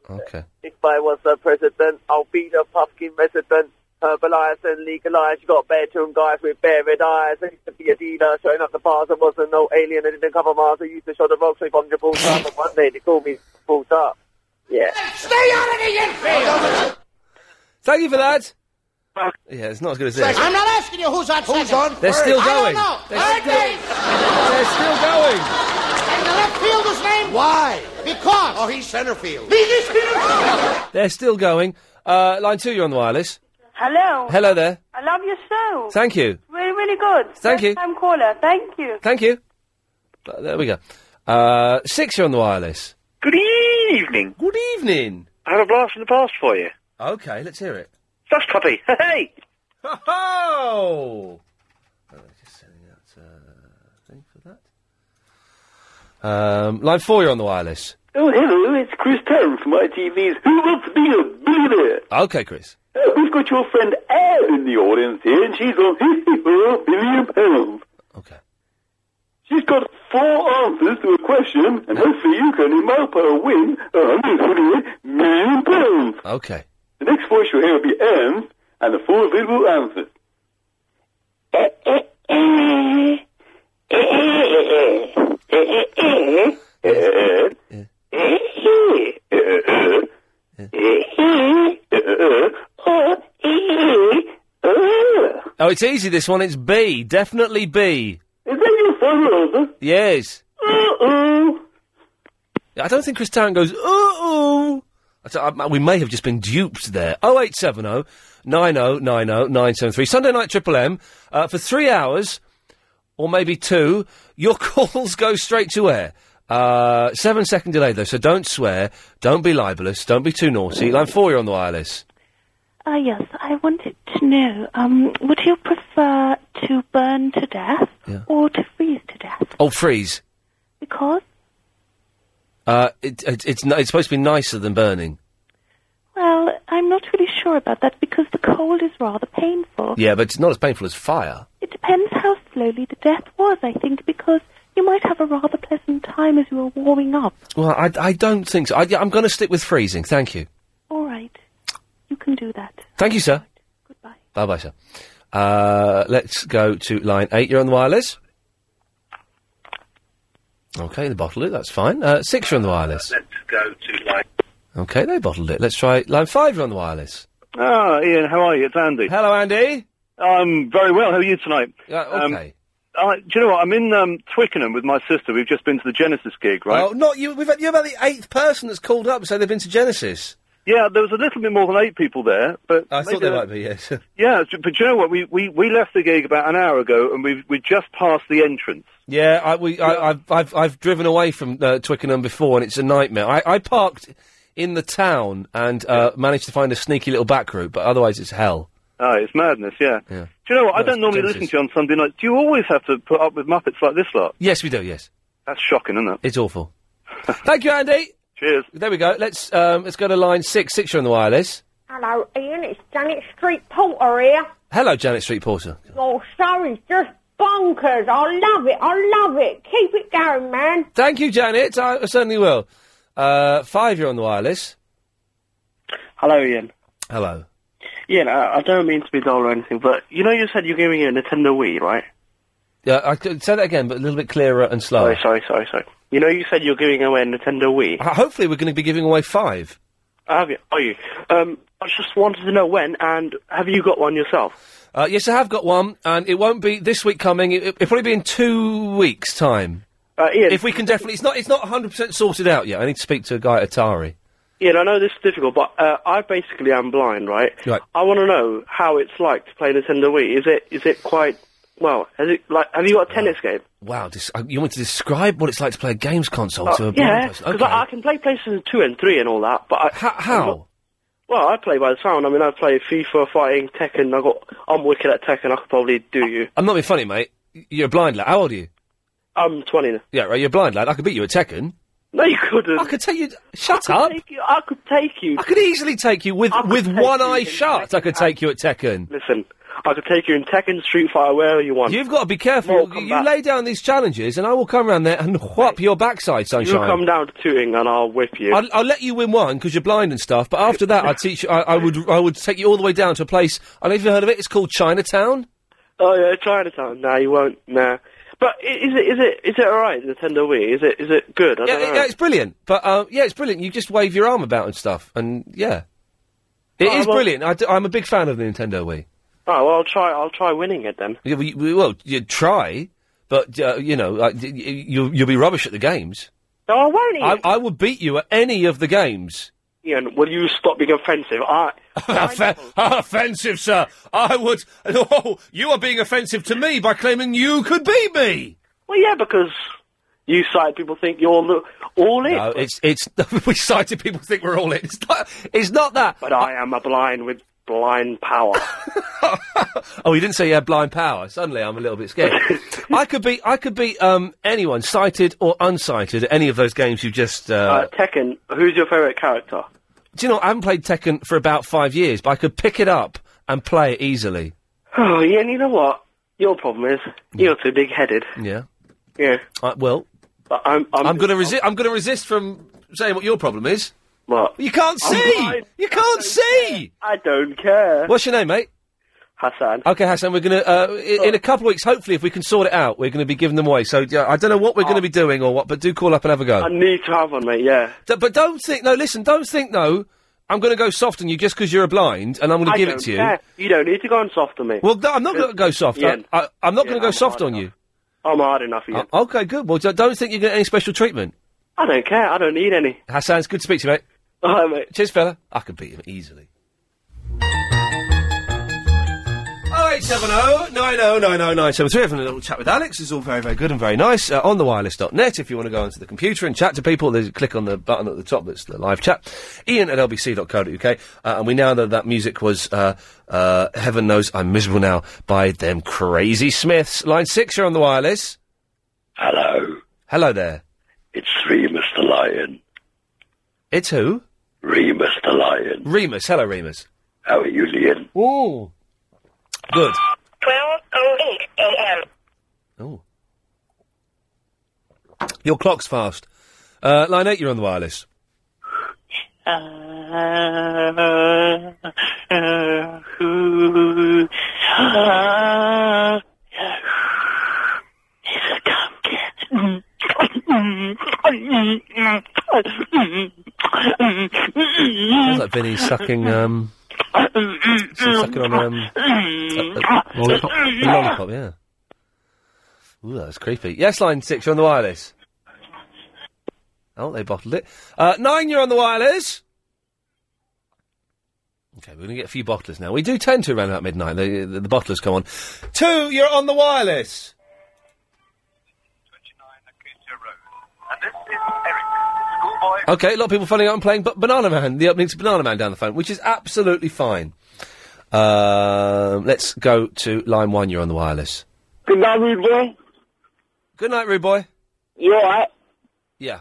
Speaker 1: Okay.
Speaker 24: If I was the president, I'll be the pumpkin resident. Herbalize and legalize. You got bedroom guys with bared eyes. I used to be a dealer, showing up the bars. I wasn't no alien. I didn't cover Mars. I used to show the rock sleep on your balls up. And one day they called me balls up. Yeah.
Speaker 38: Stay out of the infield!
Speaker 1: Thank you for that. Yeah, it's not as good as this.
Speaker 34: I'm not asking you who's on Who's on?
Speaker 1: They're still going.
Speaker 34: I don't know.
Speaker 1: They're
Speaker 34: Third
Speaker 1: still-
Speaker 34: base.
Speaker 1: They're still going.
Speaker 34: And the left fielder's name? Why? Because. Oh, he's center field. He's center
Speaker 1: They're still going. Uh, line two, you're on the wireless.
Speaker 39: Hello.
Speaker 1: Hello there.
Speaker 39: I love your show.
Speaker 1: Thank you.
Speaker 39: Really, really good.
Speaker 1: Thank
Speaker 39: First
Speaker 1: you.
Speaker 39: Time caller. Thank you.
Speaker 1: Thank you. Uh, there we go. Uh, six, you're on the wireless.
Speaker 22: Good evening.
Speaker 1: Good evening.
Speaker 22: I have a blast from the past for you.
Speaker 1: Okay, let's hear it.
Speaker 22: Dust puppy. Hey.
Speaker 1: Oh! Um, line four, you're on the wireless.
Speaker 8: Oh, hello, it's Chris Tarrant from ITV's Who Wants to Be a Billionaire?
Speaker 1: Okay, Chris.
Speaker 8: Uh, we've got your friend Anne in the audience here, and she's on for a billion pounds. Okay. She's got four answers to a question, and hopefully you can help her win a hundred and forty million pounds.
Speaker 1: Okay.
Speaker 8: The next voice you'll hear will be Anne's, and the four available answers.
Speaker 1: Oh, it's easy, this one. It's B. Definitely B.
Speaker 8: Is that your phone number?
Speaker 1: Yes.
Speaker 8: Uh-oh.
Speaker 1: I don't think Chris Tarrant goes, uh-oh. I t- I- we may have just been duped there. Oh, 0870 9090 973. Sunday Night Triple M. Uh, for three hours, or maybe two, your calls go straight to air. Uh, seven second delay though, so don't swear, don't be libelous, don't be too naughty. Line four, you're on the wireless.
Speaker 18: Ah, yes, I wanted to know, um, would you prefer to burn to death or to freeze to death?
Speaker 1: Oh, freeze.
Speaker 18: Because,
Speaker 1: Uh, it, it, it's, ni- it's supposed to be nicer than burning.
Speaker 18: well, I'm not really sure about that because the cold is rather painful.
Speaker 1: Yeah, but it's not as painful as fire.
Speaker 18: It depends how slowly the death was, I think, because you might have a rather pleasant time as you are warming up.
Speaker 1: Well, I, I don't think so. I, I'm going to stick with freezing. Thank you.
Speaker 18: All right, you can do that.
Speaker 1: Thank you, sir. Goodbye. Bye bye, sir. Uh, let's go to line eight. You're on the wireless. Okay, they bottled it. That's fine. Uh, six, you're on the wireless.
Speaker 22: Go to like.
Speaker 1: Okay, they bottled it. Let's try line five. You're on the wireless.
Speaker 22: Ah, Ian, how are you? It's Andy.
Speaker 1: Hello, Andy.
Speaker 22: I'm very well. How are you tonight?
Speaker 1: okay.
Speaker 22: Um, I- do you know what? I'm in um, Twickenham with my sister. We've just been to the Genesis gig, right?
Speaker 1: Oh, not you. We've had, you're about the eighth person that's called up, so they've been to Genesis.
Speaker 22: Yeah, there was a little bit more than eight people there, but
Speaker 1: I thought
Speaker 22: maybe-
Speaker 1: they might be. Yes.
Speaker 22: Yeah, it's- but do you know what? We, we we left the gig about an hour ago, and we we just passed the entrance.
Speaker 1: Yeah, I, we, I, I've, I've, I've driven away from uh, Twickenham before, and it's a nightmare. I, I parked in the town and uh, managed to find a sneaky little back route, but otherwise it's hell.
Speaker 22: Ah, it's madness. Yeah.
Speaker 1: Yeah.
Speaker 22: Do you know what? I
Speaker 1: No,
Speaker 22: don't normally
Speaker 1: Genesis.
Speaker 22: listen to you on Sunday nights. Do you always have to put up with Muppets like this lot?
Speaker 1: Yes, we do. Yes.
Speaker 22: That's shocking, isn't it?
Speaker 1: It's awful. Thank you, Andy.
Speaker 22: Cheers.
Speaker 1: There we go. Let's um, let's go to line six. Six, you're on the wireless.
Speaker 40: Hello, Ian. It's Janet Street Porter here.
Speaker 1: Hello, Janet Street Porter.
Speaker 40: Your show is just bonkers. I love it. I love it. Keep it going, man.
Speaker 1: Thank you, Janet. I certainly will. Uh, five, you're on the wireless.
Speaker 22: Hello, Ian.
Speaker 1: Hello.
Speaker 22: Ian, I, I don't mean to be dull or anything, but you know you said you gave me a Nintendo Wii, right?
Speaker 1: Yeah, I could say that again, but a little bit clearer and slower.
Speaker 22: Sorry, sorry, sorry. You know you said you're giving away a Nintendo Wii.
Speaker 1: Ho- Hopefully, we're going to be giving away five.
Speaker 22: Have you? Are you? Um, I just wanted to know when, and have you got one yourself?
Speaker 1: Uh, yes, I have got one, and it won't be this week coming. It, it'll probably be in two weeks' time.
Speaker 22: Uh, Ian,
Speaker 1: if we can definitely, it's not, it's not 100 percent sorted out yet. I need to speak to a guy at Atari.
Speaker 24: Yeah, and I know this is difficult, but uh, I basically am blind, right?
Speaker 1: Right.
Speaker 24: I want to know how it's like to play Nintendo Wii. Is it is it quite well? Has it like have you got a tennis game?
Speaker 1: Wow, dis- uh, you want me to describe what it's like to play a games console
Speaker 22: Uh,
Speaker 1: to a blind
Speaker 24: Uh, yeah,
Speaker 1: person?
Speaker 24: because I, I can play PlayStation two and three and all that, but I, how?
Speaker 1: how?
Speaker 24: Well, I play by the sound. I mean, I play FIFA, fighting, Tekken. I got I'm wicked at Tekken. I could probably do you.
Speaker 1: I'm not being funny, mate. You're a blind lad. How old are you?
Speaker 24: I'm 20. now.
Speaker 1: Yeah, right. You're a blind lad. I could beat you at Tekken.
Speaker 24: No, you couldn't. I
Speaker 1: could take you. Shut
Speaker 24: I
Speaker 1: up.
Speaker 24: Could take you, I could take you.
Speaker 1: I could easily take you with
Speaker 24: I could
Speaker 1: with
Speaker 24: take
Speaker 1: one
Speaker 24: you
Speaker 1: eye
Speaker 24: in
Speaker 1: shut. I could take you at Tekken.
Speaker 24: Listen, I could take you in Tekken, Street Fighter, wherever you want.
Speaker 1: You've got to be careful.
Speaker 24: Mortal
Speaker 1: you
Speaker 24: Kombat.
Speaker 1: lay down these challenges, and I will come round there and whop your backside,
Speaker 24: You'll
Speaker 1: sunshine.
Speaker 24: come down to tooting and I'll whip you.
Speaker 1: I'll, I'll let you win one because you're blind and stuff. But after that, I teach. I, I would. I would take you all the way down to a place. I don't know if you've heard of it. It's called Chinatown.
Speaker 24: Oh yeah, Chinatown. No, you won't. Nah. But i- is it is it is it all right? Nintendo Wii. Is it is it good? I
Speaker 1: Yeah,
Speaker 24: don't know.
Speaker 1: yeah, it's brilliant. But uh, yeah, it's brilliant. You just wave your arm about and stuff, and yeah, it is
Speaker 24: Oh, well-
Speaker 1: brilliant. I do, I'm a big fan of the Nintendo Wii.
Speaker 24: Oh well, I'll try. I'll try winning it then.
Speaker 1: Yeah, well, you, well, you try, but uh, you know, like, y- y- you'll you'll be rubbish at the games.
Speaker 24: No, I won't. Ian.
Speaker 1: I, I would beat you at any of the games.
Speaker 24: Ian, will you stop being offensive? I.
Speaker 1: Offe- offensive, sir. I would. Oh, you are being offensive to me by claiming you could beat me.
Speaker 24: Well, yeah, because you sight people think you're lo- all in.
Speaker 1: No, it's it's we sighted people think we're all in. It's not, it's not that.
Speaker 24: But I am a blind with blind power.
Speaker 1: Oh, you didn't say you had blind power. Suddenly, I'm a little bit scared. I could be, I could be um, anyone, sighted or unsighted, at any of those games you've just. Uh,
Speaker 24: uh, Tekken. Who's your favourite character?
Speaker 1: do you know? I haven't played Tekken for about five years, but I could pick it up and play it easily.
Speaker 24: Oh, Ian, you know what? Your problem is you're too big-headed.
Speaker 1: Yeah.
Speaker 24: Yeah.
Speaker 1: I, well,
Speaker 24: But I'm. I'm,
Speaker 1: I'm going to resist. I'm going to resist from saying what your problem is.
Speaker 24: What?
Speaker 1: You can't
Speaker 24: I'm
Speaker 1: see.
Speaker 24: blind.
Speaker 1: You can't see.
Speaker 24: I don't care.
Speaker 1: What's your name, mate?
Speaker 24: Hassan.
Speaker 1: Okay, Hassan. We're going to uh, i- in a couple of weeks. Hopefully, if we can sort it out, we're going to be giving them away. So yeah, I don't know what we're going to be doing or what, but do call up and have a go.
Speaker 24: I need to have one, mate. Yeah.
Speaker 1: D- but don't think. No, listen. Don't think. No, I'm going to go soft on you just because you're a blind, and I'm going
Speaker 24: I
Speaker 1: to give it
Speaker 24: don't
Speaker 1: to you.
Speaker 24: care. You don't need to go on soft on me.
Speaker 1: Well, no, I'm not going to go soft.
Speaker 24: Yeah.
Speaker 1: I, I, am not going to go soft on you.
Speaker 24: I'm hard enough, Ian.
Speaker 1: O- okay, good. Well, d- don't think you get any special treatment.
Speaker 24: I don't care. I don't need any.
Speaker 1: Hassan's good to speak to you, mate.
Speaker 24: All right, mate.
Speaker 1: Cheers, fella. I could beat him easily. 0870 9090973. Having a little chat with Alex is all very, very good and very nice. Uh, on the wireless.net, if you want to go onto the computer and chat to people, there's, click on the button at the top that's the live chat. Ian at lbc.co.uk. Uh, and we now know that music was uh, uh, Heaven Knows I'm Miserable Now by them crazy Smiths. Line 6, you're on the wireless.
Speaker 5: Hello.
Speaker 1: Hello there.
Speaker 5: It's Remus the Lion.
Speaker 1: It's who?
Speaker 5: Remus the Lion.
Speaker 1: Remus. Hello, Remus.
Speaker 5: How are you, Leon?
Speaker 1: Ooh. Good.
Speaker 10: 12.08 a.m.
Speaker 1: Your clock's fast. Uh, line 8, you're on the wireless.
Speaker 15: Uh, uh, uh, Mm.
Speaker 1: Sounds like Vinny's sucking,
Speaker 4: uh,
Speaker 1: um...
Speaker 18: Mm-hmm.
Speaker 1: sucking on, um... a- a-
Speaker 10: Lollipop.
Speaker 4: Mm.
Speaker 1: a lollipop, yeah. Ooh, that was creepy. Yes, line 6, you're on the wireless. Oh, they bottled it. Uh, 9, you're on the wireless. Okay, we're going to get a few bottlers now. We do tend to around about midnight. The, the, the bottlers come on. 2, you're on the wireless. Okay, a lot of people phoning up and playing B- Banana Man, the opening to Banana Man down the phone, which is absolutely fine. Um, let's go to line one. You're on the wireless.
Speaker 11: Good night, rude boy.
Speaker 1: Good night, rude boy.
Speaker 11: You alright?
Speaker 1: Yeah.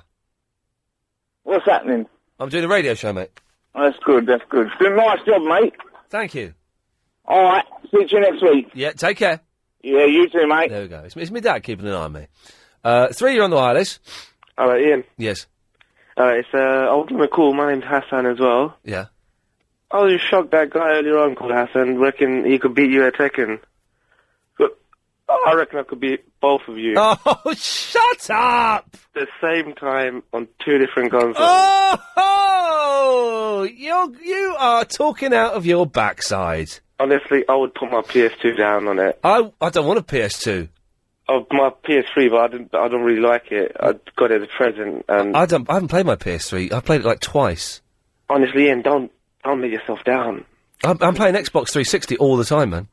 Speaker 11: What's happening?
Speaker 1: I'm doing a radio show, mate.
Speaker 11: That's good, that's good. It's been a nice job, mate.
Speaker 1: Thank you.
Speaker 11: Alright, see you next week.
Speaker 1: Yeah, take care.
Speaker 11: Yeah, you too, mate.
Speaker 1: There we go. It's, it's my dad keeping an eye on me. Uh, three, you're on the wireless.
Speaker 24: All right, Ian.
Speaker 1: Yes.
Speaker 24: All right, it's, uh, I'll give him a call. My name's Hassan as well.
Speaker 1: Yeah.
Speaker 24: I was just shocked that guy earlier on called Hassan, reckon he could beat you at Tekken. But I reckon I could beat both of you.
Speaker 1: Oh, shut up!
Speaker 24: At the same time on two different consoles.
Speaker 1: Oh, you're, you are talking out of your backside.
Speaker 24: Honestly, I would put my PS2 down on it.
Speaker 1: I I don't want a PS2.
Speaker 24: Oh, my PS3, but I, didn't, I don't really like it. I got it as a present, and
Speaker 1: I don't. I haven't played my PS3. I've played it like twice.
Speaker 24: honestly, Ian, don't don't let yourself down.
Speaker 1: I'm, I'm playing Xbox 360 all the time, man.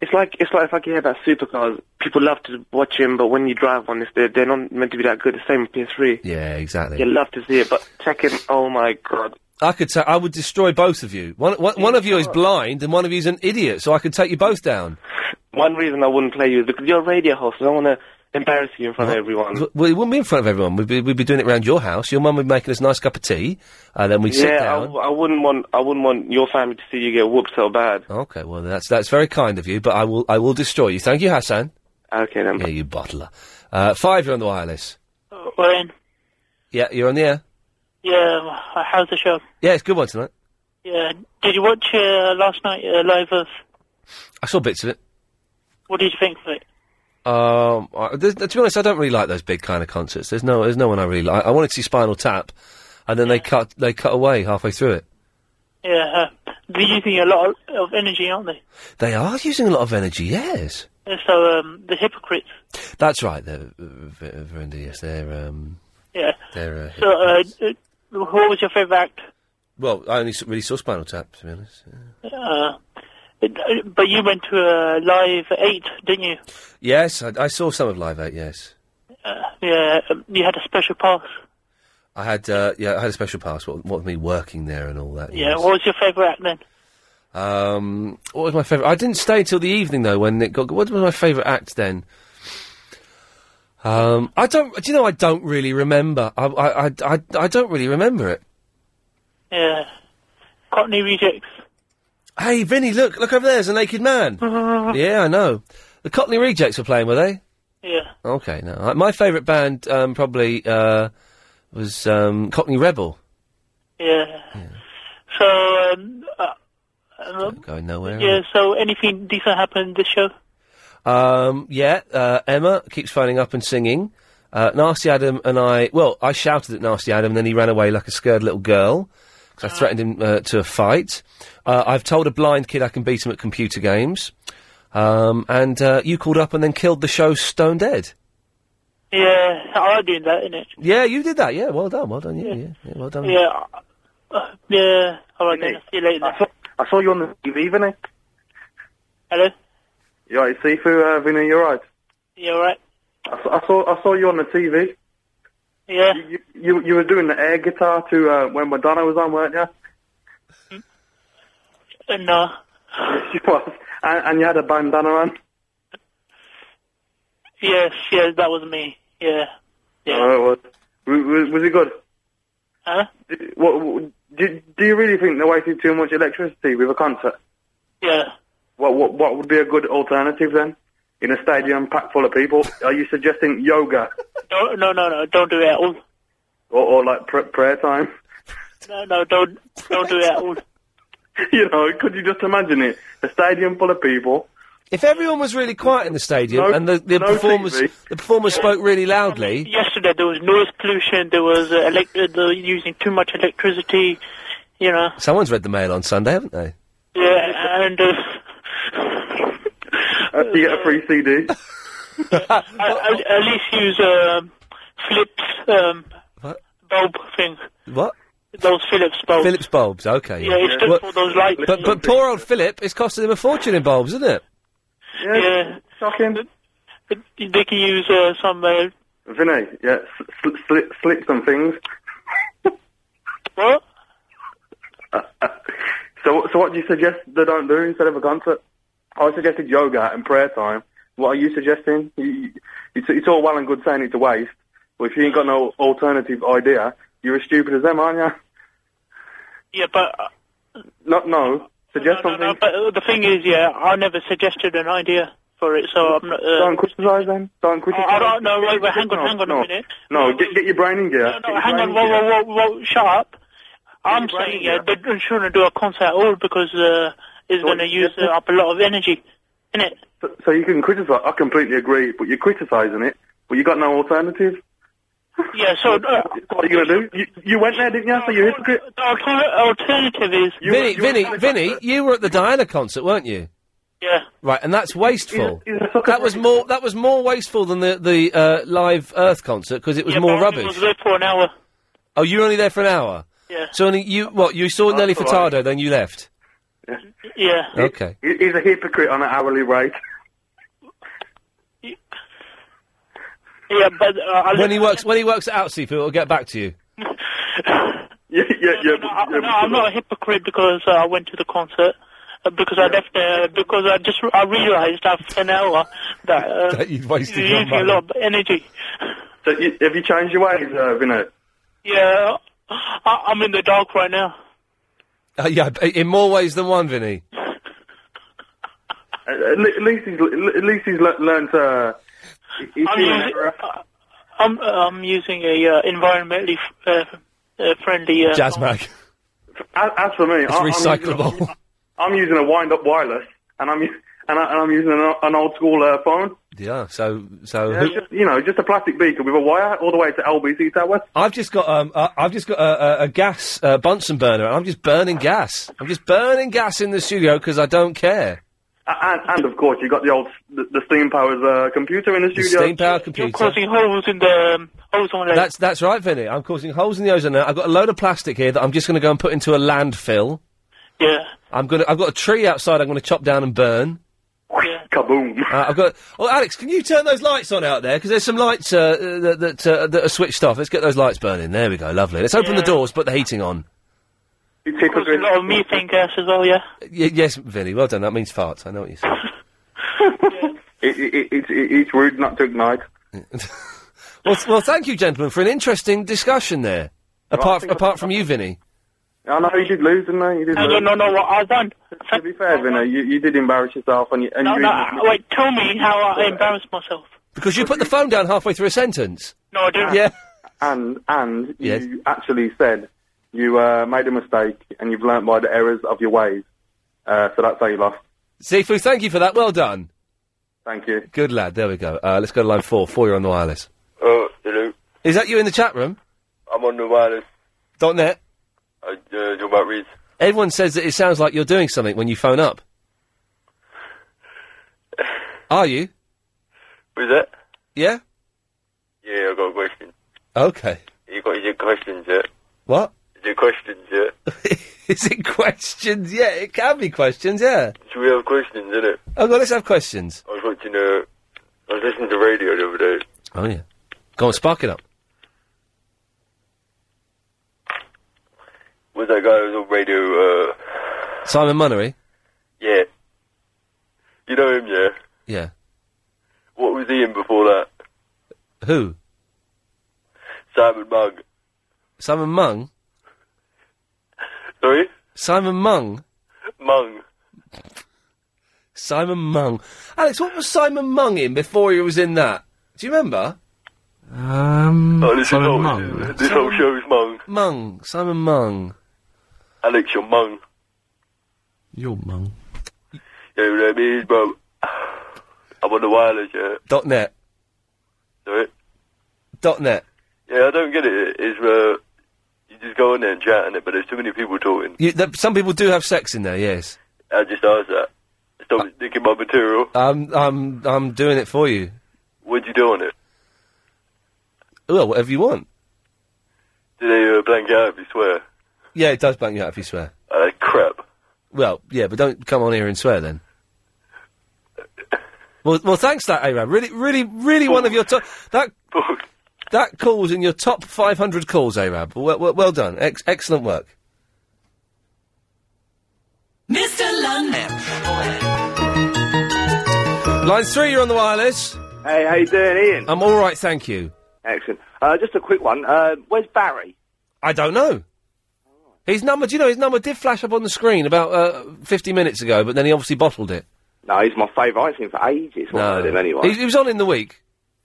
Speaker 24: It's like it's like if I hear about supercars, people love to watch them, but when you drive one, it's, they're they're not meant to be that good. The same with PS3.
Speaker 1: Yeah, exactly.
Speaker 24: You love to see it, but Tekken, oh my god,
Speaker 1: I could ta- I would destroy both of you. One, one, one of you is blind and one of you is an idiot, so I could take you both down.
Speaker 24: One reason I wouldn't play you is because you're a radio host. I don't want to embarrass you in front of everyone.
Speaker 1: W- Well, it wouldn't be in front of everyone. We'd be, we'd be doing it around your house. Your mum would be making us a nice cup of tea, and then we'd sit
Speaker 24: yeah, I,
Speaker 1: down.
Speaker 24: w- I wouldn't want I wouldn't want your family to see you get whooped so bad.
Speaker 1: Okay, well that's that's very kind of you, but I will I will destroy you. Thank you, Hassan.
Speaker 24: Okay then.
Speaker 1: Yeah, you bottler. Uh, five, you're on the wireless.
Speaker 4: Wayne,
Speaker 1: Yeah, you're on the air.
Speaker 4: yeah, how's the show?
Speaker 1: Yeah, it's a good one tonight.
Speaker 4: Yeah, did you watch uh, last night uh, live of?
Speaker 1: I saw bits of it.
Speaker 4: What did you think of it?
Speaker 1: Um, I, there's- to be honest, I don't really like those big kind of concerts. There's no there's no one I really like. I wanted to see Spinal Tap, and then they cut they cut away halfway through it.
Speaker 4: Yeah, uh, they're using a lot of energy, aren't they?
Speaker 1: They are using a lot of energy. Yes,
Speaker 4: Uh, So um, the hypocrites.
Speaker 1: that's right. They're uh, v- uh, Verinda, yes, they're um,
Speaker 4: Yeah.
Speaker 1: they're. Uh,
Speaker 4: So uh, uh, who was your favourite act?
Speaker 1: well, I only s- really saw Spinal Tap to be honest.
Speaker 4: Uh, it- uh, but you went to uh, live eight, didn't you?
Speaker 1: Yes, I, I saw some of Live Eight. Yes.
Speaker 4: Uh, yeah, um, you had a special pass.
Speaker 1: I had uh, yeah, I had a special pass. What, what with me working there and all that.
Speaker 4: Yeah. What was your favourite act then?
Speaker 1: Um, what was my favourite? I didn't stay till the evening though. When it got, what was my favourite act then? Um, I don't. Do you know? I don't really remember. I I I, I, I don't really remember it.
Speaker 4: Yeah. Cockney rejects.
Speaker 1: Hey, Vinny, look, look over there. There's a naked man. yeah, I know. The Cockney Rejects were playing, were they?
Speaker 4: Yeah.
Speaker 1: Okay, no. I, my favourite band um, probably uh, was um, Cockney Rebel.
Speaker 4: Yeah. So. Um, uh, um,
Speaker 1: Going nowhere.
Speaker 4: yeah. So anything decent happened this show?
Speaker 1: Um, yeah, uh, Emma keeps phoning up and singing. Uh, Nasty Adam and I, well, I shouted at Nasty Adam, and then he ran away like a scared little girl because I threatened him uh, to a fight. Uh, I've told a blind kid I can beat him at computer games. Um, and uh, you called up and then killed the show Stone Dead.
Speaker 4: Yeah, I do that, innit?
Speaker 1: Yeah, you did that. Yeah, well done, well done. Yeah, yeah, yeah well
Speaker 22: Um,
Speaker 1: done.
Speaker 4: Yeah. Uh, yeah. All right, then. I'll See you later. then.
Speaker 22: I saw you on the TV, Vinny.
Speaker 4: Hello.
Speaker 22: You all right, Sifu, uh, Vinny, you all right?
Speaker 4: You all right?
Speaker 22: I, s- I saw I saw you on the TV.
Speaker 4: Yeah.
Speaker 22: You you, you were doing the air guitar to uh, when Madonna was on, weren't you?
Speaker 4: Uh, no.
Speaker 22: Yes, you was. And, and you had a bandana on.
Speaker 4: Yes. Yes. That was me. Yeah. Yeah.
Speaker 22: Oh, it was. W- w- Was it good?
Speaker 4: Huh?
Speaker 22: D- What, w do, do you really think they wasted too much electricity with a concert?
Speaker 4: Yeah.
Speaker 22: What what what would be a good alternative then? In a stadium packed full of people, are you suggesting yoga
Speaker 4: No. No. No. No. Don't do it at all.
Speaker 22: or, or like pr- prayer time?
Speaker 4: No. No. Don't. Don't do it at all.
Speaker 22: you know, could you just imagine it? A stadium full of people.
Speaker 1: If everyone was really quiet in the stadium
Speaker 4: No-
Speaker 1: and the, the
Speaker 4: no
Speaker 1: performers
Speaker 4: TV.
Speaker 1: the performers spoke really loudly,
Speaker 4: Yesterday there was noise pollution. There was uh, elect- uh, they were using too much electricity. You know.
Speaker 1: someone's read the mail on Sunday, haven't they?
Speaker 4: Yeah. And. Uh,
Speaker 22: After uh, you get a free CD.
Speaker 4: at, at- at least use um, Philips um,
Speaker 1: What?
Speaker 4: bulb thing.
Speaker 1: What?
Speaker 4: Those Philips bulbs.
Speaker 1: Phillips bulbs, okay.
Speaker 4: Yeah, it's good
Speaker 1: Well,
Speaker 4: for those lights.
Speaker 1: But, but poor old Philip, it's costing him a fortune in bulbs, isn't it?
Speaker 4: Yeah. They can use uh, some. Uh,
Speaker 22: Vinny, yeah, sl- sl- slip some things.
Speaker 4: what?
Speaker 22: So, so what do you suggest they don't do instead of a concert? I suggested yoga and prayer time. What are you suggesting? You, you, it's, it's all well and good saying it's a waste, but if you ain't got no alternative idea, you're as stupid as them, aren't you?
Speaker 4: Yeah, but uh,
Speaker 22: No, no. Suggest
Speaker 4: no,
Speaker 22: something.
Speaker 4: no, but uh, the thing is, yeah, I never suggested an idea for it, so I'm not. Uh,
Speaker 22: Don't criticise them. Don't criticise.
Speaker 4: I don't know. Wait, wait, hang on,
Speaker 22: No,
Speaker 4: hang on
Speaker 22: no,
Speaker 4: a minute.
Speaker 22: No, get, get your brain in gear.
Speaker 4: No, hang on, whoa, whoa, whoa, whoa, shut up. I'm saying yeah, they don't- shouldn't do a concert at all because uh, it's going to use uh, up a lot of energy.
Speaker 22: So, so you can criticise. I completely agree, but you're criticising it, but you got no alternative.
Speaker 4: Yeah, so uh,
Speaker 22: What are you going to do? You, you went there, didn't you? So you're a hypocrite.
Speaker 4: the alter- alternative is.
Speaker 1: Vinny, Vinny, Vinny, you were at the Diana concert, weren't you?
Speaker 4: Yeah.
Speaker 1: Right, and that's wasteful.
Speaker 4: He's-
Speaker 1: that was more. That was more wasteful than the the uh, live Earth concert because it was more
Speaker 4: but I
Speaker 1: rubbish.
Speaker 4: was there for an hour.
Speaker 1: Oh, you were only there for an hour.
Speaker 4: Yeah.
Speaker 1: So only you what you saw Nelly Furtado, then you left.
Speaker 4: Yeah.
Speaker 1: Okay.
Speaker 22: He- He's a hypocrite on an hourly rate.
Speaker 4: Yeah, but uh, I
Speaker 1: When he works when he works at Outsea, he'll get back to you.
Speaker 22: yeah, yeah, yeah,
Speaker 4: I, no, I'm not a hypocrite because uh, I went to the concert. uh, Because I left there, because I just I realised after an hour that, uh,
Speaker 22: That you'd wasted
Speaker 4: you're
Speaker 22: your
Speaker 4: using a
Speaker 22: money.
Speaker 4: lot of energy.
Speaker 22: So you, have you changed your ways, uh, Vinod?
Speaker 4: Yeah, I, I'm in the dark right now.
Speaker 1: Uh, yeah, b- in more ways than one, Vinny.
Speaker 22: At, at le- at least he's le- at least he's le- learned uh, he's
Speaker 4: I'm
Speaker 22: seen an
Speaker 4: using, uh,
Speaker 22: error.
Speaker 4: I'm, I'm using a uh, environmentally f- uh, uh, friendly uh,
Speaker 1: Jazz mag.
Speaker 22: As, as for me,
Speaker 1: It's
Speaker 22: I, I'm
Speaker 1: recyclable.
Speaker 22: using, I'm using a wind-up wireless, and I'm u- and, I, and I'm using an, o- an old school uh, phone.
Speaker 1: Yeah, so so
Speaker 22: Yeah,
Speaker 1: who-
Speaker 22: just, you know, just a plastic beaker with a wire all the way to LBC Tower.
Speaker 1: I've just got um uh, I've just got a, a, a gas uh, Bunsen burner and I'm just burning gas. I'm just burning gas in the studio because I don't care.
Speaker 22: A- And, and of course, you've got the old the, the steam powered uh, computer in the,
Speaker 1: The
Speaker 22: studio.
Speaker 1: steam powered computer.
Speaker 4: causing holes in the um, ozone layer.
Speaker 1: That's that's right, Vinny. I'm causing holes in the ozone layer. I've got a load of plastic here that I'm just going to go and put into a landfill.
Speaker 4: Yeah.
Speaker 1: I'm gonna. I've got a tree outside. I'm going to chop down and burn.
Speaker 22: Kaboom!
Speaker 1: Uh, I've got. Oh, Alex, can you turn those lights on out there? Because there's some lights uh, uh, that that, uh, that are switched off. Let's get those lights burning. There we go. Lovely. Let's open the
Speaker 4: Yeah.
Speaker 1: doors. Put the heating on.
Speaker 4: causing a lot of methane gas as well. Yeah.
Speaker 1: Y- yes, Vinny. Well done. That means farts. I know what you said.
Speaker 22: It, it, it, it's- it, it's rude not to ignite.
Speaker 1: well, th- well, thank you, gentlemen, for an interesting discussion there. Apart f- apart from you, Vinny.
Speaker 22: I know you did lose, didn't you? you did
Speaker 4: No, no,
Speaker 22: lose.
Speaker 4: no, no. What I've done?
Speaker 22: To be fair, Vinny, you, you did embarrass yourself, and you. And
Speaker 4: No,
Speaker 22: you
Speaker 4: no. uh, Wait, tell me how I embarrassed myself.
Speaker 1: Because you put the phone down halfway through a sentence.
Speaker 4: No, I didn't.
Speaker 1: Yeah.
Speaker 22: And and
Speaker 1: Yes.
Speaker 22: you actually said you uh, made a mistake, and you've learnt by the errors of your ways. Uh, so that's how you lost.
Speaker 1: Sifu, thank you for that. Well done.
Speaker 22: Thank you.
Speaker 1: Good lad. There we go. Uh, let's go to line four. Four, you're on the wireless.
Speaker 3: Oh, hello.
Speaker 1: Is that you in the chat room?
Speaker 3: I'm on the wireless.
Speaker 1: Dot net.
Speaker 3: I uh, do about Reeds.
Speaker 1: Everyone says that it sounds like you're doing something when you phone up. Are you?
Speaker 3: Who's that?
Speaker 1: Yeah?
Speaker 3: Yeah, I got a question.
Speaker 1: Okay.
Speaker 3: You got is it questions yet?
Speaker 1: What?
Speaker 3: Is it questions yet?
Speaker 1: Is it questions? Yeah, it can be questions, yeah.
Speaker 3: Should we have questions, innit?
Speaker 1: Oh, God, let's have questions.
Speaker 3: I was watching uh I was listening to radio the other day.
Speaker 1: Oh, yeah. Go on, spark it up.
Speaker 3: Was that guy who was on radio, uh
Speaker 1: Simon Munnery?
Speaker 3: yeah. You know him, yeah?
Speaker 1: Yeah.
Speaker 3: What was he in before that?
Speaker 1: Who?
Speaker 3: Simon Mugg.
Speaker 1: Simon Mung?
Speaker 3: Sorry?
Speaker 1: Simon Mung?
Speaker 3: Mung.
Speaker 1: Simon Mung. Alex, what was Simon Mung in before he was in that? Do you remember?
Speaker 41: Um,
Speaker 3: Oh, this
Speaker 41: Simon
Speaker 3: is all,
Speaker 41: Mung.
Speaker 3: This whole show is Mung.
Speaker 1: Mung. Simon Mung.
Speaker 3: Alex, you're Mung.
Speaker 41: You're mung.
Speaker 3: You know what I mean, bro? I'm on the wireless, yeah?
Speaker 1: Dot net.
Speaker 3: Sorry?
Speaker 1: Dot net.
Speaker 3: Yeah, I don't get it. It's uh, you just go on there and chat on it, but there's too many people talking.
Speaker 1: You, th- some people do have sex in there, yes.
Speaker 3: I just asked that. Stop nicking my material.
Speaker 1: Um, I'm, I'm doing it for you.
Speaker 3: What'd you do on it?
Speaker 1: Well, whatever you want.
Speaker 3: Did they uh, blank you out if you swear?
Speaker 1: Yeah, it does blank you out if you swear.
Speaker 3: Uh, crap.
Speaker 1: Well, yeah, but don't come on here and swear then. Well, well, thanks for that, Arab. Really, really, really one of your top that that calls in your top five hundred calls, Arab. Well, well, well done, Ex- excellent work.
Speaker 18: Mr. London.
Speaker 1: Line three, you're on the wireless.
Speaker 27: Hey, how you doing, Ian?
Speaker 1: I'm all right, thank you.
Speaker 27: Excellent. Uh, just a quick one. Uh, where's Barry?
Speaker 1: I don't know. His number, do you know his number did flash up on the screen about uh, fifty minutes ago, but then he obviously bottled it.
Speaker 27: No, he's my favourite. I've seen him for ages. Well, I heard him anyway.
Speaker 1: He, he was on in the week.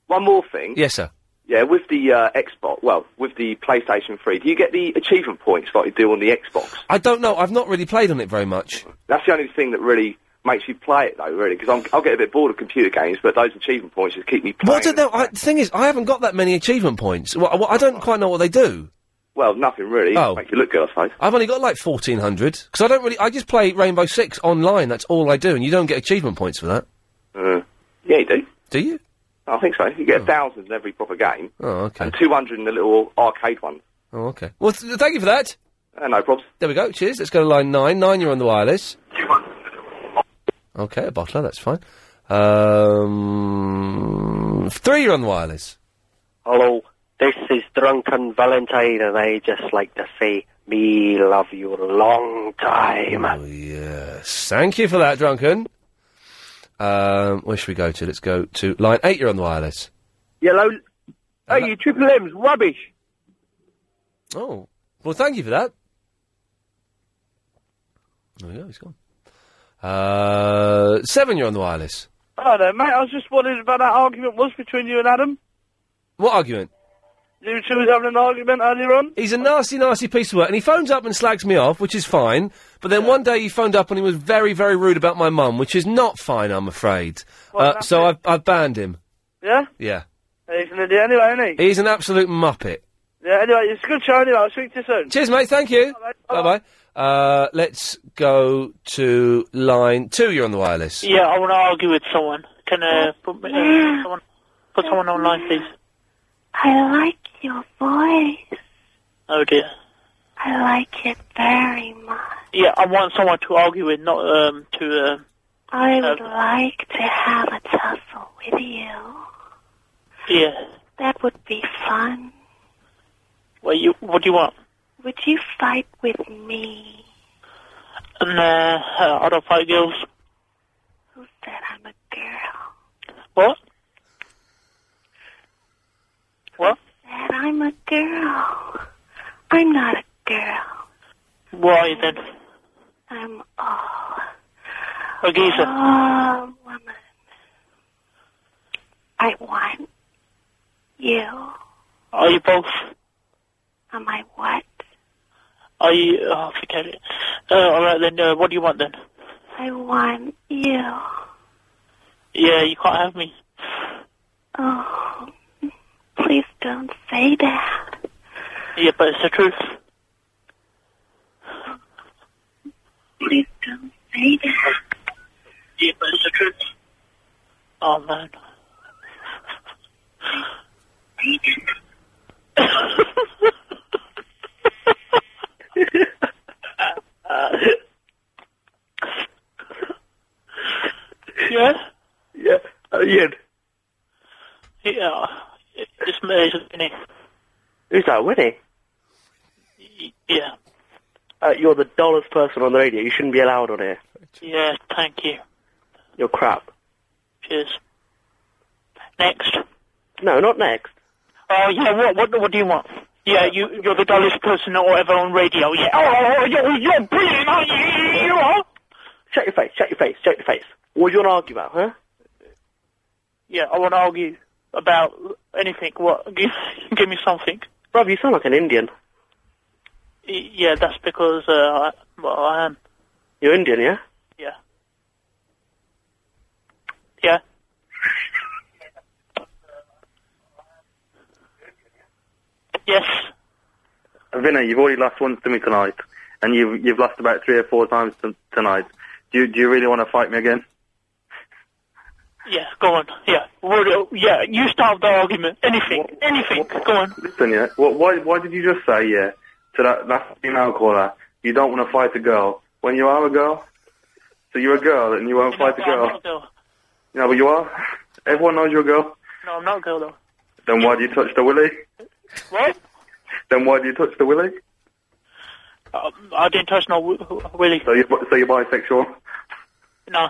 Speaker 27: One more thing.
Speaker 1: Yes, sir.
Speaker 27: Yeah, with the uh, Xbox, well, with the PlayStation 3, do you get the achievement points like you do on the Xbox?
Speaker 1: I don't know. I've not really played on it very much.
Speaker 27: That's the only thing that really makes you play it, though, really, because I'll get a bit bored of computer games, but those achievement points just keep me playing.
Speaker 1: What do they? I, the thing is, I haven't got that many achievement points. Well, I- well, I don't quite know what they do.
Speaker 27: Well, nothing really.
Speaker 1: Oh.
Speaker 27: Make you look good, I suppose.
Speaker 1: I've only got like fourteen hundred because I don't really. I just play Rainbow Six online. That's all I do, and you don't get achievement points for that.
Speaker 27: Uh, yeah, you do.
Speaker 1: Do you?
Speaker 27: I think so. You get a thousand in every proper game,
Speaker 1: Oh, okay.
Speaker 27: and 200 in the little arcade ones.
Speaker 1: Oh, okay. Well, th- thank you for that. no problems. There we go. Cheers. Let's go to line nine. Nine, you're on the wireless. Okay, a bottler. That's fine. Um, three, you're on the wireless.
Speaker 8: Hello, this is Drunken Valentine, and I just like to say, me love you a long time.
Speaker 1: Yes. Thank you for that, Drunken. Um, where should we go to? Let's go to line eight. You're on the wireless.
Speaker 35: Yellow. Hey, you triple M's rubbish.
Speaker 1: Oh, well, thank you for that. There we go. He's gone. Uh, seven. You're on the wireless.
Speaker 24: I don't know, Oh, mate. I was just wondering about that argument was between you and Adam.
Speaker 1: What argument?
Speaker 24: You two was having an argument earlier on.
Speaker 1: He's a nasty, nasty piece of work, and he phones up and slags me off, which is fine. But then one day he phoned up and he was very, very rude about my mum, which is not fine, I'm afraid. uh, so I've, I've banned him.
Speaker 24: Yeah?
Speaker 1: Yeah,
Speaker 24: He's an idiot anyway, isn't he?
Speaker 1: he's an absolute muppet.
Speaker 24: Yeah, anyway, it's a good show anyway. I'll speak to you soon.
Speaker 1: Cheers, mate. Thank you. Bye bye. Uh, let's go to line two. You're on the wireless.
Speaker 4: Yeah, I want to argue with someone. Can uh, put, me, uh, someone, put someone online, please?
Speaker 18: I like your voice.
Speaker 4: Oh dear.
Speaker 18: I like it very much.
Speaker 4: Yeah, I want someone to argue with, not um, to. Uh,
Speaker 18: I would like to have a tussle with you.
Speaker 4: yeah.
Speaker 18: That would be fun.
Speaker 4: What you? What do you want?
Speaker 18: Would you fight with me?
Speaker 4: Nah, uh, I don't fight girls.
Speaker 18: Who said I'm a girl?
Speaker 4: What? What?
Speaker 18: Said I'm a girl. I'm not a girl.
Speaker 4: Why then?
Speaker 18: I'm all.
Speaker 4: A geezer.
Speaker 18: all oh. Um, woman. I want you.
Speaker 4: Are you both?
Speaker 18: Am I what?
Speaker 4: Are you? Oh, forget it. Uh, all right then. Uh, what do you want then?
Speaker 18: I want you.
Speaker 4: Yeah, you can't have me.
Speaker 18: Oh, please don't say that.
Speaker 4: Yeah, but it's the truth.
Speaker 18: Please don't say that.
Speaker 4: Yeah, but it's the truth. Oh man. Yeah.
Speaker 35: Yeah. Uh, Ian.
Speaker 4: Yeah. It's me, isn't it?
Speaker 35: Who's that, Winnie?
Speaker 4: Yeah.
Speaker 35: Uh, you're the dullest person on the radio. You shouldn't be allowed on here.
Speaker 4: Yeah. Thank you.
Speaker 35: You're crap.
Speaker 4: Cheers. Next.
Speaker 35: No, not next.
Speaker 4: Oh yeah. What? What? What do you want? Yeah, you, you're the dullest person or ever on radio. Yeah. Oh, you're, you're brilliant, aren't you? You are.
Speaker 35: Shut your face, shut your face, shut your face. What do you want to argue about, huh?
Speaker 4: Yeah, I want to argue about anything. What? Give, give me something.
Speaker 35: Bruv, you sound like an Indian.
Speaker 4: Y- Yeah, that's because uh, I, well, I am.
Speaker 35: You're Indian, yeah?
Speaker 4: Yeah. Yeah. Yes.
Speaker 22: Vinny, you've already lost once to me tonight, and you've you've lost about three or four times t- tonight. Do you, do you really want to fight me again?
Speaker 4: Yeah. Go on. Yeah. What, yeah. You start the argument. Anything. anything. Go on.
Speaker 22: Listen, yeah. What, why why did you just say yeah to that last female caller? You don't want to fight a girl when you are a girl. So you're a girl and you won't fight a
Speaker 4: I'm
Speaker 22: girl.
Speaker 4: not a girl.
Speaker 22: No, but you are. Everyone knows you're a girl.
Speaker 4: No, I'm not a girl though.
Speaker 22: Then why do you touch the willy?
Speaker 4: What?
Speaker 22: Then why do you touch the willy?
Speaker 4: Um, I didn't touch no w- willy.
Speaker 22: So you so you're bisexual.
Speaker 4: No.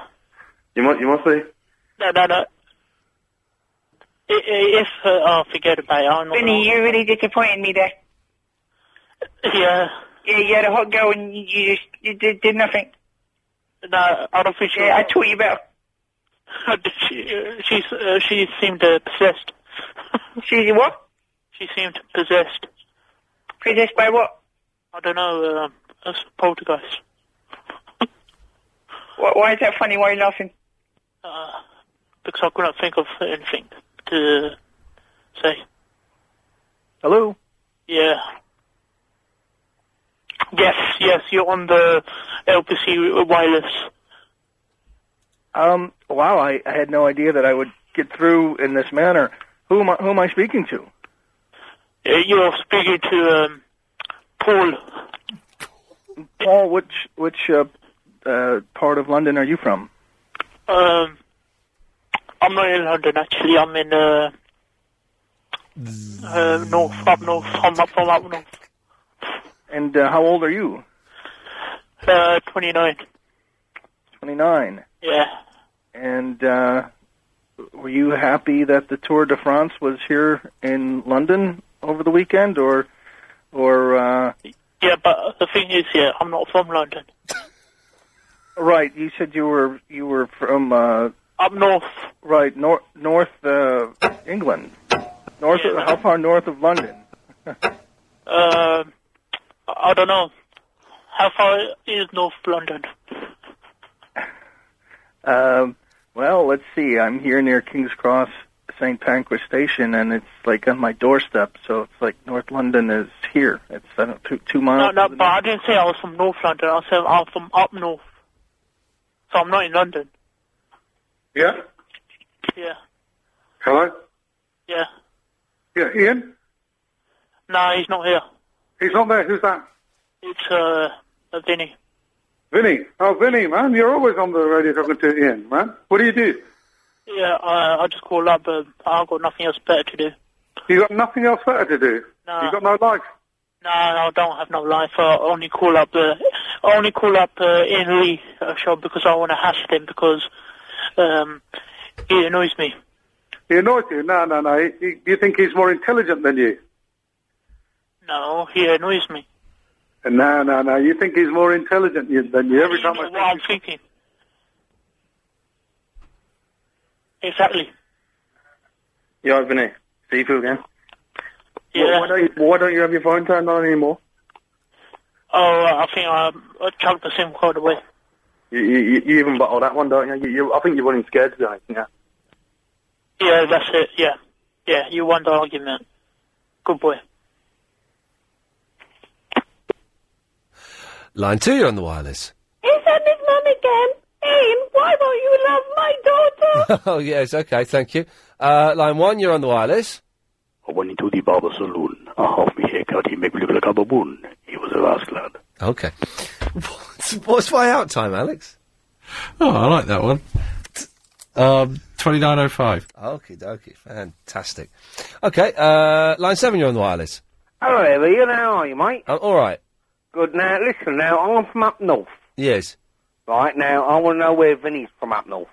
Speaker 22: You must you must be.
Speaker 4: No, no, no. I- i- If uh, oh, forget about it. I'm not.
Speaker 42: Vinny, you're really disappointing me there.
Speaker 4: Yeah.
Speaker 42: Yeah, you had a hot go and you- you just you did, did nothing.
Speaker 4: No, I don't think she.
Speaker 42: Yeah, I taught you better.
Speaker 4: she, uh, she's, uh, she seemed uh, possessed.
Speaker 42: She what?
Speaker 4: She seemed possessed.
Speaker 42: Possessed by what?
Speaker 4: I don't know. Um, a poltergeist.
Speaker 42: Why, why is that funny? Why are you laughing?
Speaker 4: Uh, because I couldn't think of anything to say.
Speaker 35: Hello?
Speaker 4: Yeah. Yes, yes, you're on the LPC wireless.
Speaker 35: Um, wow, I, I had no idea that I would get through in this manner. Who am I, who am I speaking to?
Speaker 4: Uh, You're speaking to um, Paul.
Speaker 35: Paul, which which uh, uh, part of London are you from?
Speaker 4: Um, I'm not in London actually. I'm in uh, uh north, up north. I'm up from up north.
Speaker 35: And uh, how old are you?
Speaker 4: Uh, 29.
Speaker 35: Twenty nine.
Speaker 4: Yeah.
Speaker 35: And uh, were you happy that the Tour de France was here in London over the weekend, or or uh,
Speaker 4: Yeah, but the thing is, yeah, I'm not from London.
Speaker 35: right? You said you were you were from uh,
Speaker 4: up north.
Speaker 35: Right, north north uh, England. North. How far north of London?
Speaker 4: Uh, I don't know. How far is North London?
Speaker 35: Um, well, let's see. I'm here near King's Cross, St. Pancras Station, and it's like on my doorstep. So it's like North London is here. It's I don't, two, two
Speaker 4: No,
Speaker 35: miles.
Speaker 4: no, but I didn't say I was from North London. I said I'm from up north. So I'm not in London.
Speaker 22: Yeah?
Speaker 4: Yeah,
Speaker 22: Hello?
Speaker 4: yeah.
Speaker 22: Yeah, Ian?
Speaker 4: No, he's not here.
Speaker 22: He's not there. Who's that?
Speaker 4: It's, uh, Vinny.
Speaker 22: Vinny. Oh, Vinny, man. You're always on the radio talking to Ian, man. What do you do?
Speaker 4: Yeah, I, I just call up. Uh, I've got nothing else better to do.
Speaker 22: you got nothing else better to do.
Speaker 4: No.
Speaker 22: you got no life.
Speaker 4: No, I don't have no life. I only call up, uh, I only call up uh, Ian Lee uh, show because I want to hassle him because um, he annoys me.
Speaker 22: He annoys you. No, no, no. He, he, you think he's more intelligent than you?
Speaker 4: No, he annoys me.
Speaker 22: No, no, no. You think he's more intelligent you- than you. Every time I
Speaker 4: What I'm thinking. Exactly.
Speaker 43: Yeah, Vinny. See you again.
Speaker 4: Yeah.
Speaker 43: Why don't you, why don't you have your phone turned on anymore?
Speaker 4: Oh, uh, I think I, I chucked the SIM card away.
Speaker 43: You, you, you- you even bottled that one, don't you? you, you I think you're running scared today. Yeah.
Speaker 4: Yeah, that's it. Yeah, yeah. You won the argument. Good boy.
Speaker 1: Line two, you're on the wireless.
Speaker 18: Is that his mum again? Ian, why won't you love my daughter?
Speaker 1: oh, yes, okay, thank you. Uh, line one, you're on the wireless.
Speaker 44: I went into the barber saloon. I half me haircut. He make me look like a baboon. He was a rascal.
Speaker 1: Okay. What's, what's my out time, Alex?
Speaker 45: Oh, I like that one. Um, 2905.
Speaker 1: Okie dokie, fantastic. Okay, uh, line seven, you're on the wireless.
Speaker 8: Hello, Ellie. How are you, mate?
Speaker 1: Uh, all right.
Speaker 8: Good. Now, listen. Now, I'm from up north.
Speaker 1: Yes.
Speaker 8: Right now, I want to know where Vinny's from up north.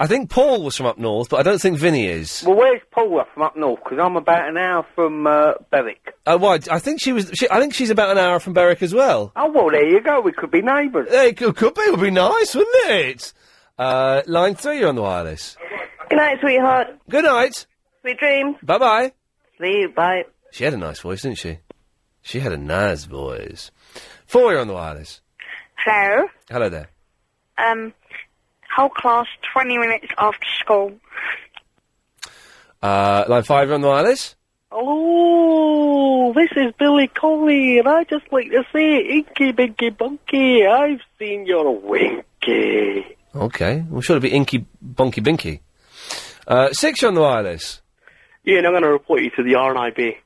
Speaker 1: I think Paul was from up north, but I don't think Vinny is.
Speaker 8: Well, where's Paula from up north? Because I'm about an hour from uh, Berwick.
Speaker 1: Uh, why? I think she was. She, I think she's about an hour from Berwick as well.
Speaker 8: Oh well, there you go. We could be neighbours.
Speaker 1: It could, could be. It would be nice, wouldn't it? Uh, line three, you're on the wireless.
Speaker 11: Good night, sweetheart.
Speaker 1: Good night.
Speaker 11: Sweet dreams.
Speaker 1: Bye bye.
Speaker 11: Sleep. Bye.
Speaker 1: She had a nice voice, didn't she? She had a nice voice. Four, you're on the wireless.
Speaker 46: Hello.
Speaker 1: Hello there.
Speaker 46: Um, whole class, 20 minutes after school.
Speaker 1: Uh, line five, you're on the wireless.
Speaker 24: Oh, this is Billy Coley, and I just like to say, Inky Binky Bunky, I've seen your wink.
Speaker 1: Binky. Okay. Well, sure, it'll be Inky Bonky Binky. Uh, six, you're on the wireless.
Speaker 24: Ian, I'm going to report you to the RNIB.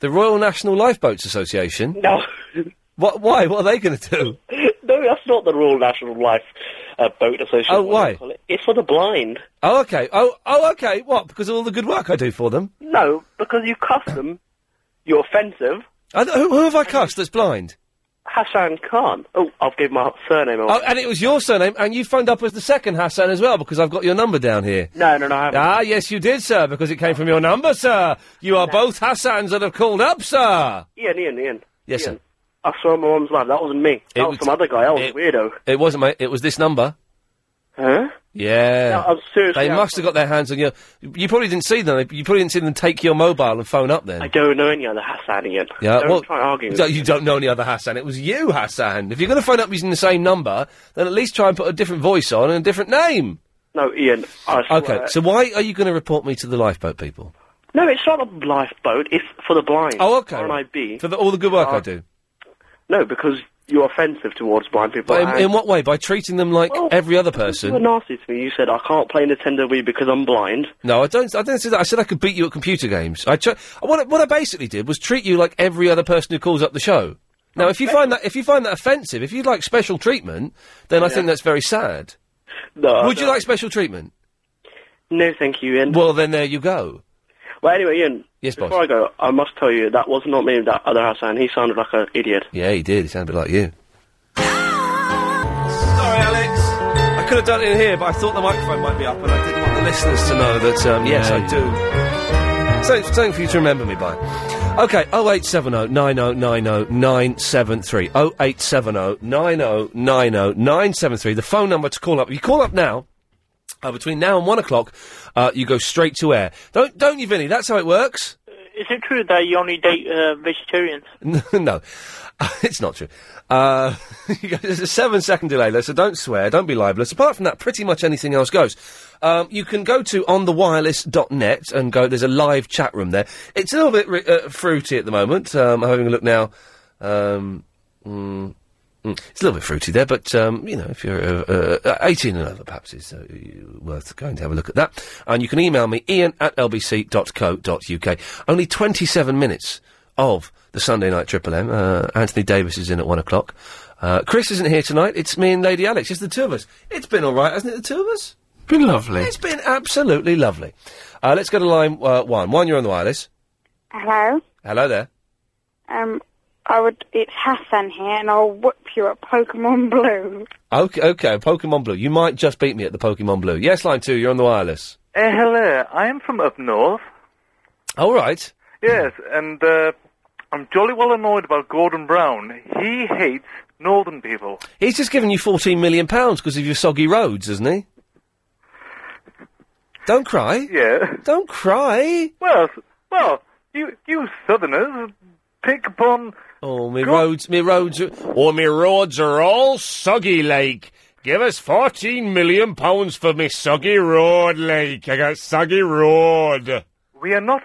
Speaker 1: The Royal National Lifeboats Association.
Speaker 24: No.
Speaker 1: What? Why? What are they going to do?
Speaker 24: no, that's not the Royal National Life uh, Boat Association.
Speaker 1: Oh,
Speaker 24: what do
Speaker 1: why?
Speaker 24: they call it. It's for the blind.
Speaker 1: Oh, okay. Oh, oh, okay. What? Because of all the good work I do for them.
Speaker 24: No, because you cuss them, you're offensive.
Speaker 1: I, th- who, who have I cussed that's blind?
Speaker 24: Hassan Khan. Oh, I'll give my surname away.
Speaker 1: Oh, and it was your surname, and you phoned up as the second Hassan as well, because I've got your number down here.
Speaker 24: No, no, no. I haven't.
Speaker 1: Ah, yes, you did, sir, because it came from your number, sir. You are both Hassans that have called up, sir.
Speaker 24: Ian, Ian, Ian.
Speaker 1: Yes,
Speaker 24: Ian. I saw my mum's lad. That wasn't me. That
Speaker 1: It
Speaker 24: was,
Speaker 1: was-
Speaker 24: some other guy. I was a weirdo.
Speaker 1: sir. It wasn't, mate. It was this number.
Speaker 24: Huh?
Speaker 1: Yeah.
Speaker 24: No, I'm seriously-
Speaker 1: They
Speaker 24: I'm-
Speaker 1: must have got their hands on your. You probably didn't see them. You probably didn't see them take your mobile and phone up then.
Speaker 24: I don't know any other Hassan Ian.
Speaker 1: Yeah,
Speaker 24: don't
Speaker 1: well,
Speaker 24: try and argue.
Speaker 1: No, you don't know any other Hassan. It was you, Hassan. If you're going to phone up using the same number, then at least try and put a different voice on and a different name.
Speaker 24: No, Ian. I swear.
Speaker 1: Okay, so why are you going to report me to the lifeboat people?
Speaker 24: No, it's not a lifeboat. It's for the blind.
Speaker 1: Oh, okay.
Speaker 24: RNIB.
Speaker 1: For the, all the good work
Speaker 24: Uh,
Speaker 1: I do.
Speaker 24: No, because you're offensive towards blind people.
Speaker 1: But in,
Speaker 24: and
Speaker 1: in what way? By treating them like every other person?
Speaker 24: You were nasty to me. You said I can't play Nintendo Wii because I'm blind.
Speaker 1: No, I don't. I didn't say that. I said I could beat you at computer games. I tr- what, I- what I basically did was treat you like every other person who calls up the show. Now, if you find that if you find that offensive, if you'd like special treatment, then I think that's very sad.
Speaker 24: No,
Speaker 1: Would
Speaker 24: I
Speaker 1: you
Speaker 24: don't.
Speaker 1: like special treatment?
Speaker 24: No, thank you, Ian.
Speaker 1: Well, then there you go.
Speaker 24: Well, anyway, Ian.
Speaker 1: Yes,
Speaker 24: before
Speaker 1: boss.
Speaker 24: I go, I must tell you that was not me. That other Hassan, he sounded like an idiot.
Speaker 1: Yeah, he did. He sounded like you. Sorry, Alex. I could have done it in here, but I thought the microphone might be up, and I didn't want the listeners to know that. Um, yes,
Speaker 16: Yeah,
Speaker 1: I
Speaker 16: yeah.
Speaker 1: do. So, something for you to remember me by. Okay, 0870 9090 973. 0870 9090 oh, 973. The phone number to call up. You call up now. Uh, between now and one o'clock, uh, you go straight to air. Don't, don't you, Vinny? That's how it works.
Speaker 47: Is it true that you only date uh, vegetarians?
Speaker 1: no, it's not true. Uh, there's a seven second delay there, so don't swear, don't be libelous. Apart from that, pretty much anything else goes. Um, you can go to onthewireless.net and go, there's a live chat room there. It's a little bit ri- uh, fruity at the moment. Um, I'm having a look now. Um, mm, mm, it's a little bit fruity there, but um, you know, if you're uh, uh, 18 and over, perhaps it's uh, worth going to have a look at that. And you can email me, ian at lbc.co.uk. Only 27 minutes of the Sunday night Triple M. Uh, Anthony Davis is in at one o'clock. Uh, Chris isn't here tonight. It's me and Lady Alex. It's the two of us. It's been all right, hasn't it? The two of us.
Speaker 48: Been lovely.
Speaker 1: It's been absolutely lovely. Uh, let's go to line uh, one. One, you're on the wireless.
Speaker 18: Hello.
Speaker 1: Hello there.
Speaker 18: Um, I would. It's Hassan here, and I'll whip you at Pokemon Blue.
Speaker 1: Okay, okay. Pokemon Blue. You might just beat me at the Pokemon Blue. Yes, line two. You're on the wireless.
Speaker 2: Uh, hello, I am from up north.
Speaker 16: Oh,
Speaker 1: All right.
Speaker 2: Yes, and uh, I'm jolly well annoyed about Gordon Brown. He hates northern people.
Speaker 1: He's just given you fourteen million pounds because of your soggy roads, hasn't he? Don't cry.
Speaker 2: Yeah.
Speaker 1: Don't cry.
Speaker 2: Well, s- well, you you southerners pick upon.
Speaker 1: Oh, me roads, me roads, are, oh, me roads are all soggy, like. Give us fourteen million pounds for me soggy road, like. I got soggy road.
Speaker 2: We are not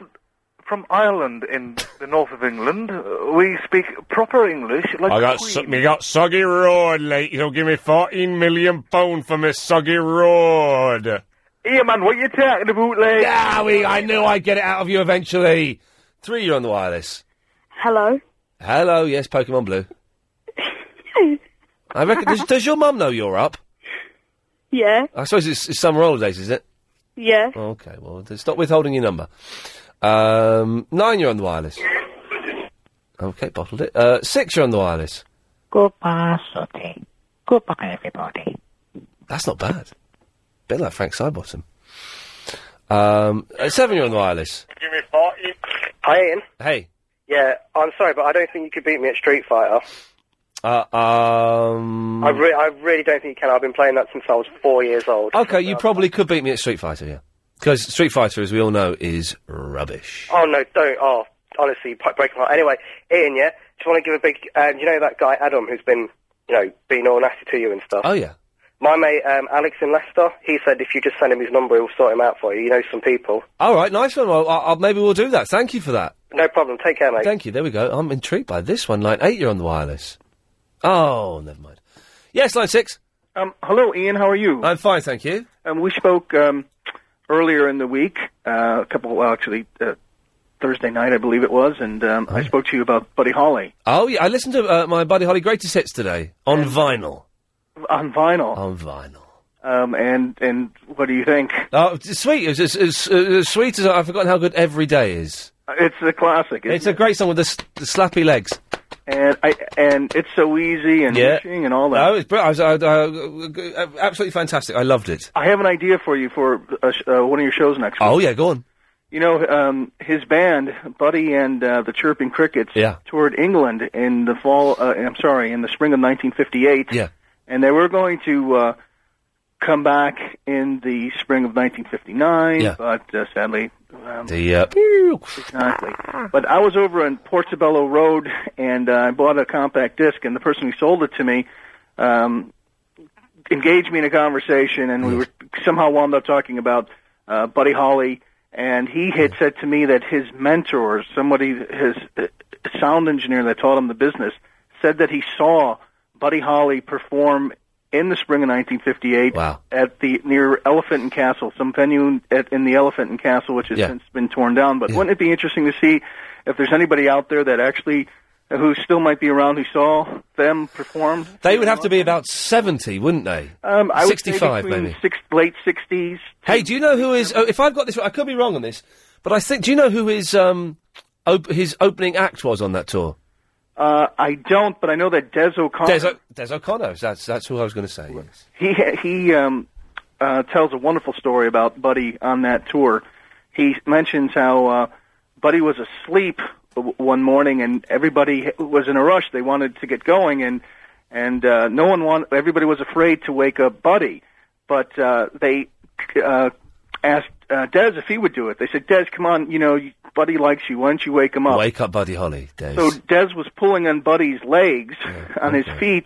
Speaker 2: from Ireland in the north of England. Uh, We speak proper English. Like
Speaker 16: I got
Speaker 2: Queen.
Speaker 16: so- me got soggy road, like you don't give me fourteen million pound for me soggy road.
Speaker 2: Here, man, what you talking about, like?
Speaker 1: Yeah, we, I knew I'd get it out of you eventually. Three, you're on the wireless.
Speaker 18: Hello.
Speaker 1: Hello, yes, Pokemon Blue. I reckon. Does, does your mum know you're up?
Speaker 18: Yeah.
Speaker 1: I suppose it's, it's summer holidays, is it? Oh,
Speaker 18: Yeah.
Speaker 1: Okay, well, th- stop withholding your number. Um, nine, you're on the wireless. Okay, bottled it. Uh, six, you're on the wireless.
Speaker 49: Goodbye, Sooty. Goodbye, everybody.
Speaker 1: That's not bad. Bit like Frank Sidebottom. Um, uh, seven, you're on the wireless.
Speaker 10: Give me forty. Hi, Ian.
Speaker 1: Hey.
Speaker 10: Yeah, I'm sorry, but I don't think you could beat me at Street Fighter.
Speaker 1: Uh, um.
Speaker 10: I, re- I really don't think you can. I've been playing that since I was four years old.
Speaker 1: Okay, you probably could beat me at Street Fighter, yeah. Because Street Fighter, as we all know, is rubbish.
Speaker 10: Oh no, don't. Oh, honestly, p- breaking my heart. Anyway, Ian, yeah, just want to give a big. Um, you know that guy Adam who's been, you know, being all nasty to you and stuff.
Speaker 1: Oh, yeah.
Speaker 10: My mate um, Alex in Leicester, he said if you just send him his number, he'll sort him out for you. You know some people.
Speaker 1: All right, nice one. Well, I, I, maybe we'll do that. Thank you for that.
Speaker 10: No problem. Take care, mate.
Speaker 1: Thank you. There we go. I'm intrigued by this one. Line 8, you're on the wireless. Oh, never mind. Yes, line 6.
Speaker 35: Um, hello, Ian. How are you?
Speaker 1: I'm fine, thank you.
Speaker 35: Um, we spoke um, earlier in the week, uh, a couple, well, actually, uh, Thursday night, I believe it was, and um, I spoke to you about Buddy Holly
Speaker 1: Oh, yeah, I listened to uh, my buddy Holly Greatest Hits today on vinyl.
Speaker 35: on vinyl.
Speaker 1: On vinyl.
Speaker 35: Um, and and what do you think?
Speaker 1: Oh, it's sweet. It's as, as, as sweet as I've forgotten how good Every Day is.
Speaker 35: It's a classic. Isn't
Speaker 1: It's a great song with the, s- the slappy legs.
Speaker 35: and I and it's so easy and
Speaker 1: Yeah.
Speaker 35: wishing and all that.
Speaker 1: No, it's br- I was, I, I, I- absolutely fantastic. I loved it.
Speaker 35: I have an idea for you for uh, sh- uh, one of your shows next week.
Speaker 1: Oh, yeah, go on.
Speaker 35: You know, um, his band, Buddy and uh, the Chirping Crickets,
Speaker 1: Yeah.
Speaker 35: toured England in the fall. Uh, I'm sorry, in the spring of 1958.
Speaker 1: Yeah.
Speaker 35: And they were going to uh, come back in the spring of 1959,
Speaker 1: Yeah.
Speaker 35: but uh, sadly, um,
Speaker 1: The, uh,
Speaker 35: exactly. But I was over on Portobello Road, and uh, I bought a compact disc, and the person who sold it to me. Um, engaged me in a conversation, and we were somehow wound up talking about uh, Buddy Holly. And he had said to me that his mentor, somebody, his uh, sound engineer that taught him the business, said that he saw Buddy Holly perform in the spring of 1958 at the near Elephant and Castle, some venue in- at, in the Elephant and Castle, which has
Speaker 1: Yeah.
Speaker 35: since been torn down. But wouldn't it be interesting to see if there's anybody out there that actually who still might be around who saw them perform.
Speaker 1: They would have to be about 70, wouldn't they?
Speaker 35: Um, I would say
Speaker 1: 65,
Speaker 35: between
Speaker 1: maybe.
Speaker 35: Six, late 60s.
Speaker 1: Hey, do you know who is? Oh, if I've got this, right, I could be wrong on this, but I think. Do you know who his um op- his opening act was on that tour?
Speaker 35: Uh, I don't, but I know that Des O'Connor.
Speaker 1: Des, o- Des O'Connor. That's that's who I was going to say. yes.
Speaker 35: he he um, uh, tells a wonderful story about Buddy on that tour. He mentions how uh, Buddy was asleep w- one morning, and everybody h- was in a rush. They wanted to get going, and and uh, no one wanted. Everybody was afraid to wake up Buddy, but uh, they uh, asked uh, Des if he would do it. They said, "Des, come on, you know, you- Buddy likes you. Why don't you wake him up?"
Speaker 1: Wake up, Buddy Holly, Des.
Speaker 35: So Des was pulling on Buddy's legs, on his feet,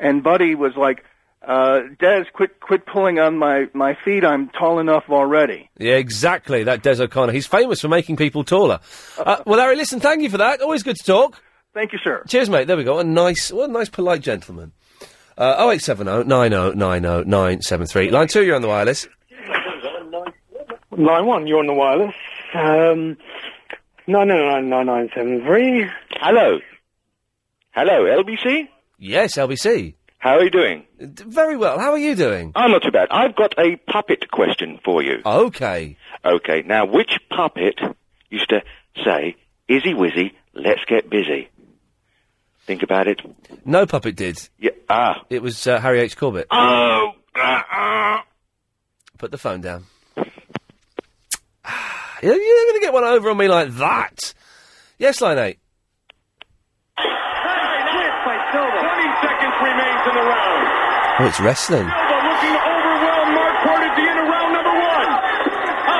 Speaker 35: and Buddy was like, uh, "Des, quit, quit pulling on my my feet. I'm tall enough already."
Speaker 1: Yeah, exactly. That Des O'Connor. He's famous for making people taller. Uh, well, Larry, listen, thank you for that. Always good to talk.
Speaker 35: Thank you, sir.
Speaker 1: Cheers, mate. There we go. A nice, what a nice, polite gentleman. Uh, 0870 90 90 973. Line 2, you're on the wireless.
Speaker 24: Line one, you're on the wireless. Um, nine nine nine nine nine seven three.
Speaker 50: Hello. Hello, LBC?
Speaker 1: Yes, LBC.
Speaker 50: How are you doing?
Speaker 1: Very well. How are you doing?
Speaker 50: I'm not too bad. I've got a puppet question for you.
Speaker 1: Okay.
Speaker 50: Okay, now which puppet used to say, Izzy Wizzy, let's get busy? Think about it.
Speaker 1: No puppet did.
Speaker 50: Yeah, ah.
Speaker 1: It was uh, Harry H. Corbett.
Speaker 50: Oh!
Speaker 1: Put the phone down. You're going to get one over on me like that. Yes, line 8.
Speaker 8: seconds remains in the round.
Speaker 1: Oh, it's wrestling.
Speaker 8: Silva looking to overwhelm Mark Porter into round number one.
Speaker 4: Oh,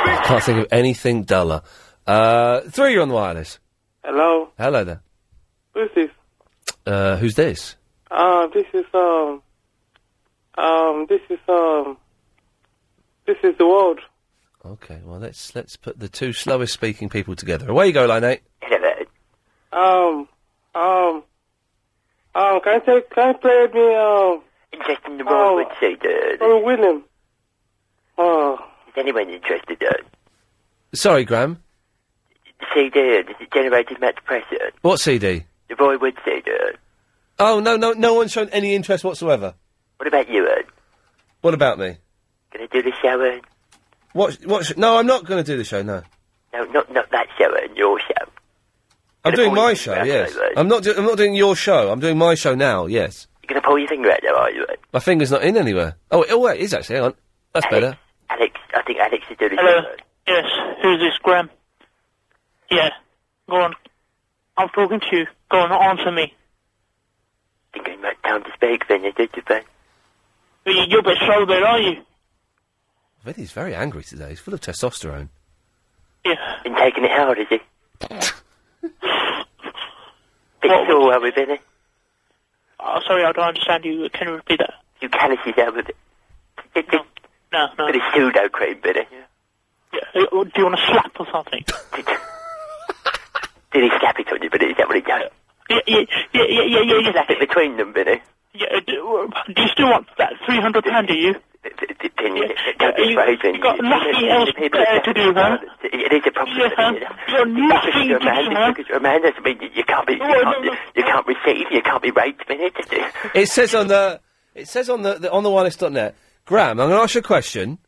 Speaker 1: I can't think of anything duller. Uh, 3, you're on the wireless.
Speaker 4: Hello,
Speaker 1: Hello there.
Speaker 4: who's this?
Speaker 1: Uh, who's this?
Speaker 4: Uh, this is um, um, this is um, this is the world.
Speaker 1: Okay, well let's let's put the two slowest speaking people together. Away you go, line eight.
Speaker 4: Um, um, um, can I take, can I play with me, um, oh.
Speaker 14: Interesting the world would say that.
Speaker 4: Robbie Williams? Oh,
Speaker 14: Is anyone interested uh, in
Speaker 1: Sorry, Graham.
Speaker 14: Say that. This is generated much pressure.
Speaker 1: What CD?
Speaker 14: The boy would say uh, that.
Speaker 1: Oh no no no one's shown any interest whatsoever.
Speaker 14: What about you, Ed?
Speaker 1: What about me?
Speaker 14: Gonna do the shower?
Speaker 1: What what? Sh- no, I'm not going to do the show. No,
Speaker 14: No, not not that shower, your shower.
Speaker 1: I'm
Speaker 14: Gonna
Speaker 1: doing
Speaker 14: pull
Speaker 1: my
Speaker 14: your
Speaker 1: show.
Speaker 14: finger out,
Speaker 1: Yes,
Speaker 14: though, Ed.
Speaker 1: I'm not do- I'm not doing your show. I'm doing my show now. Yes,
Speaker 14: You're gonna pull your finger out now, are you, Ed?
Speaker 1: my finger's not in anywhere. Oh, it, oh, it is actually. Hang on, that's better.
Speaker 14: Alex, I think Alex is doing the
Speaker 4: hello.
Speaker 14: shower.
Speaker 4: Yes, who's this, Graham? Yeah, go on. I'm talking to you. Go on, answer me.
Speaker 14: Thinking about time to speak, then you did your best.
Speaker 4: You- You're a bit slow, there, are you?
Speaker 1: Vinny's very angry today. He's full of testosterone.
Speaker 14: Yeah. Been taking it hard, is he? Big all are we, eh? Vinny?
Speaker 4: Oh, sorry, I don't understand you. Can you repeat that?
Speaker 14: You calluses out with it.
Speaker 4: No, no.
Speaker 14: Bit of pseudo cream, Vinny.
Speaker 4: Uh, uh, Do you want to slap or something?
Speaker 14: Did he slap it on you, Vinny? Is that what he does?
Speaker 4: Yeah, yeah, yeah, yeah, yeah, yeah.
Speaker 14: Did he slap it between them, Vinny?
Speaker 4: Yeah, uh, do, do you still want that three hundred pound? Do you?
Speaker 14: Then you, don't be afraid, Vinny.
Speaker 4: got nothing else better to do, huh?
Speaker 14: Oh, It is a problem. Vinny.
Speaker 4: You're nothing
Speaker 14: You're a man,
Speaker 4: to do, huh?
Speaker 14: because you're a man doesn't mean you, you can't be, you
Speaker 4: Well,
Speaker 14: can't,
Speaker 4: no,
Speaker 14: you can't receive, you can't be raped, Vinny. Just, uh,
Speaker 1: It says on the it says on the, the on the wireless.net. Graham, I'm going to ask you a question.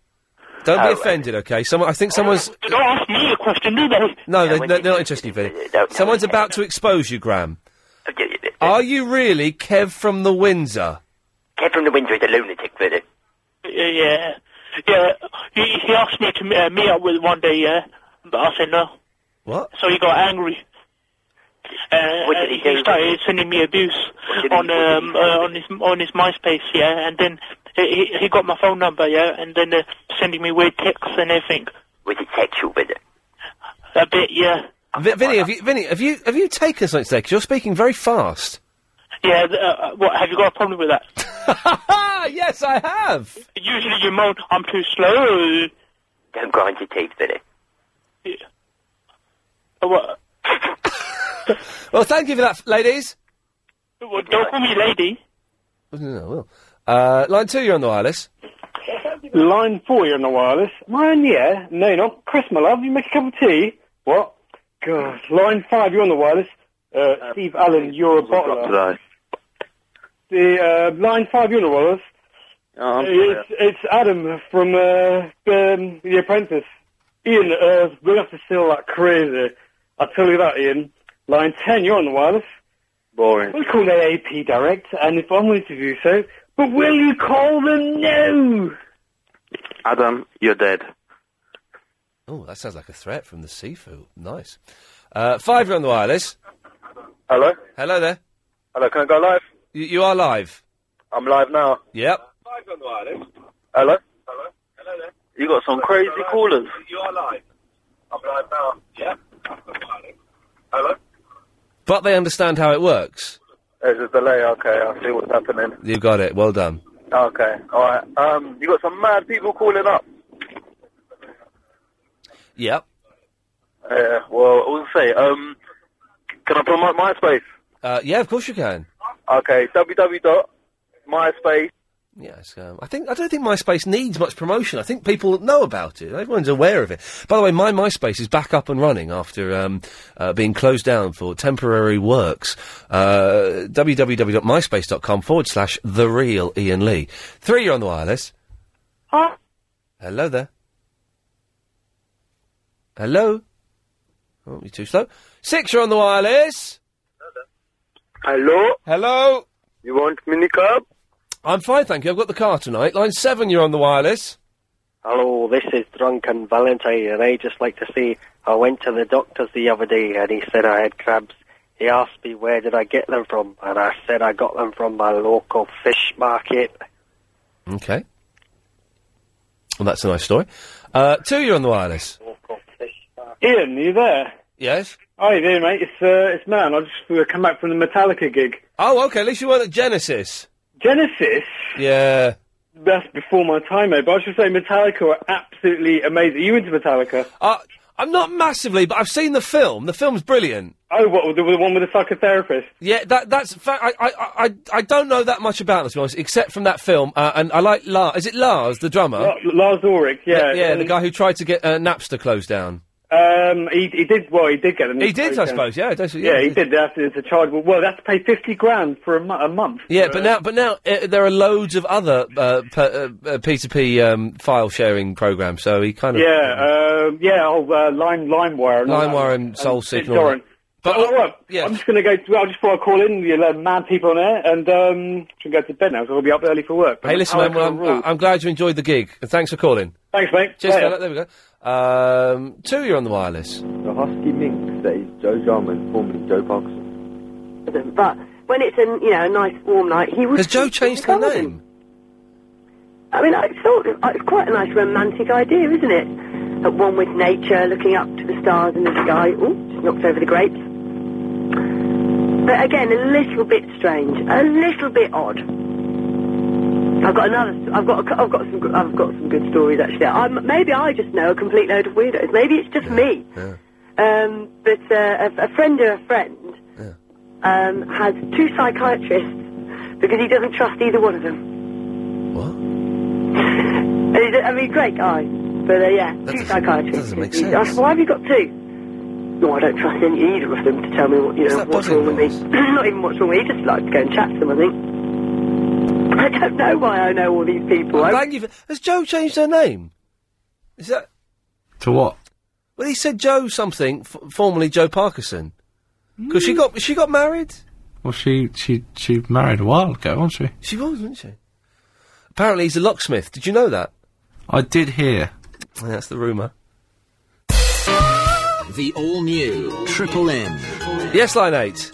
Speaker 1: Don't
Speaker 14: Oh,
Speaker 1: be
Speaker 14: right.
Speaker 1: offended, okay? Someone, I think someone's.
Speaker 4: Don't ask me a question, do they?
Speaker 1: No, they, they're not interested in you, Vinny. Someone's about to expose you, Graham. Are you really Kev from the Windsor?
Speaker 14: Kev from the Windsor is a lunatic, Vinny.
Speaker 4: Yeah, yeah, yeah. He, he asked me to uh, meet up with one day, yeah, but I said no.
Speaker 1: What?
Speaker 4: So he got angry. Uh,
Speaker 14: What did he
Speaker 4: uh,
Speaker 14: do?
Speaker 4: started sending me abuse
Speaker 14: did he- what
Speaker 4: on
Speaker 14: did
Speaker 4: um, uh, on his on his MySpace, yeah, and then he he- he got my phone number, yeah, and then uh, sending me weird texts and everything.
Speaker 14: Was it sexual, Vinny?
Speaker 4: A bit, yeah,
Speaker 1: Vi- Vinny, have you, Vinny, have you, have you taken something today? 'Cause you're speaking very fast.
Speaker 4: yeah. th- Uh, uh, what have you got a problem with that?
Speaker 1: yes, I have.
Speaker 4: Usually you moan, I'm too slow.
Speaker 14: Don't grind your teeth, Vinny.
Speaker 4: Uh, What?
Speaker 1: Well, thank you for that, f- ladies.
Speaker 4: Well, don't call me lady.
Speaker 1: No, no, no, I will. Uh, line two, you're on the wireless.
Speaker 24: Line four, you're on the wireless. Am I on the air? No, you're not. Chris, my love, you make a cup of tea. What? God. Line five, you're on the wireless. Uh, Steve Allen, you're a bottler.
Speaker 4: Today.
Speaker 24: The uh, line five Unirollas.
Speaker 4: Um,
Speaker 24: it's, it's Adam from uh, um, The Apprentice. Ian, uh, we have to steal like crazy. I tell you that, Ian. Line ten, you're on the wireless.
Speaker 4: Boring.
Speaker 24: We'll call AAP Direct, and if I'm willing to do so, but will you call them? No.
Speaker 4: Adam, you're dead.
Speaker 1: Oh, that sounds like a threat from the seafood. Nice. Uh, five, you're on the wireless.
Speaker 4: Hello?
Speaker 1: Hello there.
Speaker 4: Hello, can I go live?
Speaker 1: You, you are live.
Speaker 4: I'm live now.
Speaker 1: Yep.
Speaker 4: Hello?
Speaker 22: Hello there.
Speaker 4: You got some crazy callers.
Speaker 22: You are live. I'm live now. Yeah. Hello.
Speaker 1: But they understand how it works.
Speaker 22: There's a delay. Okay, I see what's happening.
Speaker 1: You got it. Well done.
Speaker 22: Okay. All right. Um, you got some mad people calling up.
Speaker 1: Yep.
Speaker 22: Yeah. Well, I was gonna say, um, can I promote MySpace?
Speaker 1: Uh, yeah, of course you can.
Speaker 22: Okay. www.myspace.
Speaker 1: Yes, um, I think I don't think MySpace needs much promotion. I think people know about it. Everyone's aware of it. By the way, my MySpace is back up and running after um, uh, being closed down for temporary works. Uh, www.myspace.com forward slash the real Ian Lee. Three, you're on the wireless.
Speaker 51: Huh?
Speaker 1: Hello there. Hello. Oh, you're too slow. Six, you're on the wireless.
Speaker 22: Hello.
Speaker 1: Hello.
Speaker 22: You want minicab?
Speaker 1: I'm fine, thank you. I've got the car tonight. Line seven, you're on the wireless.
Speaker 10: Hello, this is Drunken Valentine, and I just like to say I went to the doctor's the other day and he said I had crabs. He asked me where did I get them from, and I said I got them from my local fish market.
Speaker 1: Okay. Well, that's a nice story. Uh, two, you're on the wireless.
Speaker 24: Ian, are you there?
Speaker 1: Yes.
Speaker 24: Hi there, mate. It's uh, it's man. I just uh, come back from the Metallica gig.
Speaker 1: Oh, okay. At least you weren't at Genesis.
Speaker 24: Genesis.
Speaker 1: Yeah.
Speaker 24: That's before my time, mate. But I should say Metallica are absolutely amazing. Are you into Metallica?
Speaker 1: Uh, I'm not massively, but I've seen the film. The film's brilliant.
Speaker 24: Oh, what the, the one with the psychotherapist?
Speaker 1: Yeah, that that's. Fa- I, I I I I don't know that much about it to be honest, except from that film. Uh, and I like Lars. Is it Lars, the drummer?
Speaker 24: La- Lars Ulrich, yeah.
Speaker 1: yeah, the
Speaker 24: And,
Speaker 1: guy who tried to get uh, Napster closed down.
Speaker 24: Um, he he did well. He did get them.
Speaker 1: He did, I suppose, yeah, that's- yeah,
Speaker 24: yeah,
Speaker 1: he
Speaker 24: he did. They have to, it's a chargeable. Well, they have to pay fifty grand for a, mo- a month.
Speaker 1: Yeah, but now, but now uh, there are loads of other uh, per- uh, uh, P2P um, file sharing programs. So he kind of
Speaker 24: Yeah, um, yeah. Oh, uh, lime, LimeWire, and all that.
Speaker 1: LimeWire and Soul Seek and all
Speaker 24: Doran.
Speaker 1: that.
Speaker 24: But oh, right, I'm just going to go. To, I'll just before I call in, the eleven mad people on air, and um, should go to bed now. So I'll be up early for work. But
Speaker 1: Hey, listen, man,
Speaker 24: Metallica
Speaker 1: well, I'm,
Speaker 24: rule.
Speaker 1: I'm glad you enjoyed the gig, and thanks for calling.
Speaker 24: Thanks, mate.
Speaker 1: Cheers,
Speaker 24: Later.
Speaker 1: fella. There we go. Um, two, you're on the wireless.
Speaker 3: The Husky Minx that is Joe Jarman, formerly Joe Parkinson.
Speaker 17: But when it's a you know a nice warm night, he would.
Speaker 1: Has Joe changed their name?
Speaker 17: I mean, I thought it- it's quite a nice romantic idea, isn't it? At one with nature, looking up to the stars in the sky. Ooh, just knocked over the grapes. But again, a little bit strange, a little bit odd. I've got another. st- I've got. A, I've got some. gr- I've got some good stories actually. I'm, maybe I just know a complete load of weirdos. Maybe it's just me. Um, but uh, a, a friend of a friend um, has two psychiatrists because he doesn't trust either one of them. What? I mean, great guy, but uh, yeah, two psychiatrists.
Speaker 1: Doesn't make
Speaker 17: He asked,
Speaker 1: sense.
Speaker 17: Why have you got two? No, I don't trust any either of them to tell me what you
Speaker 1: What's
Speaker 17: know
Speaker 1: that
Speaker 17: what's
Speaker 1: buzzing
Speaker 17: wrong with me. Not even what's wrong with me. He just likes to go and chat to them. I think. I don't know why I know all these people.
Speaker 1: I'm glad you've- Has Joe changed their name? Is that
Speaker 9: To what?
Speaker 1: well? He said Joe something, f- formerly Joe Parkinson, because
Speaker 24: Hmm.
Speaker 1: she got she got married.
Speaker 9: Well, she she she married a while ago, wasn't she?
Speaker 1: She was, wasn't she? Apparently, he's a locksmith. Did you know that?
Speaker 9: I did hear.
Speaker 1: That's the rumour.
Speaker 52: The all new Triple M.
Speaker 1: Yes, line eight.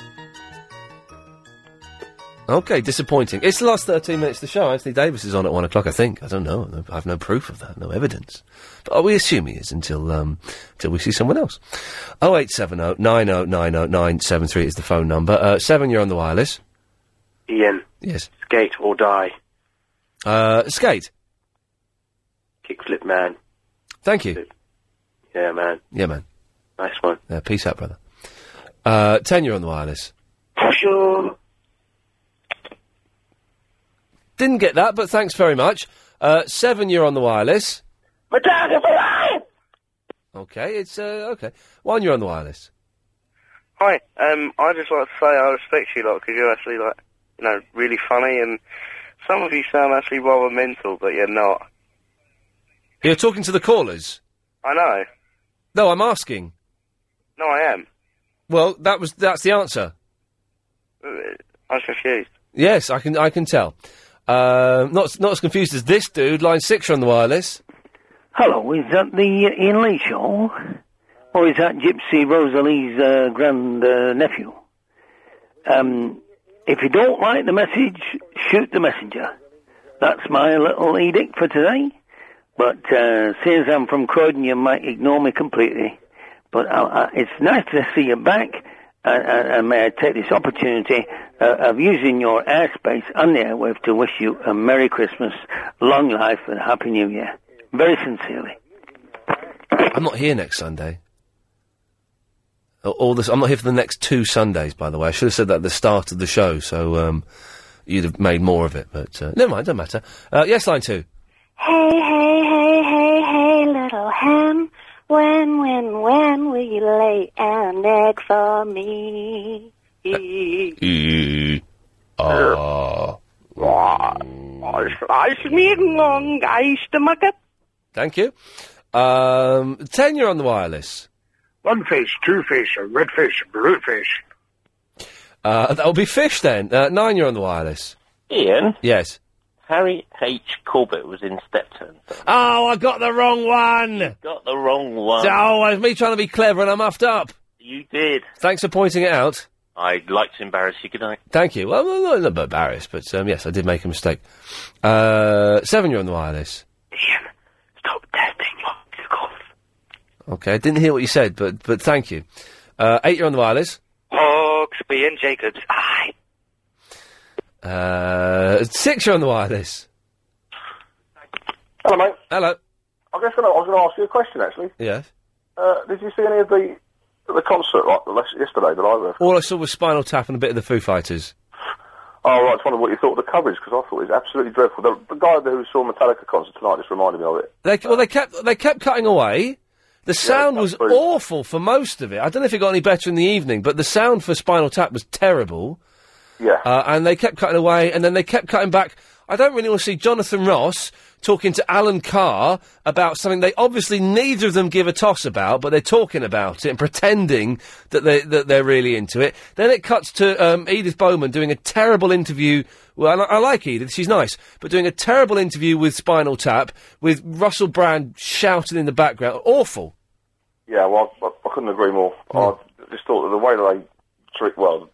Speaker 1: Okay, disappointing. It's the last 13 minutes of the show. Anthony Davis is on at one o'clock, I think. I don't know. No- I have no proof of that, no evidence. But we assume he is until, um, until we see someone else. 0870 9090973 is the phone number. Uh, seven, you're on the wireless.
Speaker 3: Ian,
Speaker 1: Yes.
Speaker 3: skate or die.
Speaker 1: Uh, skate.
Speaker 3: Kickflip man.
Speaker 1: Thank you.
Speaker 3: Yeah, man.
Speaker 1: Yeah, man.
Speaker 3: Nice one.
Speaker 1: Yeah, peace out, brother. Uh, ten, you're on the wireless.
Speaker 3: Sure.
Speaker 1: Didn't get that, but thanks very much. Uh, seven, you're on the wireless. Okay, it's, uh, okay. One, you're on the wireless.
Speaker 24: Hi. Um, I just like to say I respect you a lot because you're actually like, you know, really funny, and some of you sound actually rather mental, but you're not.
Speaker 1: You're talking to the callers.
Speaker 24: I know.
Speaker 1: No, I'm asking.
Speaker 24: No, I am.
Speaker 1: Well, that was that's the answer.
Speaker 24: Uh, I'm confused.
Speaker 1: Yes, I can I can tell. Um not s- not as confused as this dude. Line six you're on the wireless.
Speaker 32: Hello, is that the uh, Ian Lee show? Or is that Gypsy Rosalie's uh, grand uh, nephew? Um, if you don't like the message, shoot the messenger. That's my little edict for today. But uh, since I'm from Croydon, you might ignore me completely. But I, I, it's nice to see you back, and, and, and may I take this opportunity uh, of using your airspace on the airwave to wish you a Merry Christmas, long life, and Happy New Year. Very sincerely.
Speaker 1: I'm not here next Sunday. A- All this. I'm not here for the next two Sundays. By the way, I should have said that at the start of the show, so um, you'd have made more of it. But uh, never mind. Don't matter. Uh, yes, line two.
Speaker 18: Hey, hey, hey, hey, hey, little hen. When, when, when will you lay an egg for me?
Speaker 10: Uh,
Speaker 1: Thank you. Um, ten. You're on the wireless.
Speaker 53: One fish, two fish, a red fish, a blue fish.
Speaker 1: Uh, that'll be fish then. Uh, nine. You're on the wireless.
Speaker 54: Ian,
Speaker 1: Yes.
Speaker 54: Harry H. Corbett was in Stepton.
Speaker 1: Oh, I got the wrong one.
Speaker 54: Got the wrong one.
Speaker 1: Oh, it's me trying to be clever and I'm muffed up.
Speaker 54: You did.
Speaker 1: Thanks for pointing it out.
Speaker 54: I'd like to embarrass you. Good night.
Speaker 1: Thank you. Well, I'm a little- little bit embarrassed, but um, yes, I did make a mistake. Uh, seven, you're on the wireless. Ian, stop testing your Okay, I didn't hear what you said, but but thank you. Uh, eight, you're on the wireless.
Speaker 8: Hawksby and Jacobs. Aye.
Speaker 1: Uh, six, you're on the wireless.
Speaker 27: Hello, mate.
Speaker 1: Hello.
Speaker 27: I guess gonna, I was going to ask you a question, actually.
Speaker 1: Yes.
Speaker 27: Uh, did you see any of the the concert like, last- yesterday that I was?
Speaker 1: All I saw was Spinal Tap and a bit of the Foo Fighters.
Speaker 27: Oh, right. I just wondered what you thought of the coverage because I thought it was absolutely dreadful. The, the guy who saw Metallica concert tonight just reminded me of it.
Speaker 1: They, well, they kept they kept cutting away. The sound was awful for most of it. I don't know if it got any better in the evening, but the sound for Spinal Tap was terrible.
Speaker 27: Yeah.
Speaker 1: Uh, and they kept cutting away, and then they kept cutting back. I don't really want to see Jonathan Ross talking to Alan Carr about something they obviously neither of them give a toss about, but they're talking about it and pretending that they that they're really into it. Then it cuts to um, Edith Bowman doing a terrible interview. Well, and I, I like Edith; she's nice, but doing a terrible interview with Spinal Tap with Russell Brand shouting in the background. Awful.
Speaker 27: Yeah, well, I, I couldn't agree more.
Speaker 1: Hmm.
Speaker 27: I just thought that the way that they treat, well,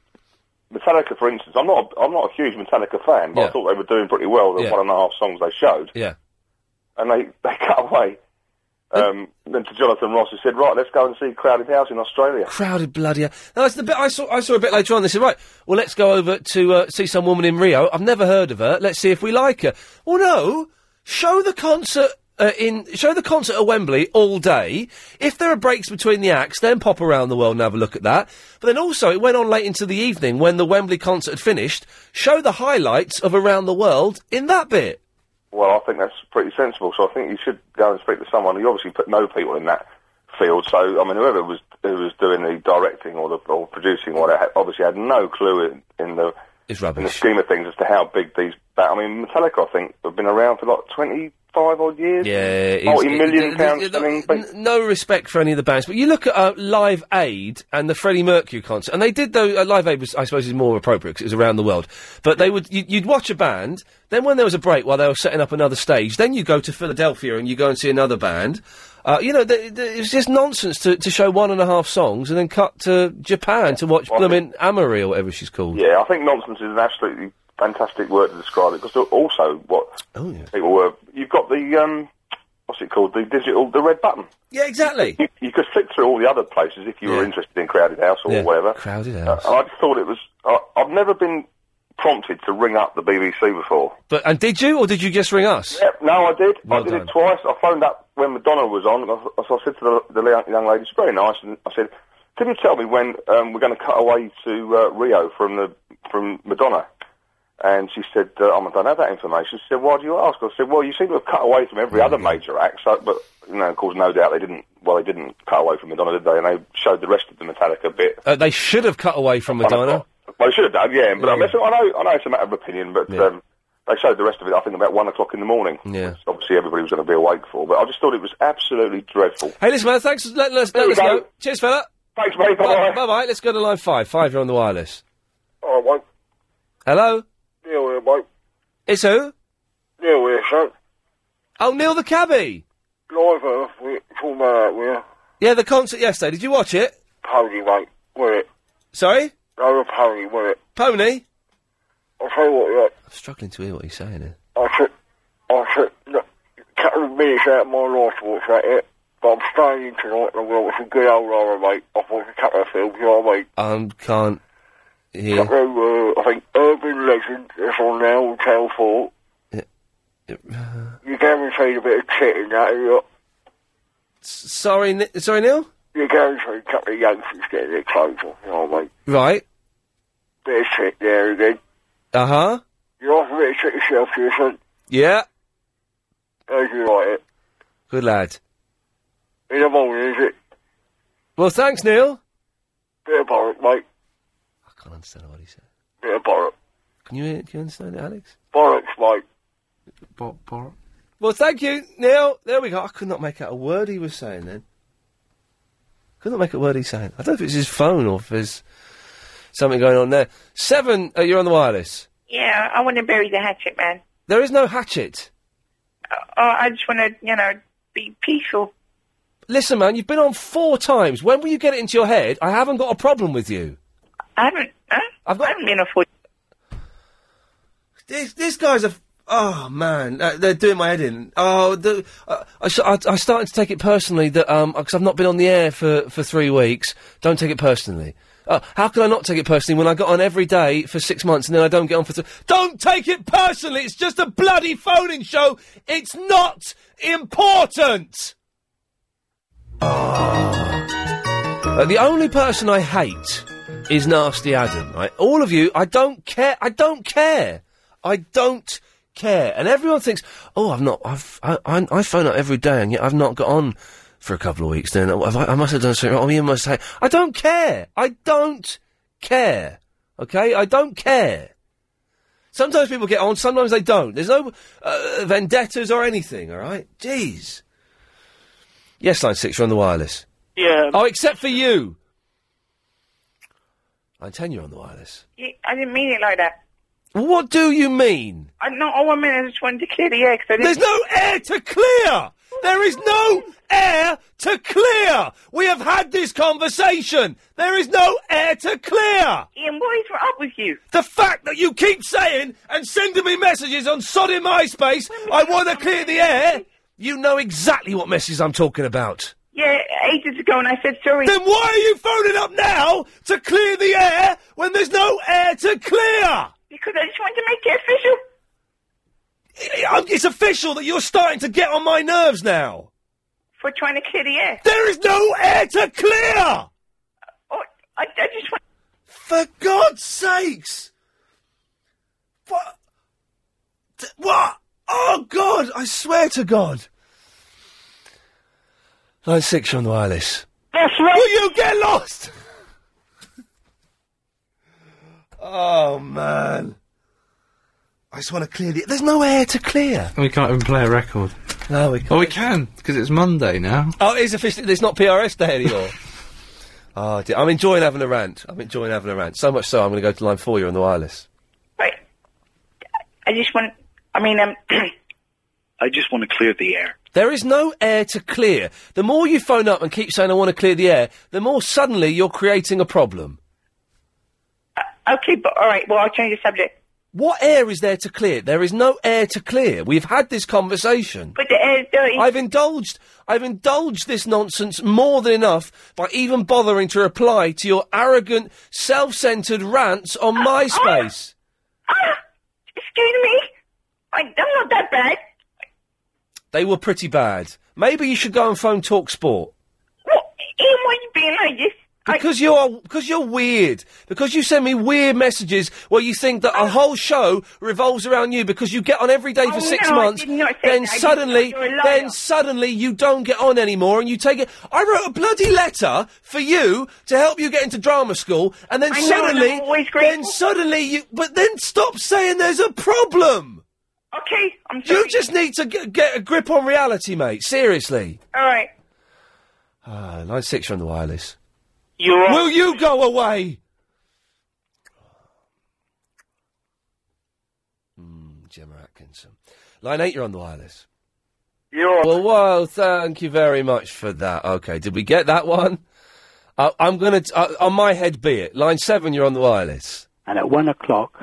Speaker 27: Metallica, for instance, I'm not a, I'm not a huge Metallica fan, but
Speaker 1: Yeah.
Speaker 27: I thought they were doing pretty well the
Speaker 1: Yeah.
Speaker 27: one and a half songs they showed,
Speaker 1: Yeah.
Speaker 27: and they, they cut away. Um, then to Jonathan Ross, who said, "Right, let's go and see Crowded House in Australia."
Speaker 1: Crowded bloody. hell. Now, that's the bit I saw. I saw a bit later on. They said, right, well, let's go over to uh, see some woman in Rio. I've never heard of her. Let's see if we like her. Well, no, show the concert. Uh, in show the concert at Wembley all day. If there are breaks between the acts, then pop around the world and have a look at that. But then also, it went on late into the evening when the Wembley concert had finished. Show the highlights of around the world in that bit.
Speaker 27: Well, I think that's pretty sensible. So I think you should go and speak to someone. You obviously put no people in that field. So I mean, whoever was who was doing the directing or the or producing or that obviously had no clue in, in the
Speaker 1: It's
Speaker 27: in
Speaker 1: rubbish.
Speaker 27: the scheme of things as to how big these. ba- I mean, Metallica, I think, have been around for like twenty five odd years.
Speaker 1: Yeah, it's-
Speaker 27: multi
Speaker 1: it-
Speaker 27: million pounds.
Speaker 1: it-
Speaker 27: I mean,
Speaker 1: n- no respect for any of the bands, but you look at uh, Live Aid and the Freddie Mercury concert, and they did though. Uh, Live Aid was, I suppose, is more appropriate because it was around the world. But they would, you, you'd watch a band, then when there was a break while they were setting up another stage, then you go to Philadelphia and you go and see another band. Uh, you know, th- th- it's just nonsense to, to show one and a half songs and then cut to Japan to watch Bloomin' Amari or whatever she's called.
Speaker 27: yeah, I think nonsense is an absolutely fantastic word to describe it because also what
Speaker 1: oh, yeah.
Speaker 27: people were. You've got the um, what's it called? The digital, the red button.
Speaker 1: Yeah, exactly.
Speaker 27: You, you could flick through all the other places if you were interested in Crowded House or
Speaker 1: Yeah.
Speaker 27: whatever.
Speaker 1: Crowded
Speaker 27: Uh,
Speaker 1: House.
Speaker 27: and I just thought it was. I I've never been prompted to ring up the BBC before.
Speaker 1: But and did you, or did you just ring us?
Speaker 27: Yep, no, I did.
Speaker 1: Well
Speaker 27: I did
Speaker 1: done.
Speaker 27: it twice. I phoned up when Madonna was on. and I, I, I said to the, the young, young lady, she's very nice, and I said, "Can you tell me when um, we're going to cut away to uh, Rio from the from Madonna?" And she said, uh, "Um, I don't have that information. She said, why do you ask? I said, well, you seem to have cut away from every other major act, so, but, you know, of course, no doubt they didn't, well, they didn't cut away from Madonna, did they? And they showed the rest of the Metallica bit.
Speaker 1: Uh, they should have cut away from Madonna.
Speaker 27: Well, they should have done, yeah, but I, mean, so I, know, I know it's a matter of opinion, but um, they showed the rest of it, I think, about one o'clock in the morning.
Speaker 1: Yeah.
Speaker 27: Obviously, everybody was going to be awake for, but I just thought it was absolutely dreadful.
Speaker 1: Hey, listen, man, thanks. Let, let, us
Speaker 27: There
Speaker 1: let
Speaker 27: we
Speaker 1: us
Speaker 27: go.
Speaker 1: go. Cheers, fella.
Speaker 27: Thanks, mate.
Speaker 1: Bye bye. Let's go to line five. Five, you're on the wireless.
Speaker 4: Oh, one
Speaker 1: Hello?
Speaker 4: deal with it, mate.
Speaker 1: It's who?
Speaker 4: Deal with it, son.
Speaker 1: Oh, Neil the cabbie.
Speaker 4: Live Earth, we talking about that, we're
Speaker 1: Yeah, the concert yesterday. Did you watch it?
Speaker 4: pony, mate. We're it.
Speaker 1: Sorry?
Speaker 4: No, we're pony, we're it.
Speaker 1: Pony?
Speaker 4: I'll tell you what,
Speaker 1: I'm struggling to hear what he's saying here.
Speaker 4: yeah. I took, I took, look, couple of minutes out of my life to watch that, it. But I'm staying in tonight and I'm going to watch a good old horror, mate. I've watched a couple of films, you know what I mean?
Speaker 1: I Um, can't hear.
Speaker 4: Couple of, uh, I think Urban Legend is on now, on Channel 4. You're guaranteed a bit of shit in that, you know?
Speaker 1: Sorry, Ni- sorry, Neil?
Speaker 4: You're guaranteed a couple of youngsters getting their clothes off, you know what I mean?
Speaker 1: Right.
Speaker 4: Bit of shit there again.
Speaker 1: Uh huh.
Speaker 4: You're off a bit of shit yourself, you son.
Speaker 1: Yeah.
Speaker 4: As you like it.
Speaker 1: Good lad.
Speaker 4: In the morning, is it?
Speaker 1: Well, thanks, Neil.
Speaker 4: Bit of borrow, mate.
Speaker 1: I can't understand what he said.
Speaker 4: Bit of borrow.
Speaker 1: Can you, hear- can you understand it, Alex?
Speaker 4: Bollocks, mate.
Speaker 1: Bo- Well, thank you, Neil. There we go. I could not make out a word he was saying then. Could not make out a word he's saying. I don't know if it's his phone or if there's something going on there. Seven, uh, you're on the wireless.
Speaker 10: Yeah, I want to bury the hatchet, man.
Speaker 1: There is no hatchet.
Speaker 10: Oh, I just want to, you know, be peaceful.
Speaker 1: Listen, man, you've been on four times. When will you get it into your head? I haven't got a problem with you.
Speaker 10: I haven't. Huh?
Speaker 1: I've got. I haven't
Speaker 10: been on four.
Speaker 1: This this guy's a. f- Oh man, uh, they're doing my head in. Oh, the, uh, I, s- I, I started to take it personally that um, because I've not been on the air for, for three weeks. Don't take it personally. Uh, how can I not take it personally when I got on every day for six months and then I don't get on for? Th- don't take it personally. It's just a bloody phoning show. It's not important. Uh, the only person I hate is Nasty Adam. Right? All of you, I don't care. I don't care. I don't care. And everyone thinks, oh, I've not. I've I, I, I phone up every day, and yet I've not got on for a couple of weeks. Then oh, have I, I must have done something wrong. Oh, you must say, I don't care. I don't care. Okay, I don't care. Sometimes people get on, sometimes they don't. There's no uh, vendettas or anything. All right, jeez. Yes, line six, you're on the wireless.
Speaker 12: Yeah.
Speaker 1: Oh, except for you. I tell you on the wireless.
Speaker 10: You- I didn't mean it like that.
Speaker 1: What do you mean?
Speaker 10: I no, all I meant I just wanted to clear the air. 'cause I didn't...
Speaker 1: There's no air to clear. There is no air to clear. We have had this conversation. There is no air to clear.
Speaker 10: Ian, what is up with you?
Speaker 1: The fact that you keep saying and sending me messages on sodding MySpace, I want to clear the air. You know exactly what messages I'm talking about.
Speaker 10: Yeah, ages ago, and I said sorry.
Speaker 1: Then why are you phoning up now to clear the air when there's no air to clear?
Speaker 10: Because I just wanted to make it official.
Speaker 1: I- It's official that you're starting to get on my nerves now.
Speaker 10: For trying to clear the air.
Speaker 1: There is no air to clear.
Speaker 10: Oh, I, I just want.
Speaker 1: For God's sakes! What? Th- What? Oh God! I swear to God. Line six you're on the wireless.
Speaker 10: That's
Speaker 1: right. Will you get lost? oh man! I just want to clear the. There's no air to clear.
Speaker 3: And we can't even play a record.
Speaker 1: No, we
Speaker 3: Oh, we can, because it's Monday now.
Speaker 1: Oh, it is officially. It's not PRS day anymore. oh, dear. I'm enjoying having a rant. I'm enjoying having a rant. So much so, I'm going to go to line four. You're on the wireless.
Speaker 10: I just want. I mean, um,
Speaker 11: I just want to clear the air.
Speaker 1: There is no air to clear. The more you phone up and keep saying, I want to clear the air, the more suddenly you're creating a problem.
Speaker 10: Uh, okay, but all right. Well, I'll change the subject.
Speaker 1: What air is there to clear? There is no air to clear. We've had this conversation.
Speaker 10: But the air's dirty.
Speaker 1: I've indulged, I've indulged this nonsense more than enough by even bothering to reply to your arrogant, self-centered rants on
Speaker 10: Uh,
Speaker 1: MySpace.
Speaker 10: Excuse me. I, I'm not that bad.
Speaker 1: They were pretty bad. Maybe you should go and phone Talk Sport.
Speaker 10: What? Ian, why are you being like this?
Speaker 1: Because you are because you're weird. Because you send me weird messages where you think that a whole show revolves around you because you get on every day for
Speaker 10: Oh,
Speaker 1: six
Speaker 10: no, I
Speaker 1: months.
Speaker 10: did not say
Speaker 1: Then
Speaker 10: that. I did
Speaker 1: suddenly,
Speaker 10: not. You're a
Speaker 1: then
Speaker 10: liar.
Speaker 1: suddenly you don't get on anymore and you take it. I wrote a bloody letter for you to help you get into drama school, and then
Speaker 10: I know, and I'm
Speaker 1: suddenly,
Speaker 10: always
Speaker 1: then suddenly you. But then stop saying there's a problem.
Speaker 10: Okay, I'm sorry.
Speaker 1: You just need to get, get a grip on reality, mate. Seriously.
Speaker 10: All right.
Speaker 1: Ah, line six, you're on the wireless.
Speaker 12: You are.
Speaker 1: Will you go away? Mm, Gemma Atkinson. Line eight, you're on the wireless. You're well, well, thank you very much for that. Okay, did we get that one? Uh, I'm gonna t- uh, on my head be it. Line seven, you're on the wireless.
Speaker 2: And at one o'clock,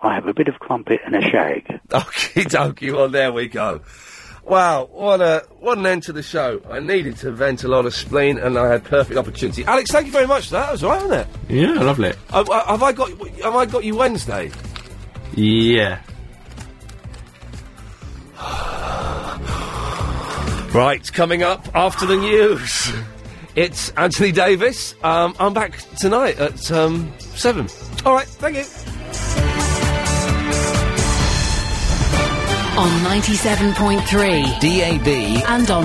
Speaker 2: I have a bit of crumpet and a shag.
Speaker 1: Okay, dokie. Well, there we go. Wow, what a what an end to the show. I needed to vent a lot of spleen, and I had perfect opportunity. Alex, thank you very much for that. That was all right, wasn't it?
Speaker 3: Yeah, lovely.
Speaker 1: Uh, uh, have I got? Have I got you Wednesday?
Speaker 3: Yeah.
Speaker 1: Right, coming up after the news, it's Anthony Davis. Um, I'm back tonight at um, seven. All right, thank you.
Speaker 7: On 97.3 DAB and on